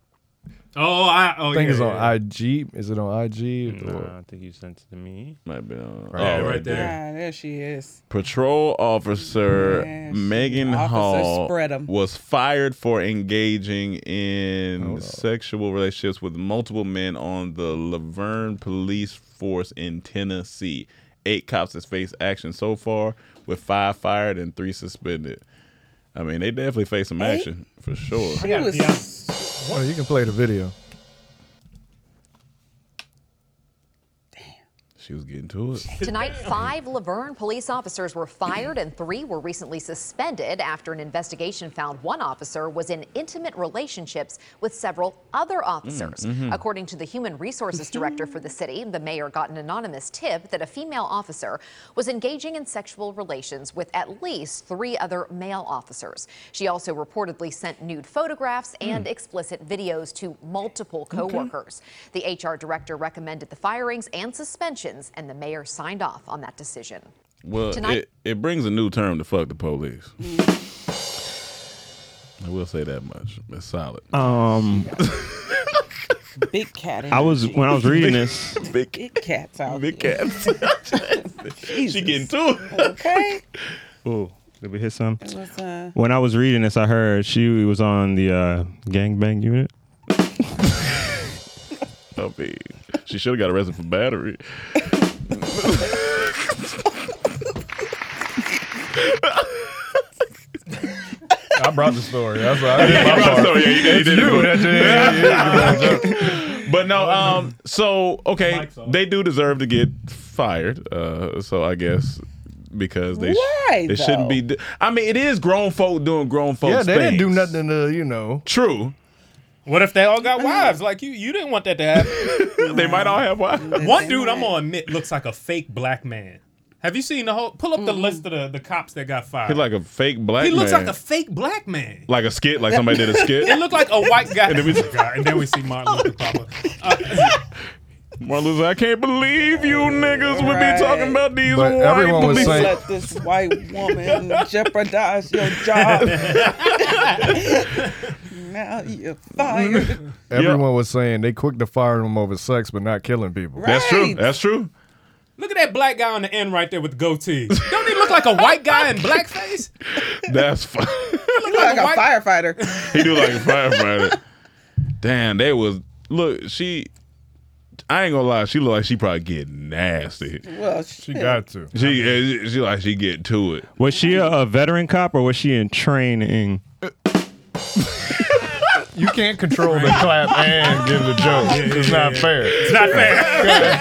Speaker 6: Oh, I
Speaker 7: I
Speaker 6: oh
Speaker 7: think
Speaker 6: yeah,
Speaker 7: it's
Speaker 6: yeah,
Speaker 7: on
Speaker 6: yeah.
Speaker 7: IG. Is it on IG?
Speaker 6: Nah,
Speaker 7: or-
Speaker 6: I
Speaker 10: think you sent it to me.
Speaker 5: Might be on.
Speaker 7: Right
Speaker 5: oh,
Speaker 7: there,
Speaker 5: right there.
Speaker 4: Ah, there she is.
Speaker 5: Patrol officer
Speaker 4: Yeah, she-
Speaker 5: Megan
Speaker 4: Officer
Speaker 5: Hall
Speaker 4: spread 'em.
Speaker 5: was fired for engaging in sexual relationships with multiple men on the Laverne police force in Tennessee. Eight cops has faced action so far, with five fired and three suspended. I mean, they definitely face some action for sure.
Speaker 4: She was.
Speaker 7: Oh, you can play the video.
Speaker 5: She was getting to it.
Speaker 3: Tonight, five Laverne police officers were fired and three were recently suspended after an investigation found one officer was in intimate relationships with several other officers.
Speaker 16: mhm.
Speaker 3: According to the human resources director for the city, the mayor got an anonymous tip that a female officer was engaging in sexual relations with at least three other male officers. She also reportedly sent nude photographs and explicit videos to multiple
Speaker 17: Okay.
Speaker 3: coworkers workers. The HR director recommended the firings and suspensions, and the mayor signed off on that decision.
Speaker 5: Well,
Speaker 3: Tonight-
Speaker 5: it, it brings a new term to fuck the police. I will say that much. It's solid.
Speaker 10: Um,
Speaker 4: Big cat.
Speaker 10: I was when I was reading this.
Speaker 4: Big, cats out.
Speaker 5: Big cats. she getting to it.
Speaker 4: Okay.
Speaker 10: Oh, did we hit some?
Speaker 4: It was, uh,
Speaker 10: When I was reading this, I heard she was on the uh, gangbang unit.
Speaker 5: I mean, she should have got arrested for battery.
Speaker 7: I brought the story. That's what I did.
Speaker 5: Yeah,
Speaker 7: my
Speaker 5: you brought the
Speaker 7: part.
Speaker 5: story. Yeah, you did- you
Speaker 7: It's
Speaker 5: did it.
Speaker 7: you. That's it. Yeah, yeah, yeah.
Speaker 5: but no, um, so okay, they do deserve to get fired. Uh, so I guess because they sh-
Speaker 7: Why,
Speaker 5: they shouldn't be. Do- I mean, it is grown folk doing grown folks.
Speaker 7: yeah, they didn't do
Speaker 5: things.
Speaker 7: nothing to you know.
Speaker 5: True.
Speaker 6: What if they all got wives like you? You didn't want that to happen.
Speaker 5: they might all have wives.
Speaker 6: One dude I'm gonna admit looks like a fake black man. Have you seen the whole? Pull up the list of the, the cops that got fired.
Speaker 5: He's like a fake black.
Speaker 6: he looks
Speaker 5: man.
Speaker 6: like a fake black man.
Speaker 5: like a skit, like somebody did a skit.
Speaker 6: it looked like a white guy.
Speaker 5: And then we-
Speaker 6: and then we see Martin Luther Papa.
Speaker 5: Martin Luther, I can't believe you niggas would
Speaker 4: Right.
Speaker 5: be talking about these
Speaker 7: But
Speaker 5: white
Speaker 7: everyone was
Speaker 5: police.
Speaker 7: saying-
Speaker 4: Let this white woman jeopardize your job. now you're fired.
Speaker 7: Everyone was saying they quick to fire them over sex, but not killing people.
Speaker 5: That's true. That's true.
Speaker 6: Look at that black guy on the end right there with the goatee. Don't he look like a white guy in blackface?
Speaker 5: That's fine.
Speaker 4: You look like a firefighter.
Speaker 5: He do like a firefighter. Damn, they was look. She, I ain't gonna lie. She look like she probably get nasty.
Speaker 4: Well, she
Speaker 7: got to.
Speaker 5: She, she like she get to it.
Speaker 10: Was she a, a veteran cop or was she in training?
Speaker 7: You can't control the clap and give the joke. it's not fair. It's
Speaker 6: not fair.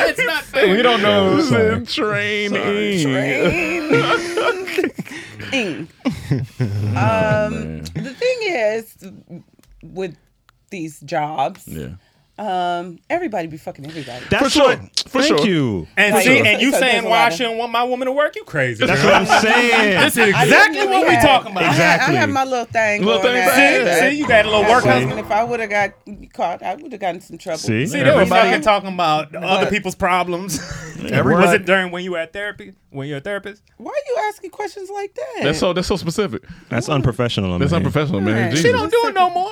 Speaker 6: it's not fair.
Speaker 7: We don't know who's in
Speaker 1: E.
Speaker 5: training.
Speaker 4: E. Ing.
Speaker 5: Oh,
Speaker 4: um, the thing is, with these jobs,
Speaker 5: Yeah.
Speaker 4: Um, everybody be fucking everybody.
Speaker 10: That's For what- sure. for Thank sure. you.
Speaker 6: And
Speaker 4: Like,
Speaker 6: see,
Speaker 4: so-
Speaker 6: and you
Speaker 4: so it
Speaker 6: saying
Speaker 4: doesn't
Speaker 6: why I
Speaker 4: matter.
Speaker 6: shouldn't want my woman to work? You crazy?
Speaker 10: That's
Speaker 6: girl.
Speaker 10: what I'm saying.
Speaker 6: this is
Speaker 4: I
Speaker 6: exactly
Speaker 4: definitely
Speaker 6: what we
Speaker 4: had-
Speaker 6: talking about.
Speaker 4: I had- I, had my little thing.
Speaker 6: Little
Speaker 4: going
Speaker 6: thing.
Speaker 4: on.
Speaker 6: See? See, you got a little
Speaker 4: My
Speaker 6: work
Speaker 4: husband,
Speaker 6: happening.
Speaker 4: If I would have got caught, I would have gotten some trouble.
Speaker 6: See, they were fucking talking about other people's problems.
Speaker 5: Everybody-
Speaker 6: Was it during when you were at therapy? When you're a therapist?
Speaker 4: Why are you asking questions like that?
Speaker 5: That's so that's so specific.
Speaker 10: That's unprofessional.
Speaker 5: That's
Speaker 10: man.
Speaker 5: unprofessional, man.
Speaker 6: She
Speaker 5: Jesus.
Speaker 6: don't do it no more.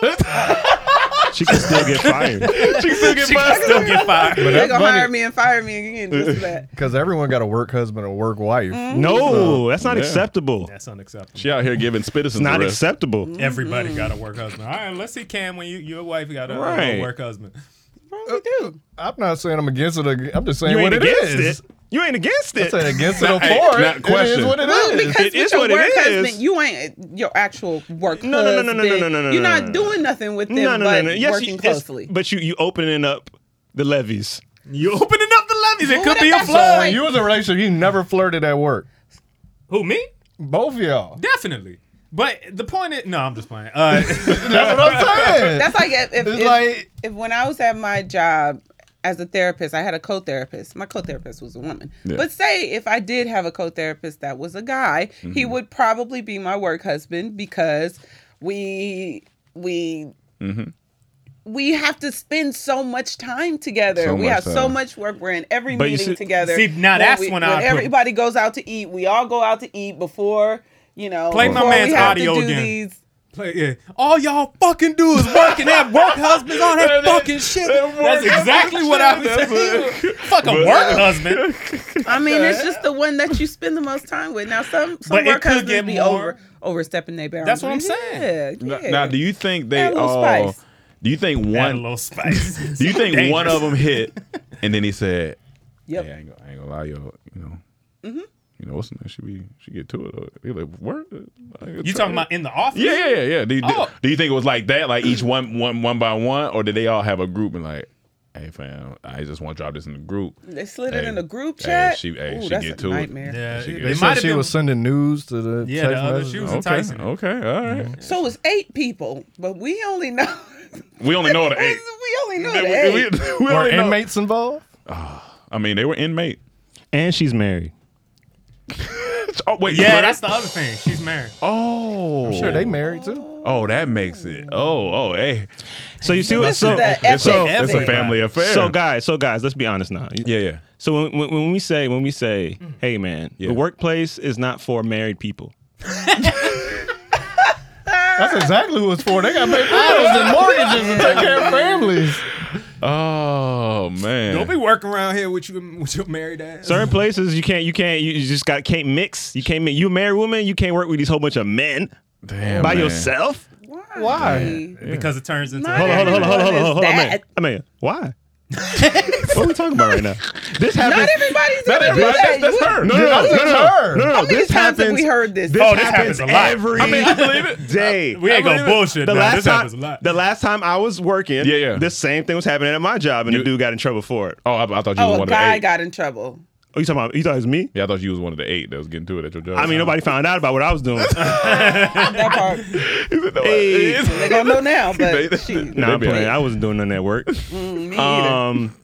Speaker 10: She can still get fired.
Speaker 5: she still get fired.
Speaker 6: still get fired.
Speaker 4: They're gonna hire me and fire me again just for that. Mm-hmm.
Speaker 7: Because everyone got a work husband or work wife.
Speaker 10: No, that's not acceptable.
Speaker 6: That's unacceptable.
Speaker 5: She out here giving spitters.
Speaker 10: It's not acceptable.
Speaker 4: Mm-hmm.
Speaker 6: Everybody got a work husband. All right, let's see, Cam, when you your wife got a,
Speaker 10: Right.
Speaker 6: a work husband.
Speaker 7: I'm not saying I'm against it. ag- I'm just saying
Speaker 6: You
Speaker 7: what
Speaker 6: ain't
Speaker 7: it
Speaker 6: against
Speaker 7: is.
Speaker 6: it.
Speaker 10: You ain't against
Speaker 7: I
Speaker 10: it.
Speaker 7: said against it or
Speaker 10: Hey,
Speaker 7: for
Speaker 10: not
Speaker 7: it. It
Speaker 10: question.
Speaker 7: is what it
Speaker 4: Well,
Speaker 7: is.
Speaker 4: because with
Speaker 10: is
Speaker 4: your
Speaker 10: what it
Speaker 4: work
Speaker 10: is.
Speaker 4: husband, you ain't your actual work
Speaker 10: No, no, no, no, no, no,
Speaker 4: husband.
Speaker 10: no, no,
Speaker 4: You're
Speaker 10: no,
Speaker 4: not
Speaker 10: no, no.
Speaker 4: doing nothing with them,
Speaker 10: No, no,
Speaker 4: but
Speaker 10: no, no. Yes,
Speaker 4: working
Speaker 10: you, it's-
Speaker 4: closely.
Speaker 10: but you you opening up the levies.
Speaker 6: You opening up the levies.
Speaker 4: It Well, could what be if a that's flood. your
Speaker 7: When you was in a relationship, you never flirted at work.
Speaker 6: Who me?
Speaker 7: Both of y'all.
Speaker 6: Definitely. But the point is, no, I'm just playing. Uh,
Speaker 7: That's what I'm saying.
Speaker 4: That's like if, if,
Speaker 7: It's
Speaker 4: if,
Speaker 7: like-
Speaker 4: if when I was at my job as a therapist, I had a co-therapist. My co-therapist was a woman.
Speaker 9: Yeah.
Speaker 4: But say if I did have a co-therapist that was a guy, he
Speaker 9: Mhm.
Speaker 4: would probably be my work husband because we we
Speaker 9: Mm-hmm.
Speaker 4: we have to spend so much time together.
Speaker 9: So
Speaker 4: we
Speaker 9: much
Speaker 4: have so
Speaker 9: time.
Speaker 4: much work. We're in every
Speaker 9: But you
Speaker 4: meeting
Speaker 9: see-
Speaker 4: together.
Speaker 9: see, now that's when I put-
Speaker 4: everybody goes out to eat. We all go out to eat before you know.
Speaker 6: Play my
Speaker 4: before
Speaker 6: man's
Speaker 4: we have
Speaker 6: audio
Speaker 4: to do
Speaker 6: again.
Speaker 4: These.
Speaker 6: Play, yeah. All y'all fucking do is work and have work husbands, all that fucking shit. That's exactly what I was saying. Fucking
Speaker 10: But-
Speaker 6: work husband.
Speaker 4: I mean, it's just the one that you spend the most time with. Now, some some
Speaker 6: But it
Speaker 4: work
Speaker 6: could
Speaker 4: husbands
Speaker 6: get
Speaker 4: be
Speaker 6: more.
Speaker 4: over overstepping their boundaries.
Speaker 6: That's what I'm
Speaker 4: saying. Yeah,
Speaker 5: Now, now, do you think they
Speaker 4: Add a little
Speaker 5: all?
Speaker 4: spice.
Speaker 5: Do you think one?
Speaker 6: a little spice.
Speaker 5: Do you think
Speaker 6: Dangerous.
Speaker 5: one of them hit, and then he said,
Speaker 4: Yep. Mm-hmm.
Speaker 5: "Hey, I ain't gonna, I ain't gonna lie, yo, you know, you know, what's the name? She be, she get to it. though." He like, where?
Speaker 6: You talking about in the office?
Speaker 5: Yeah, yeah, yeah, yeah. Do, you- do-
Speaker 6: Oh.
Speaker 5: do you think it was like that, like each one, one, one by one, or did they all have a group and like, hey fam, I just want to drop this in the group?
Speaker 4: They slid it
Speaker 5: Hey,
Speaker 4: in the group
Speaker 5: hey,
Speaker 4: chat.
Speaker 5: she- hey,
Speaker 4: Ooh,
Speaker 5: she
Speaker 4: that's
Speaker 5: get
Speaker 4: a
Speaker 5: to it.
Speaker 4: nightmare.
Speaker 5: Yeah, She it- get
Speaker 7: They
Speaker 5: it.
Speaker 7: said
Speaker 5: might've
Speaker 7: she
Speaker 5: been-
Speaker 7: was sending news to the
Speaker 5: Yeah,
Speaker 7: text
Speaker 5: the other-
Speaker 7: messages. Mm-hmm.
Speaker 5: she was
Speaker 7: Okay.
Speaker 5: enticing. Okay, all right.
Speaker 6: Mm-hmm.
Speaker 4: So it's eight people, but we only know
Speaker 5: We only know the eight.
Speaker 4: we only know
Speaker 5: We-
Speaker 4: the
Speaker 5: we-
Speaker 4: eight.
Speaker 5: we
Speaker 7: Were
Speaker 5: already know-
Speaker 7: inmates involved?
Speaker 5: I mean, they were inmate,
Speaker 10: and she's married.
Speaker 5: oh wait,
Speaker 6: Yeah,
Speaker 5: Claire?
Speaker 6: that's the other thing. She's married.
Speaker 5: Oh,
Speaker 7: I'm sure they married too.
Speaker 5: Oh, that makes it. Oh, oh, hey.
Speaker 10: So you see what?
Speaker 5: This
Speaker 10: So
Speaker 5: is the epic
Speaker 10: so
Speaker 5: It's a family affair.
Speaker 10: So guys, so guys, let's be honest now.
Speaker 5: Yeah, yeah.
Speaker 10: So when, when, when we say when we say,
Speaker 5: Mm.
Speaker 10: hey man, the workplace is not for married people.
Speaker 7: That's exactly who it's for. They got to pay bills and mortgages and take care of families.
Speaker 5: Oh man.
Speaker 6: Don't be working around here with you with your married ass.
Speaker 10: Certain places you can't you can't you just got can't mix. You can't mi- you a married woman, you can't work with these whole bunch of men
Speaker 5: Damn,
Speaker 10: by
Speaker 5: man.
Speaker 10: yourself.
Speaker 7: Why?
Speaker 6: Because it turns into
Speaker 10: Hold on, hold on, hold on, hold on, hold on, man. I mean, why? what are we talking about right now? This happens.
Speaker 4: Not everybody's
Speaker 10: Not
Speaker 4: gonna do
Speaker 10: everybody-
Speaker 4: that.
Speaker 10: that's- that's her. No, no, no,
Speaker 4: That's
Speaker 10: no, no, no.
Speaker 4: her.
Speaker 10: No, no, no,
Speaker 4: How many
Speaker 10: this
Speaker 4: times have we
Speaker 10: happens-
Speaker 4: heard this?
Speaker 10: This
Speaker 4: Oh,
Speaker 10: happens,
Speaker 6: happens a lot.
Speaker 10: every
Speaker 6: I mean, I believe it.
Speaker 10: day.
Speaker 6: We
Speaker 10: I
Speaker 6: ain't gonna
Speaker 10: believe it.
Speaker 6: bullshit
Speaker 10: The
Speaker 6: now.
Speaker 10: last
Speaker 6: This
Speaker 10: time,
Speaker 6: happens a lot.
Speaker 10: The last time I was working,
Speaker 5: Yeah, yeah.
Speaker 10: the same thing was happening at my job, and the dude got in trouble for it.
Speaker 5: Oh, I, I thought you was
Speaker 4: Oh, a
Speaker 5: one of the
Speaker 4: guy
Speaker 5: eight.
Speaker 4: got in trouble.
Speaker 10: Oh, you talking about? You thought it was me?
Speaker 5: Yeah, I thought you was one of the eight that was getting to it at your job.
Speaker 10: I mean, nobody found out about what I was doing.
Speaker 4: That part.
Speaker 10: Hey.
Speaker 4: They don't know now, but
Speaker 10: No, I'm playing. I wasn't doing none of that work.
Speaker 4: Mm, me either.
Speaker 10: Um,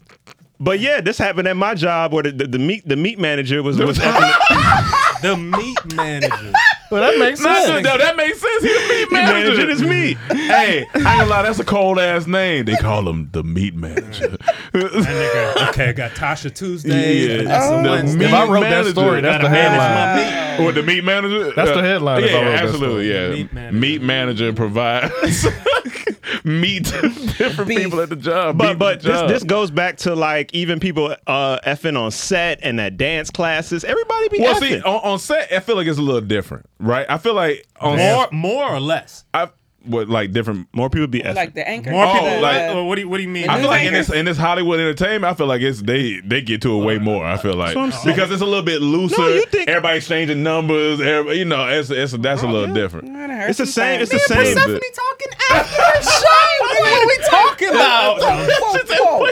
Speaker 10: but yeah, this happened at my job where the, the, the meat the meat manager was was up in the-
Speaker 6: The meat manager.
Speaker 7: Well, that makes
Speaker 5: No,
Speaker 7: sense.
Speaker 5: no, no, that makes sense. He's a meat manager.
Speaker 10: manager is me.
Speaker 5: hey, I ain't gonna lie, that's a cold ass name. They call him the meat manager.
Speaker 6: That nigga, okay, I got Tasha Tuesday.
Speaker 5: Yeah. Oh. The meat
Speaker 7: if I wrote that
Speaker 5: manager.
Speaker 7: story, that's the
Speaker 5: Gotta manage
Speaker 7: headline.
Speaker 5: Or the meat manager?
Speaker 7: That's the
Speaker 5: Uh,
Speaker 7: headline
Speaker 5: Yeah,
Speaker 7: if I wrote that
Speaker 5: absolutely.
Speaker 7: story.
Speaker 5: Yeah,
Speaker 7: Meat
Speaker 5: meat manager, provides meat to different people at the job.
Speaker 10: But
Speaker 5: Beef
Speaker 10: but
Speaker 5: the
Speaker 10: this,
Speaker 5: job.
Speaker 10: this goes back to like even people uh effing on set and at dance classes. Everybody be
Speaker 5: well,
Speaker 10: effing.
Speaker 5: see, on, on set, I feel like it's a little different, right? I feel like on
Speaker 6: More, more or less.
Speaker 5: I what like different
Speaker 10: more people be effing.
Speaker 4: like the anchor.
Speaker 6: More
Speaker 5: Oh,
Speaker 6: people.
Speaker 5: like-
Speaker 6: what, what do you, what do you mean?
Speaker 5: I feel like in this in this Hollywood entertainment, I feel like it's they they get to it way more. I feel like
Speaker 10: what I'm saying.
Speaker 5: because it's a little bit looser. everybody exchanging numbers. Everybody, you know, it's it's that's a little different.
Speaker 10: Oh, It's the same. It's the
Speaker 5: Me and
Speaker 10: same.
Speaker 5: Persephone
Speaker 6: talking after the show. What are we talking about?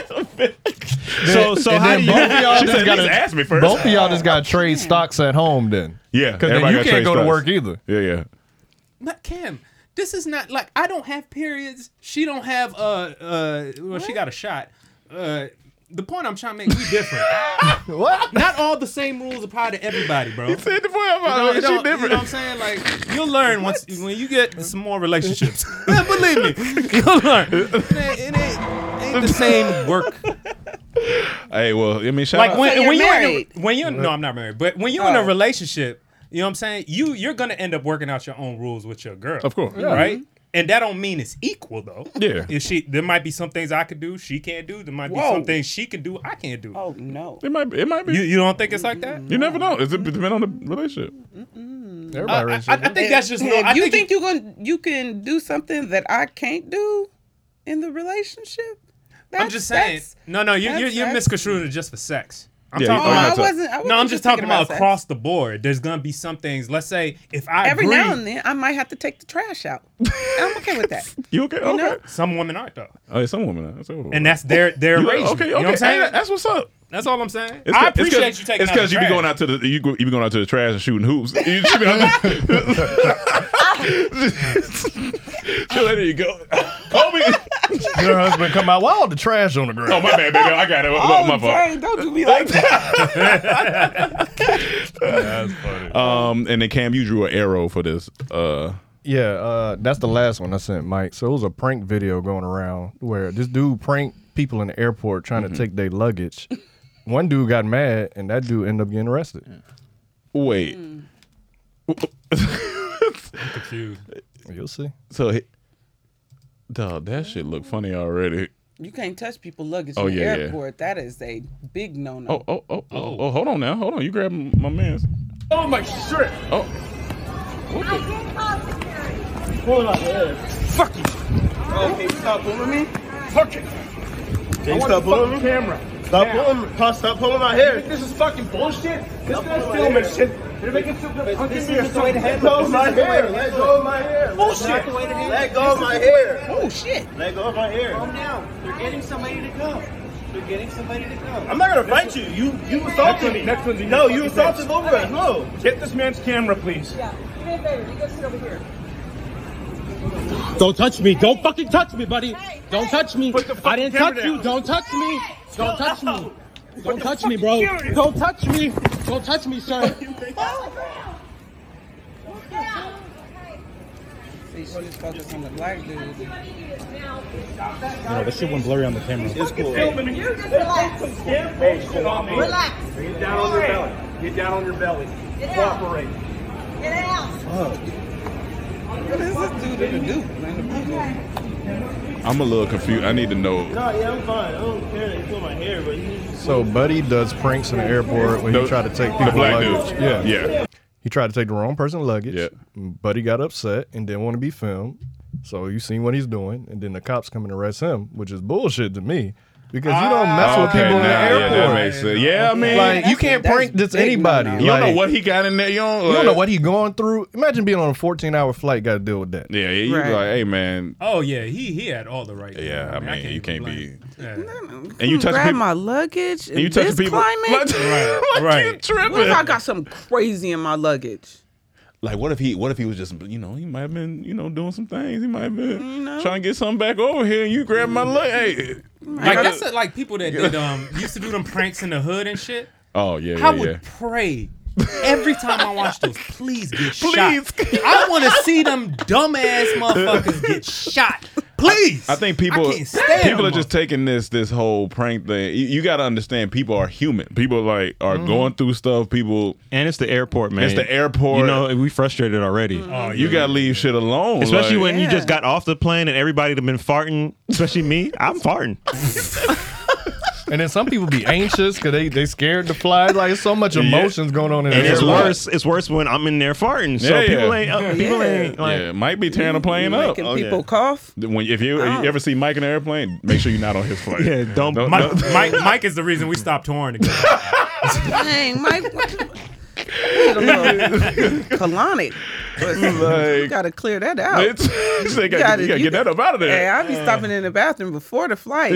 Speaker 10: So so how do you?
Speaker 7: both of y'all
Speaker 10: She
Speaker 7: just
Speaker 10: said,
Speaker 7: gotta-
Speaker 10: "Please ask me first."
Speaker 7: Both of y'all just got to trade stocks at home then.
Speaker 5: Yeah,
Speaker 7: because you
Speaker 5: everybody
Speaker 7: can't
Speaker 5: gotta trade
Speaker 7: go to
Speaker 5: stocks.
Speaker 7: work either.
Speaker 5: Yeah, yeah.
Speaker 6: Not Kim. This is not like I don't have periods. She don't have uh uh. Well, she got a shot. Uh, the point I'm trying to make, we different.
Speaker 12: what?
Speaker 6: Not all the same rules apply to everybody, bro.
Speaker 5: the point
Speaker 6: You know,
Speaker 5: about
Speaker 6: it
Speaker 5: it,
Speaker 6: don't-
Speaker 5: she different.
Speaker 6: You know what I'm saying? Like you'll learn once when you get some more relationships. Believe me, you'll learn. It ain't, it ain't, ain't the same work.
Speaker 5: Hey, well, I mean, shout
Speaker 6: like
Speaker 5: out.
Speaker 6: when, when you're in a, when you no, I'm not married, but when you're in
Speaker 4: Oh.
Speaker 6: a relationship, you know what I'm saying? You you're gonna end up working out your own rules with your girl,
Speaker 5: Of course. Yeah.
Speaker 6: right? And that don't mean it's equal though.
Speaker 5: Yeah.
Speaker 6: If she there might be some things I could do she can't do. There might
Speaker 4: Whoa.
Speaker 6: be some things she can do I can't do.
Speaker 4: Oh no.
Speaker 5: It might. It might be.
Speaker 6: You, you don't think it's like that?
Speaker 5: You never know. It's it depend on the relationship.
Speaker 6: I- I- I, think that's just. No,
Speaker 4: And
Speaker 6: I
Speaker 4: you
Speaker 6: think
Speaker 4: think, you going you can do something that I can't do in the relationship?
Speaker 6: I'm just saying.
Speaker 4: that's-
Speaker 6: No, no, you're
Speaker 4: that's-
Speaker 6: you're, you're
Speaker 4: that's-
Speaker 6: misconstruing it just for sex. I'm
Speaker 4: Yeah,
Speaker 6: talking
Speaker 4: you- Oh,
Speaker 6: about
Speaker 4: I wasn't- I
Speaker 6: no, I'm
Speaker 4: wasn't
Speaker 6: just
Speaker 4: just
Speaker 6: talking
Speaker 4: thinking
Speaker 6: about,
Speaker 4: about sex.
Speaker 6: across the board. There's gonna be some things. Let's say if I
Speaker 4: Every
Speaker 6: agree,
Speaker 4: now and then I might have to take the trash out. I'm okay with that.
Speaker 5: You okay?
Speaker 4: You know?
Speaker 5: okay.
Speaker 6: Some women aren't though.
Speaker 5: Oh, yeah, some women. Are. Some women
Speaker 6: and that's their their
Speaker 5: You-
Speaker 6: arrangement.
Speaker 5: Okay. Okay.
Speaker 6: You know what I'm saying?
Speaker 5: Hey, that's what's up.
Speaker 6: That's all I'm saying.
Speaker 5: It's
Speaker 6: I
Speaker 5: 'cause- it's
Speaker 6: appreciate
Speaker 5: 'cause-
Speaker 6: you taking.
Speaker 5: It's
Speaker 6: out the
Speaker 5: because you be
Speaker 6: trash.
Speaker 5: going out to the you, go, you be going out to the trash and shooting hoops. You, you be out there- So there you go. Kobe.
Speaker 7: Your husband come out. Why all the trash on the ground?
Speaker 5: Oh my bad, baby. I got it. Oh, my fault.
Speaker 4: don't do me like
Speaker 7: That's funny.
Speaker 5: Um, and then Cam, you drew an arrow for this. Uh,
Speaker 7: Yeah, uh, that's the last one I sent Mike. So it was a prank video going around where this dude pranked people in the airport trying
Speaker 5: Mm-hmm.
Speaker 7: to take their luggage. One dude got mad, and that dude ended up getting arrested.
Speaker 5: Wait.
Speaker 6: confused.
Speaker 7: You'll see.
Speaker 5: So, he- dog, that shit look funny already.
Speaker 4: You can't touch people luggage
Speaker 5: Oh,
Speaker 4: in the
Speaker 5: yeah, yeah.
Speaker 4: airport. That is a big no no.
Speaker 5: Oh, oh, oh, oh, oh, hold on now, hold on. You grab my man's.
Speaker 4: Oh my shit.
Speaker 5: Oh.
Speaker 9: Pull up, yeah. Fuck you. Okay, stop pulling me. Fuck it.
Speaker 16: Can you
Speaker 9: I want
Speaker 16: stop
Speaker 9: the
Speaker 16: pulling
Speaker 9: fucking
Speaker 16: me?
Speaker 9: camera.
Speaker 16: Stop
Speaker 9: Now.
Speaker 16: pulling me. Pa, stop pulling my hair.
Speaker 9: This is fucking bullshit. This
Speaker 16: Stop
Speaker 9: guy's
Speaker 16: pulling my
Speaker 9: filming
Speaker 16: hair.
Speaker 9: shit. They're making some
Speaker 16: This-
Speaker 9: fucking
Speaker 16: this
Speaker 9: video
Speaker 16: isn't the way to
Speaker 9: something.
Speaker 16: handle it.
Speaker 9: Let go of my
Speaker 16: This isn't the
Speaker 9: hair.
Speaker 16: way to handle it. Bullshit.
Speaker 1: Oh,
Speaker 9: Let go of my hair. Not the way to do it.
Speaker 16: Let go of
Speaker 9: This
Speaker 16: my
Speaker 9: is-
Speaker 16: hair.
Speaker 9: Oh, shit.
Speaker 16: Let go of my hair.
Speaker 9: Calm down. They're getting somebody to go. They're getting somebody to go.
Speaker 16: I'm not gonna fight you. You you assaulted me.
Speaker 9: Next one's in
Speaker 16: no,
Speaker 9: your
Speaker 16: you
Speaker 9: fucking
Speaker 16: assaulted
Speaker 9: face.
Speaker 16: Oprah. No.
Speaker 9: Get this man's camera, please. Yeah. Do me a favor. You guys sit over here.
Speaker 16: Don't touch me. Don't fucking touch me, buddy. Don't touch me. I didn't
Speaker 9: camera
Speaker 16: touch you.
Speaker 9: down.
Speaker 16: Don't touch me. Don't touch me. Don't touch me, bro.
Speaker 9: camera down.
Speaker 16: Don't touch me. Don't touch me, sir.
Speaker 4: See, she was focused on the black dude.
Speaker 9: No, this shit went blurry on the camera. It's cool.
Speaker 16: Relax.
Speaker 9: Relax.
Speaker 16: Get down on your belly. Get down on your belly.
Speaker 9: Get out.
Speaker 16: Cooperate.
Speaker 9: Get out. What is this dude gonna do?
Speaker 5: I'm a little confused. I need to know.
Speaker 16: No, yeah, I'm fine. I don't care that you pull my hair, but you
Speaker 7: So Buddy does pranks in the airport when
Speaker 5: The-
Speaker 7: he tried to take
Speaker 5: the
Speaker 7: people
Speaker 5: black
Speaker 7: luggage.
Speaker 5: dude.
Speaker 7: Yeah,
Speaker 5: Yeah.
Speaker 7: He tried to take the wrong person luggage. Buddy got upset and didn't want to be filmed. So you seen what he's doing, and then the cops come and arrest him, which is bullshit to me. Because you don't mess with
Speaker 5: Ah, Okay,
Speaker 7: people in the
Speaker 5: now, yeah,
Speaker 7: airport.
Speaker 5: that makes sense. Yeah, I mean-
Speaker 7: like you
Speaker 5: That's-
Speaker 7: can't
Speaker 5: that's
Speaker 7: prank this
Speaker 5: big
Speaker 7: anybody.
Speaker 5: no-no. You don't know
Speaker 7: Like,
Speaker 5: what he got in there. You don't,
Speaker 7: you don't know
Speaker 5: like-
Speaker 7: what he going through. Imagine being on a fourteen hour flight, got to deal with that.
Speaker 5: Yeah, yeah. You
Speaker 7: Right.
Speaker 5: like, hey man.
Speaker 6: Oh yeah, he he had all the right.
Speaker 5: Yeah, I mean, you can't be.
Speaker 6: Yeah.
Speaker 5: And you touch
Speaker 4: grab
Speaker 5: people.
Speaker 4: my luggage
Speaker 5: And
Speaker 4: in
Speaker 5: you touch
Speaker 4: this
Speaker 5: people-
Speaker 4: climate?
Speaker 5: Right, What right. you tripping?
Speaker 4: What if I got something crazy in my luggage?
Speaker 5: Like, what if he? What if he was just? You know, he might have been. You know, doing some things. He might have been
Speaker 4: know?
Speaker 5: trying to get something back over here, and you grab my leg. Hey.
Speaker 6: Mm. Like that's the- like people that did um used to do them pranks in the hood and shit.
Speaker 5: Oh yeah, yeah,
Speaker 6: I
Speaker 5: yeah.
Speaker 6: would pray every time I watch those. Please get
Speaker 5: Please.
Speaker 6: shot. I want to see them dumbass motherfuckers get shot. Please.
Speaker 5: I think people
Speaker 6: I can't stand
Speaker 5: people are
Speaker 6: them.
Speaker 5: just taking this this whole prank thing. You, got to understand, people are human. People like are
Speaker 4: Mm-hmm.
Speaker 10: Mhm.
Speaker 5: going through stuff. People
Speaker 10: and it's the airport, man.
Speaker 5: It's the airport. Oh,
Speaker 10: You know, we frustrated already.
Speaker 5: you got to leave shit
Speaker 4: Oh,
Speaker 5: alone.
Speaker 10: Especially
Speaker 5: like-
Speaker 10: when you just got off the plane and everybody had been farting. Especially me, I'm farting.
Speaker 7: And then some people be anxious because they they scared to fly. Like there's so much
Speaker 10: Yeah.
Speaker 7: emotions going on in
Speaker 10: and
Speaker 7: the
Speaker 10: it's
Speaker 7: airport.
Speaker 10: worse. It's worse when I'm in there farting. So people ain't. Uh, people ain't. Like,
Speaker 5: yeah, might be tearing a plane up. Oh,
Speaker 10: making people
Speaker 4: cough. Uh-huh.
Speaker 5: When if you, you ever see Mike in an airplane, make sure you're not on his flight. yeah, don't.
Speaker 6: Mike, Mike, Mike is the reason we stopped touring together.
Speaker 4: Dang, Mike. what- Colonic.
Speaker 5: Like-
Speaker 4: you gotta clear that out.
Speaker 5: It's- you gotta- you gotta get that up out of there.
Speaker 4: Hey, I'll be stopping in the bathroom before the flight,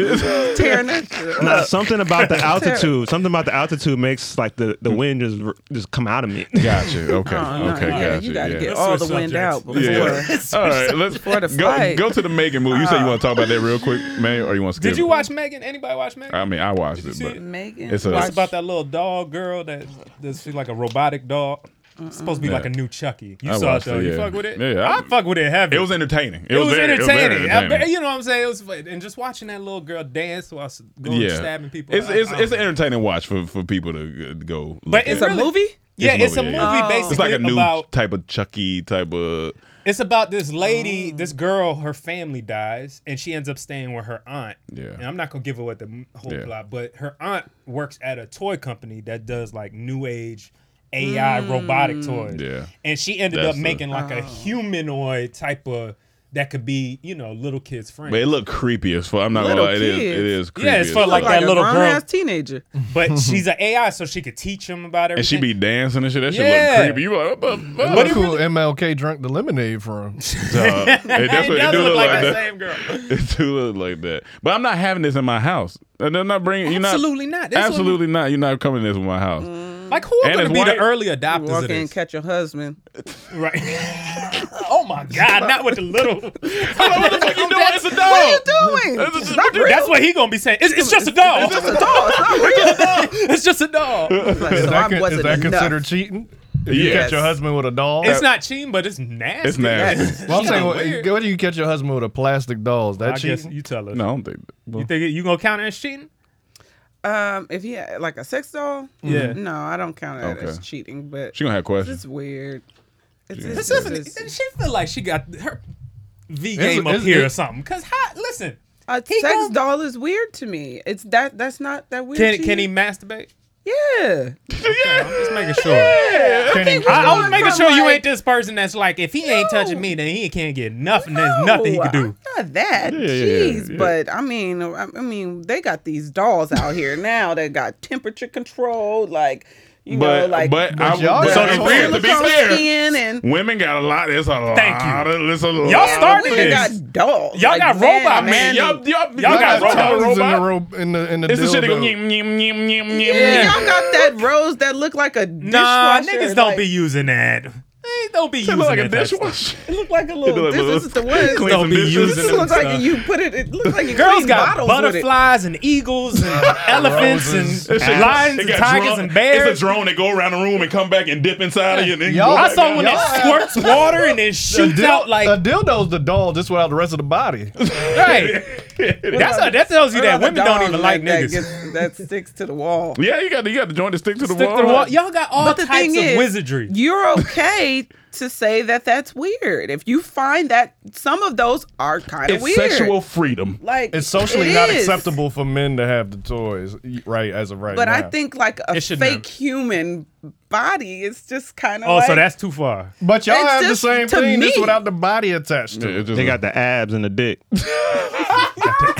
Speaker 4: tearing that shit up.
Speaker 10: uh, Nah, something about the
Speaker 4: Tear-
Speaker 10: altitude. Something about the altitude makes like the,
Speaker 4: Mm.
Speaker 10: the wind just just come out of me.
Speaker 5: Gotcha. Okay.
Speaker 4: Oh, no,
Speaker 5: okay.
Speaker 4: yeah,
Speaker 5: gotcha.
Speaker 4: you gotta
Speaker 5: yeah.
Speaker 4: get Let's all switch the wind subjects. out before- Let's
Speaker 5: All
Speaker 4: switch
Speaker 5: right. Let's
Speaker 4: before the
Speaker 5: go,
Speaker 4: flight.
Speaker 5: go to the Megan movie. You say you want to talk about that real quick, man, or you want to skip?
Speaker 6: Did you
Speaker 5: it?
Speaker 6: watch Megan? Anybody watch Megan?
Speaker 5: I mean, I watched it,
Speaker 6: See
Speaker 5: but
Speaker 6: it?
Speaker 5: It's a
Speaker 6: It's about that little dog girl that that's she's like a robotic dog. It's supposed to be
Speaker 5: Yeah.
Speaker 6: like a new Chucky. You
Speaker 5: I
Speaker 6: saw it
Speaker 5: watched it,
Speaker 6: though. You
Speaker 5: yeah.
Speaker 6: fuck with it?
Speaker 5: Yeah, I-
Speaker 6: I fuck with it heavy.
Speaker 5: It was entertaining. It
Speaker 6: It
Speaker 5: was
Speaker 6: was
Speaker 5: very- it was very
Speaker 6: entertaining. I
Speaker 5: entertaining.
Speaker 6: bet- You know what I'm saying? It was fun. and just watching that little girl dance while s- going
Speaker 5: yeah,
Speaker 6: stabbing people.
Speaker 5: It's
Speaker 6: I-
Speaker 5: it's,
Speaker 6: I-
Speaker 5: it's an entertaining watch for, for people to uh, go. look
Speaker 6: But it's
Speaker 5: at.
Speaker 6: a movie? Yeah, it's a movie
Speaker 5: It's like a
Speaker 6: basically
Speaker 5: new
Speaker 6: about-
Speaker 5: type of Chucky type of.
Speaker 6: It's about this lady, this girl, her family dies, and she ends up staying with her aunt.
Speaker 5: Yeah.
Speaker 6: And I'm not gonna give away the m- whole
Speaker 5: Yeah.
Speaker 6: plot, but her aunt works at a toy company that does like new age AI robotic toys.
Speaker 5: Yeah.
Speaker 6: And she ended
Speaker 5: That's
Speaker 6: up
Speaker 5: the-
Speaker 6: making like a humanoid type of that could be, you know, little kids' friend.
Speaker 5: But it looked creepy as fuck. I'm not gonna lie. It is. It is creepy.
Speaker 6: Yeah, it's
Speaker 5: as
Speaker 6: for
Speaker 5: fuck.
Speaker 6: like that little girl.
Speaker 4: teenager.
Speaker 6: But she's an AI, so she could teach him about
Speaker 5: And she
Speaker 6: everything.
Speaker 5: be dancing and shit. That shit
Speaker 6: Yeah.
Speaker 5: look creepy. You like, but,
Speaker 7: It
Speaker 5: but,
Speaker 7: look cool. MLK drank the lemonade for him.
Speaker 5: hey, that's what it do look like,
Speaker 6: the
Speaker 5: that.
Speaker 6: same girl.
Speaker 5: It do look like that. But I'm not having this in my house. And I'm not bringing. You're
Speaker 4: Absolutely
Speaker 5: not.
Speaker 4: not. That's what-
Speaker 5: absolutely not. You're not coming to this with my house.
Speaker 6: Like who are
Speaker 5: And
Speaker 6: gonna
Speaker 5: it's
Speaker 6: be
Speaker 5: white.
Speaker 6: the early adopters
Speaker 4: Walk
Speaker 6: of
Speaker 4: in and
Speaker 6: this?
Speaker 4: catch your husband.
Speaker 6: Right. oh my God, not with the little. what the fuck you doing? It's a dog.
Speaker 4: What are you doing?
Speaker 6: That's, what he gonna be saying. It's, it's just a dog. It's just a dog. It's just a dog.
Speaker 7: is that, con- is that considered cheating? If you
Speaker 6: Yes.
Speaker 7: catch your husband with a doll?
Speaker 6: It's not cheating, but it's nasty.
Speaker 5: It's nasty.
Speaker 7: Well, I'm
Speaker 6: Kinda
Speaker 7: saying,
Speaker 6: weird.
Speaker 7: what, what do you catch your husband with a plastic doll? Is that
Speaker 6: I
Speaker 7: cheating?
Speaker 6: guess you tell us.
Speaker 5: No, I don't think.
Speaker 6: You think it- you gonna count it as cheating?
Speaker 4: Um, if he had like a sex doll,
Speaker 5: Yeah.
Speaker 4: no, I don't count that as
Speaker 5: Mm-hmm. Okay.
Speaker 4: cheating. But
Speaker 5: She gonna have questions.
Speaker 4: It's weird. It's,
Speaker 6: This
Speaker 4: it's,
Speaker 6: isn't-
Speaker 4: it's-
Speaker 6: she feel like she got her V
Speaker 4: It's-
Speaker 6: game up
Speaker 4: it's-
Speaker 6: here or
Speaker 4: it-
Speaker 6: something. Cause how? Listen,
Speaker 4: a
Speaker 6: He
Speaker 4: sex
Speaker 6: gonna-
Speaker 4: doll is weird to me. It's that that's not that weird.
Speaker 6: can can he
Speaker 4: cheating.
Speaker 6: masturbate?
Speaker 4: Yeah.
Speaker 6: I'm just making sure.
Speaker 4: Yeah.
Speaker 6: Can
Speaker 4: I
Speaker 6: he-
Speaker 4: think we're
Speaker 6: I, I was
Speaker 4: going
Speaker 6: making
Speaker 4: from
Speaker 6: sure you
Speaker 4: like-
Speaker 6: ain't this person that's like, if he ain't touching me, then he can't get nothing. There's nothing he can do.
Speaker 4: Not that.
Speaker 6: Yeah, yeah, yeah,
Speaker 4: Jeez,
Speaker 6: yeah.
Speaker 4: but I mean, I I mean, they got these dolls out here now that got temperature controlled, like you know,
Speaker 5: But-
Speaker 4: like
Speaker 5: but I- But y'all
Speaker 4: with
Speaker 5: got So to be- to be
Speaker 4: silicone
Speaker 5: fair,
Speaker 4: skin and
Speaker 5: Women got a lot. It's a lot. Thank you. Of, it's a lot.
Speaker 4: Y'all started Women this. got dolls.
Speaker 6: Y'all got
Speaker 5: man.
Speaker 6: robot man.
Speaker 5: Y'all, y'all, y'all,
Speaker 7: got,
Speaker 5: got,
Speaker 7: tongues
Speaker 5: robot.
Speaker 7: in the rope in the in the
Speaker 5: It's the shit that go
Speaker 7: dildo.
Speaker 5: yim yim yim yim yim.
Speaker 4: yeah,
Speaker 5: yim.
Speaker 4: y'all got that rose that look like a
Speaker 6: Nah,
Speaker 4: dishwasher,
Speaker 6: niggas don't
Speaker 4: like-
Speaker 6: be using that. They don't be
Speaker 4: It
Speaker 6: using
Speaker 4: look like
Speaker 6: that
Speaker 4: a
Speaker 6: type stuff.
Speaker 4: It look like a little.
Speaker 6: look
Speaker 4: this
Speaker 6: like a
Speaker 4: is the
Speaker 6: little-
Speaker 4: one.
Speaker 6: Clean some
Speaker 4: Don't be
Speaker 6: dishes.
Speaker 4: using
Speaker 6: This
Speaker 4: This looks
Speaker 6: and
Speaker 4: like
Speaker 6: stuff.
Speaker 4: you put it. It looks like you
Speaker 6: Girls
Speaker 4: clean
Speaker 6: got
Speaker 4: bottles with it.
Speaker 6: butterflies and eagles and elephants
Speaker 5: It's
Speaker 6: and
Speaker 5: a-
Speaker 6: lions
Speaker 5: it
Speaker 6: and
Speaker 5: got
Speaker 6: tigers
Speaker 5: drone-
Speaker 6: and bears.
Speaker 5: It's a drone that go around the room and come back and dip inside of you. And then go
Speaker 6: I
Speaker 5: back
Speaker 6: saw
Speaker 5: out.
Speaker 6: one that squirts water and then shoots
Speaker 7: dil-
Speaker 6: out like
Speaker 7: a dildo's the doll just without the rest of the body.
Speaker 6: right. That's how, that tells you that women don't even like niggas.
Speaker 4: that sticks to the wall.
Speaker 5: Yeah, you got the, you got the joint that stick to the
Speaker 6: Stick
Speaker 5: wall.
Speaker 6: to the wall. Y'all got all
Speaker 4: But the
Speaker 6: types
Speaker 4: thing
Speaker 6: of
Speaker 4: is,
Speaker 6: wizardry.
Speaker 4: You're okay to say that that's weird. If you find that some of those are kind of
Speaker 5: It's
Speaker 4: weird.
Speaker 5: sexual freedom.
Speaker 4: Like
Speaker 7: It's socially
Speaker 4: it
Speaker 7: not
Speaker 4: is.
Speaker 7: acceptable for men to have the toys y- right as of right
Speaker 4: But
Speaker 7: now.
Speaker 4: I think like a fake human body is just kind of.
Speaker 7: Oh,
Speaker 4: like,
Speaker 7: so that's
Speaker 6: too far.
Speaker 7: But y'all
Speaker 4: It's
Speaker 7: have the
Speaker 4: just-
Speaker 7: same
Speaker 4: to
Speaker 7: thing, just
Speaker 4: me-
Speaker 7: without the body attached to it.
Speaker 10: They got the abs and the dick.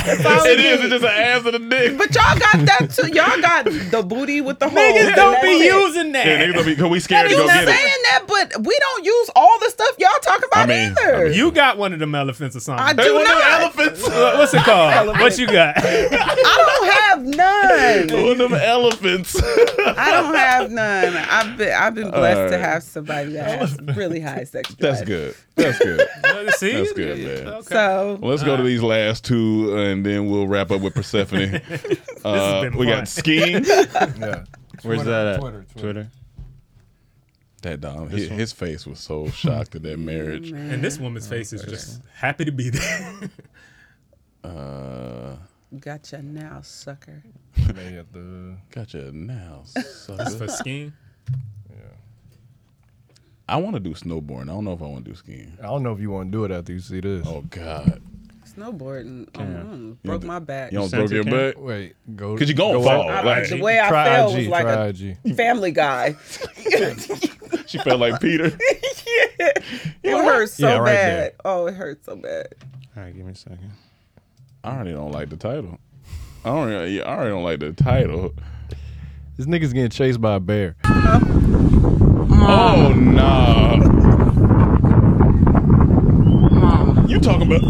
Speaker 5: It is. It's just an ass and a dick.
Speaker 4: But y'all got that too. Y'all got the booty with the holes.
Speaker 6: Niggas
Speaker 4: and
Speaker 6: don't
Speaker 4: that's
Speaker 6: be
Speaker 4: it.
Speaker 6: using that.
Speaker 5: Yeah, niggas gonna be because we scared to
Speaker 4: I'm
Speaker 5: go
Speaker 4: not
Speaker 5: get
Speaker 4: saying
Speaker 5: it.
Speaker 4: that, but we don't use all the stuff y'all talk about either.
Speaker 6: you got one of them elephants or something.
Speaker 4: I do
Speaker 6: one of them
Speaker 4: not.
Speaker 5: elephants.
Speaker 6: What- What's it called? What you got?
Speaker 4: I don't have none.
Speaker 5: One of them elephants.
Speaker 4: I don't have none. I've been I've been blessed to
Speaker 5: Alright.
Speaker 4: have somebody that has really high sex drive.
Speaker 5: That's good. That's good.
Speaker 6: See?
Speaker 5: That's good, man.
Speaker 4: So
Speaker 5: Well, let's go to these last two, uh, and then we'll wrap up with Persephone. Uh,
Speaker 10: been
Speaker 5: we
Speaker 10: fun.
Speaker 5: got skiing.
Speaker 10: Where's that at? Twitter.
Speaker 5: That dog, his, his face was so shocked at that marriage. Oh,
Speaker 6: And this woman's face is just happy to be there.
Speaker 5: Uh,
Speaker 4: Gotcha now, sucker.
Speaker 5: gotcha now.
Speaker 6: That's
Speaker 5: sucker.
Speaker 6: for skiing.
Speaker 5: I want to do snowboarding. I don't know if I want to do skiing.
Speaker 7: I don't know if you want to do it after you see this.
Speaker 5: Oh God!
Speaker 4: Snowboarding oh,
Speaker 5: Damn.
Speaker 4: mm,
Speaker 5: You
Speaker 4: broke
Speaker 5: don't-
Speaker 4: my back.
Speaker 5: you don't broke your back.
Speaker 7: Wait, go.
Speaker 5: Cause you gonna
Speaker 7: go
Speaker 5: fall.
Speaker 4: I-
Speaker 5: like,
Speaker 4: the way I
Speaker 7: Try
Speaker 4: fell
Speaker 7: IG,
Speaker 4: was like
Speaker 7: try
Speaker 4: a
Speaker 7: IG.
Speaker 4: Family Guy.
Speaker 5: she felt like Peter.
Speaker 4: It hurts so
Speaker 5: Yeah, right
Speaker 4: bad.
Speaker 5: there.
Speaker 4: Oh, it hurts so bad.
Speaker 5: All right, give me a second. I already don't like the title. I don't. Really, I already don't like the title.
Speaker 7: This
Speaker 4: Um,
Speaker 7: Oh, nigga's getting chased by a bear.
Speaker 5: Oh no! you talking about?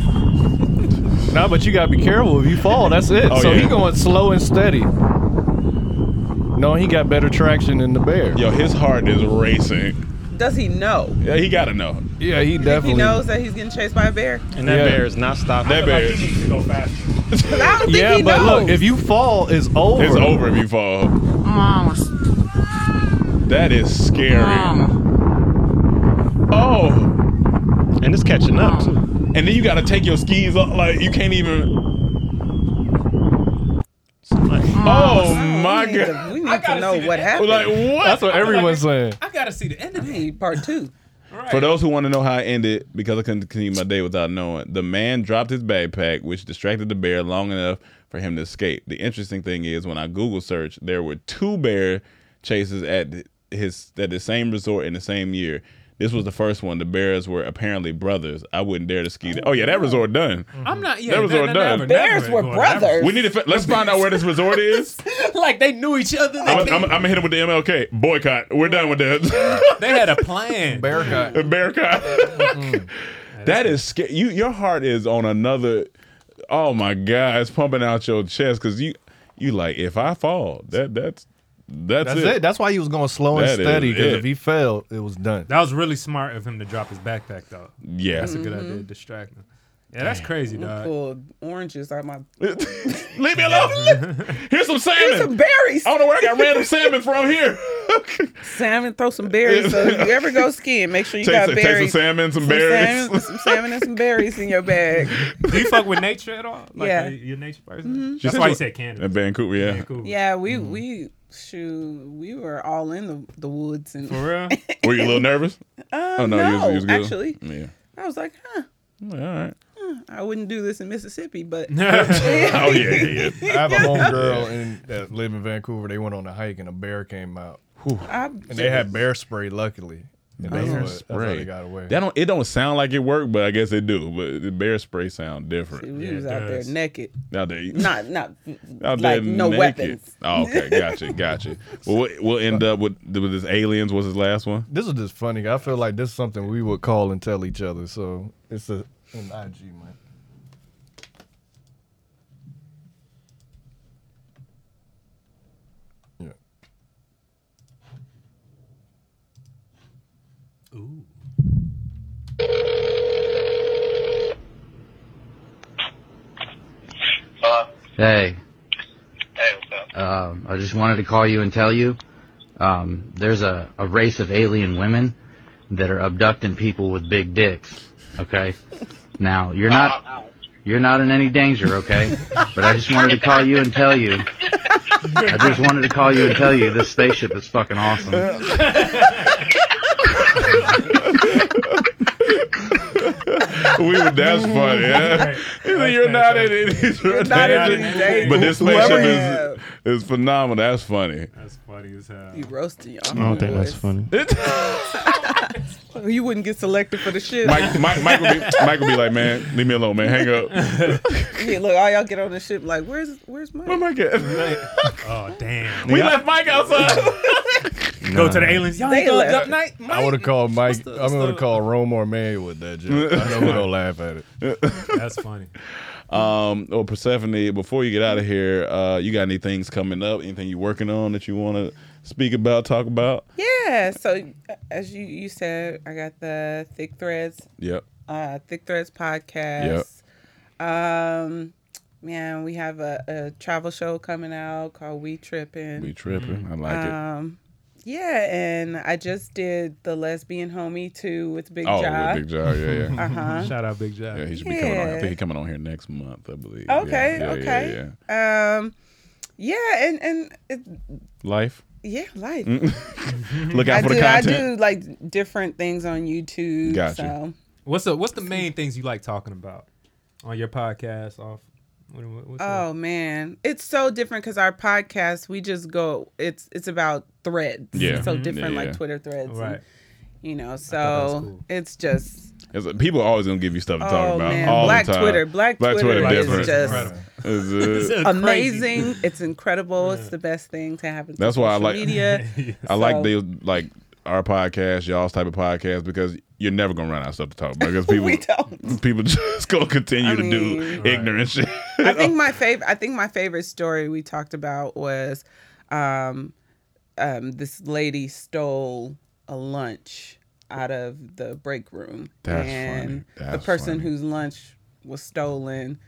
Speaker 7: Nah, but you gotta be careful. If you fall, that's it.
Speaker 5: Oh,
Speaker 7: so
Speaker 5: yeah.
Speaker 7: he going slow and steady. No, he got better traction than the bear.
Speaker 5: Yo, his heart is racing.
Speaker 4: Does he know?
Speaker 5: Yeah, he gotta know.
Speaker 7: Yeah, he
Speaker 4: If he knows that he's getting chased by a bear.
Speaker 10: And that
Speaker 7: Yeah.
Speaker 10: bear is not stopping.
Speaker 5: That bear is-
Speaker 10: needs to go faster.
Speaker 7: yeah, but look, if you fall, it's over.
Speaker 5: It's over if you fall. That is scary. Oh.
Speaker 10: And it's catching up too.
Speaker 5: And then you gotta take your skis off. Like you can't even. Oh my god.
Speaker 4: We need to know what happened.
Speaker 5: Like what?
Speaker 7: That's what everyone's saying.
Speaker 4: I gotta see the end of it. Part two.
Speaker 6: Mm-hmm.
Speaker 5: For those who want to know how I ended, because I couldn't continue my day without knowing, the man dropped his backpack, which distracted the bear long enough for him to escape. The interesting thing is, when I Google searched, there were two bear chases at th- his at the same resort in the same year. This was the first one. The bears were apparently brothers. I wouldn't dare to ski. That. Oh yeah, that resort done.
Speaker 6: I'm not. Yeah,
Speaker 5: that resort
Speaker 6: no, no,
Speaker 5: done.
Speaker 6: never, never ain't going, never.
Speaker 5: We need to. fi- Let's find out where this resort is.
Speaker 6: like they knew each other. They,
Speaker 5: I'm, I'm, I'm gonna hit him with the MLK boycott. We're done with that.
Speaker 6: they had a plan. Mm-hmm.
Speaker 7: Bearcat.
Speaker 5: Bearcat. That is scary. You, your heart is on another. Oh my God, it's pumping out your chest because you, you like if I fall, that that's that's,
Speaker 7: That's it. That's why he was going slow and
Speaker 5: That is
Speaker 7: steady because
Speaker 5: it.
Speaker 7: if he failed, it was done.
Speaker 6: That was really smart of him to drop his backpack though.
Speaker 5: Yeah.
Speaker 6: that's a good
Speaker 4: Mhm.
Speaker 6: idea. Distract him. Yeah, that's crazy,
Speaker 4: I
Speaker 6: dog.
Speaker 4: pulled oranges out my.
Speaker 5: Leave me alone. Here's some salmon.
Speaker 4: Here's some berries.
Speaker 5: I don't know where I got random salmon from here.
Speaker 4: salmon, throw some berries. So if you ever go skiing, make sure you
Speaker 5: Take
Speaker 4: got
Speaker 5: some- take some
Speaker 4: berries.
Speaker 5: salmon, some berries.
Speaker 4: Salmon, some salmon and some berries in your bag.
Speaker 6: Do you fuck with nature at all? Like,
Speaker 4: Yeah.
Speaker 6: are you a nature person?
Speaker 4: Mhm.
Speaker 6: That's why you said Mm-hmm. Canada.
Speaker 5: In Vancouver, yeah.
Speaker 4: Yeah, we we shoot, we were all in the, the woods and
Speaker 6: For real?
Speaker 5: Were you a little nervous?
Speaker 4: Uh,
Speaker 5: Oh, no,
Speaker 4: no,
Speaker 5: you was- you was good.
Speaker 4: actually,
Speaker 5: Yeah.
Speaker 4: I was like, huh.
Speaker 5: all right.
Speaker 4: I wouldn't do this in Mississippi, but
Speaker 5: Oh, yeah, yeah,
Speaker 7: I have a homegirl in, that live in Vancouver. They went on a hike and a bear came out.
Speaker 4: I-
Speaker 7: And they had bear spray, luckily. And that's
Speaker 5: Bear
Speaker 7: what- that's how
Speaker 5: spray.
Speaker 7: they got away.
Speaker 5: That don't. It don't sound like it worked, but I guess it do. But the bear spray sound different.
Speaker 4: we was out there naked.
Speaker 5: Out there,
Speaker 4: Not not
Speaker 5: out there
Speaker 4: like no
Speaker 5: naked.
Speaker 4: weapons.
Speaker 5: Oh, okay, gotcha, gotcha. Well, we- we'll end up with with this aliens. Was his last one?
Speaker 7: This is just funny. I feel like this is something we would call and tell each other. So it's a an IG man.
Speaker 8: Hey. Um, I just wanted to call you and tell you um, there's a, a race of alien women that are abducting people with big dicks. Okay. Now you're not you're not in any danger, okay? But I just wanted to call you and tell you. I just wanted to call you and tell you this spaceship is fucking awesome.
Speaker 5: we were, that's funny. Yeah. You're not in it. You're
Speaker 4: not in it.
Speaker 5: But this
Speaker 4: Whoever
Speaker 5: spaceship
Speaker 4: you
Speaker 5: is, is phenomenal. That's funny.
Speaker 6: That's funny as hell.
Speaker 4: You roasting your
Speaker 5: I don't think that's
Speaker 4: funny. you wouldn't get selected for the ship.
Speaker 5: Mike, Mike, Mike, will be, Mike will be like, man, leave me alone, man. Hang up.
Speaker 4: yeah, look, all y'all get on the ship like, where's where's Mike? Where
Speaker 5: Mike
Speaker 6: Oh damn.
Speaker 5: We left Mike outside.
Speaker 6: Go to the aliens. Y'all ain't
Speaker 4: They
Speaker 6: gonna
Speaker 4: left.
Speaker 6: duck night.
Speaker 7: I would have called Mike. I'm going to call Rome or May with that joke. I know we don't laugh at it.
Speaker 6: That's funny.
Speaker 5: Um, oh Persephone, before you get out of here, uh, you got any things coming up? Anything you working on that you want to speak about, talk about?
Speaker 4: Yeah. So uh, as you you said, I got the thick threads.
Speaker 5: Yep.
Speaker 4: Uh, thick threads podcast. Um, man, we have a, a travel show coming out called We Trippin'.
Speaker 5: We Trippin', I like it.
Speaker 4: um, it. Yeah, and I just did the lesbian homie too with Big
Speaker 5: oh,
Speaker 4: Ja.
Speaker 5: with Big Ja, yeah, yeah.
Speaker 4: Uh huh.
Speaker 6: Shout out Big Jack.
Speaker 5: Yeah, he should be coming on. I
Speaker 4: Yeah.
Speaker 5: think he's coming on here next month, I believe. Yeah,
Speaker 4: Okay.
Speaker 5: yeah, yeah,
Speaker 4: okay.
Speaker 5: yeah.
Speaker 4: Um, yeah, and and it,
Speaker 5: Life. Mm.
Speaker 4: yeah, life.
Speaker 5: Look out
Speaker 4: I
Speaker 5: for the
Speaker 4: do,
Speaker 5: content.
Speaker 4: I do like different things on YouTube. So.
Speaker 6: What's the What's the main things you like talking about on your podcast? Off. What, what- what's
Speaker 4: Oh man, it's so different because our podcast we just go. It's it's about threads.
Speaker 5: Yeah.
Speaker 4: so
Speaker 5: Mhm.
Speaker 4: different
Speaker 5: Yeah,
Speaker 4: like
Speaker 5: yeah.
Speaker 4: Twitter threads. and,
Speaker 6: Right.
Speaker 4: you know,
Speaker 5: that was
Speaker 4: so it's just
Speaker 5: It's- people are always gonna give you stuff to talk
Speaker 4: Oh,
Speaker 5: about
Speaker 4: man.
Speaker 5: all
Speaker 4: Black
Speaker 5: the time.
Speaker 4: Twitter- Black Twitter is
Speaker 5: different.
Speaker 4: just-
Speaker 5: It's, uh,
Speaker 4: amazing. It's incredible. It's the best thing to happen. to
Speaker 5: That's why I
Speaker 4: social
Speaker 5: like
Speaker 4: media.
Speaker 5: I like
Speaker 4: So-
Speaker 5: they like our podcast, y'all's type of podcast, because you're never gonna run out of stuff to talk about because people people just gonna continue to do ignorant shit.
Speaker 4: I
Speaker 5: Oh.
Speaker 4: think my favorite. I think my favorite story we talked about was, um, um, this lady stole a lunch out of the break room,
Speaker 5: That's
Speaker 4: and
Speaker 5: funny.
Speaker 4: the
Speaker 5: That's
Speaker 4: person
Speaker 5: funny.
Speaker 4: whose lunch was stolen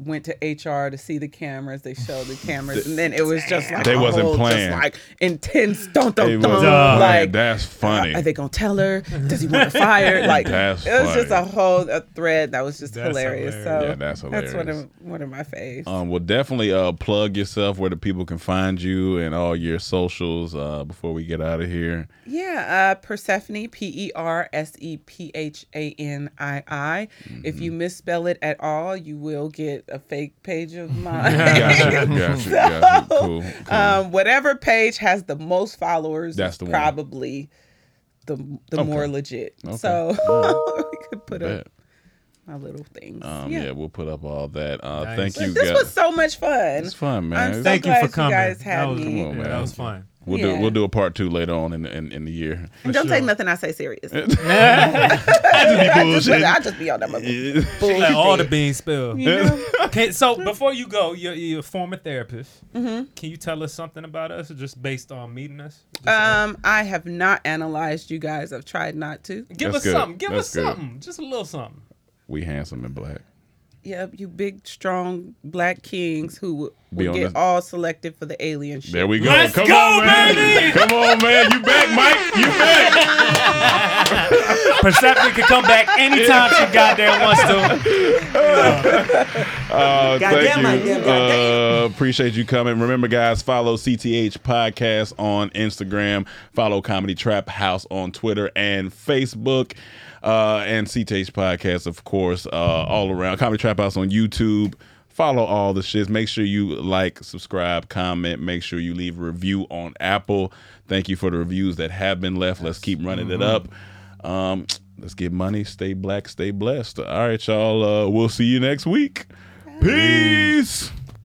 Speaker 4: went to HR to see the cameras. They showed the cameras, and then it was just like
Speaker 5: They
Speaker 4: a
Speaker 5: wasn't
Speaker 4: whole, just,
Speaker 5: playing.
Speaker 4: like intense. Don't
Speaker 5: They
Speaker 4: don't
Speaker 5: wasn't playing. That's funny.
Speaker 4: Are they gonna tell her? Does he want to fire? Like
Speaker 5: That's
Speaker 4: it was just
Speaker 5: funny.
Speaker 4: a whole a thread that was just
Speaker 5: That's
Speaker 4: hilarious.
Speaker 5: hilarious.
Speaker 4: So
Speaker 5: Yeah, that's
Speaker 4: one
Speaker 5: hilarious.
Speaker 4: of one of my faves.
Speaker 5: Um, well, definitely uh, plug yourself where the people can find you and all your socials uh, before we get out of here.
Speaker 4: Yeah, uh, Persephone, P E R S E P H A N I I. If
Speaker 5: Mm-hmm.
Speaker 4: you misspell it at all, you will get a fake page of mine.
Speaker 5: Gotcha, gotcha, gotcha. Cool, cool.
Speaker 4: Um, whatever page has the most followers
Speaker 5: That's
Speaker 4: is
Speaker 5: the one.
Speaker 4: probably the the
Speaker 5: Okay.
Speaker 4: more legit.
Speaker 5: Okay.
Speaker 4: So we could put
Speaker 5: Bet.
Speaker 4: up my little things.
Speaker 5: Um,
Speaker 4: yeah.
Speaker 5: yeah. we'll put up all that. Uh,
Speaker 4: Nice.
Speaker 5: Thank you.
Speaker 4: This
Speaker 5: guys.
Speaker 4: was so much fun.
Speaker 5: It's fun, man.
Speaker 4: I'm so Thank you glad for you coming. guys had
Speaker 5: That was,
Speaker 4: me.
Speaker 5: Come on,
Speaker 4: Yeah,
Speaker 5: man.
Speaker 4: that was fun.
Speaker 5: We'll
Speaker 4: Yeah.
Speaker 5: do we'll do a part two later on in in, in the year.
Speaker 4: And don't take nothing I say serious. I just
Speaker 5: bullshitting.
Speaker 4: I just be on that mother- bullshit.
Speaker 6: Let all the beans spill.
Speaker 4: You know?
Speaker 6: okay, so before you go, you're, you're a former therapist.
Speaker 4: Mhm.
Speaker 6: Can you tell us something about us, just based on meeting us?
Speaker 4: Um, I have not analyzed you guys. I've tried not to.
Speaker 6: Give us
Speaker 5: good.
Speaker 6: something. Give
Speaker 5: That's
Speaker 6: us
Speaker 5: good.
Speaker 6: something. Just a little something.
Speaker 5: We handsome and black.
Speaker 4: Yep, you big, strong black kings who would
Speaker 5: Be
Speaker 4: would
Speaker 5: on
Speaker 4: get
Speaker 5: this-
Speaker 4: all selected for the alien shit.
Speaker 5: There we go. Come on, man. Come on, man. You back, Mike? You back?
Speaker 6: Persephone can come back anytime she goddamn wants to.
Speaker 5: Uh,
Speaker 6: Goddamn,
Speaker 5: thank you.
Speaker 6: I did, goddamn.
Speaker 5: Uh, appreciate you coming. Remember, guys, follow CTH Podcast on Instagram. Follow Comedy Trap House on Twitter and Facebook. Uh, and CTH Podcast, of course, uh, all around. Comedy Trap House on YouTube. Follow all the shits. Make sure you like, subscribe, comment. Make sure you leave a review on Apple. Thank you for the reviews that have been left. Let's keep running it
Speaker 18: Mhm.
Speaker 5: up. Um, let's get money. Stay black. Stay blessed. All right, y'all. Uh, we'll see you next week. Peace.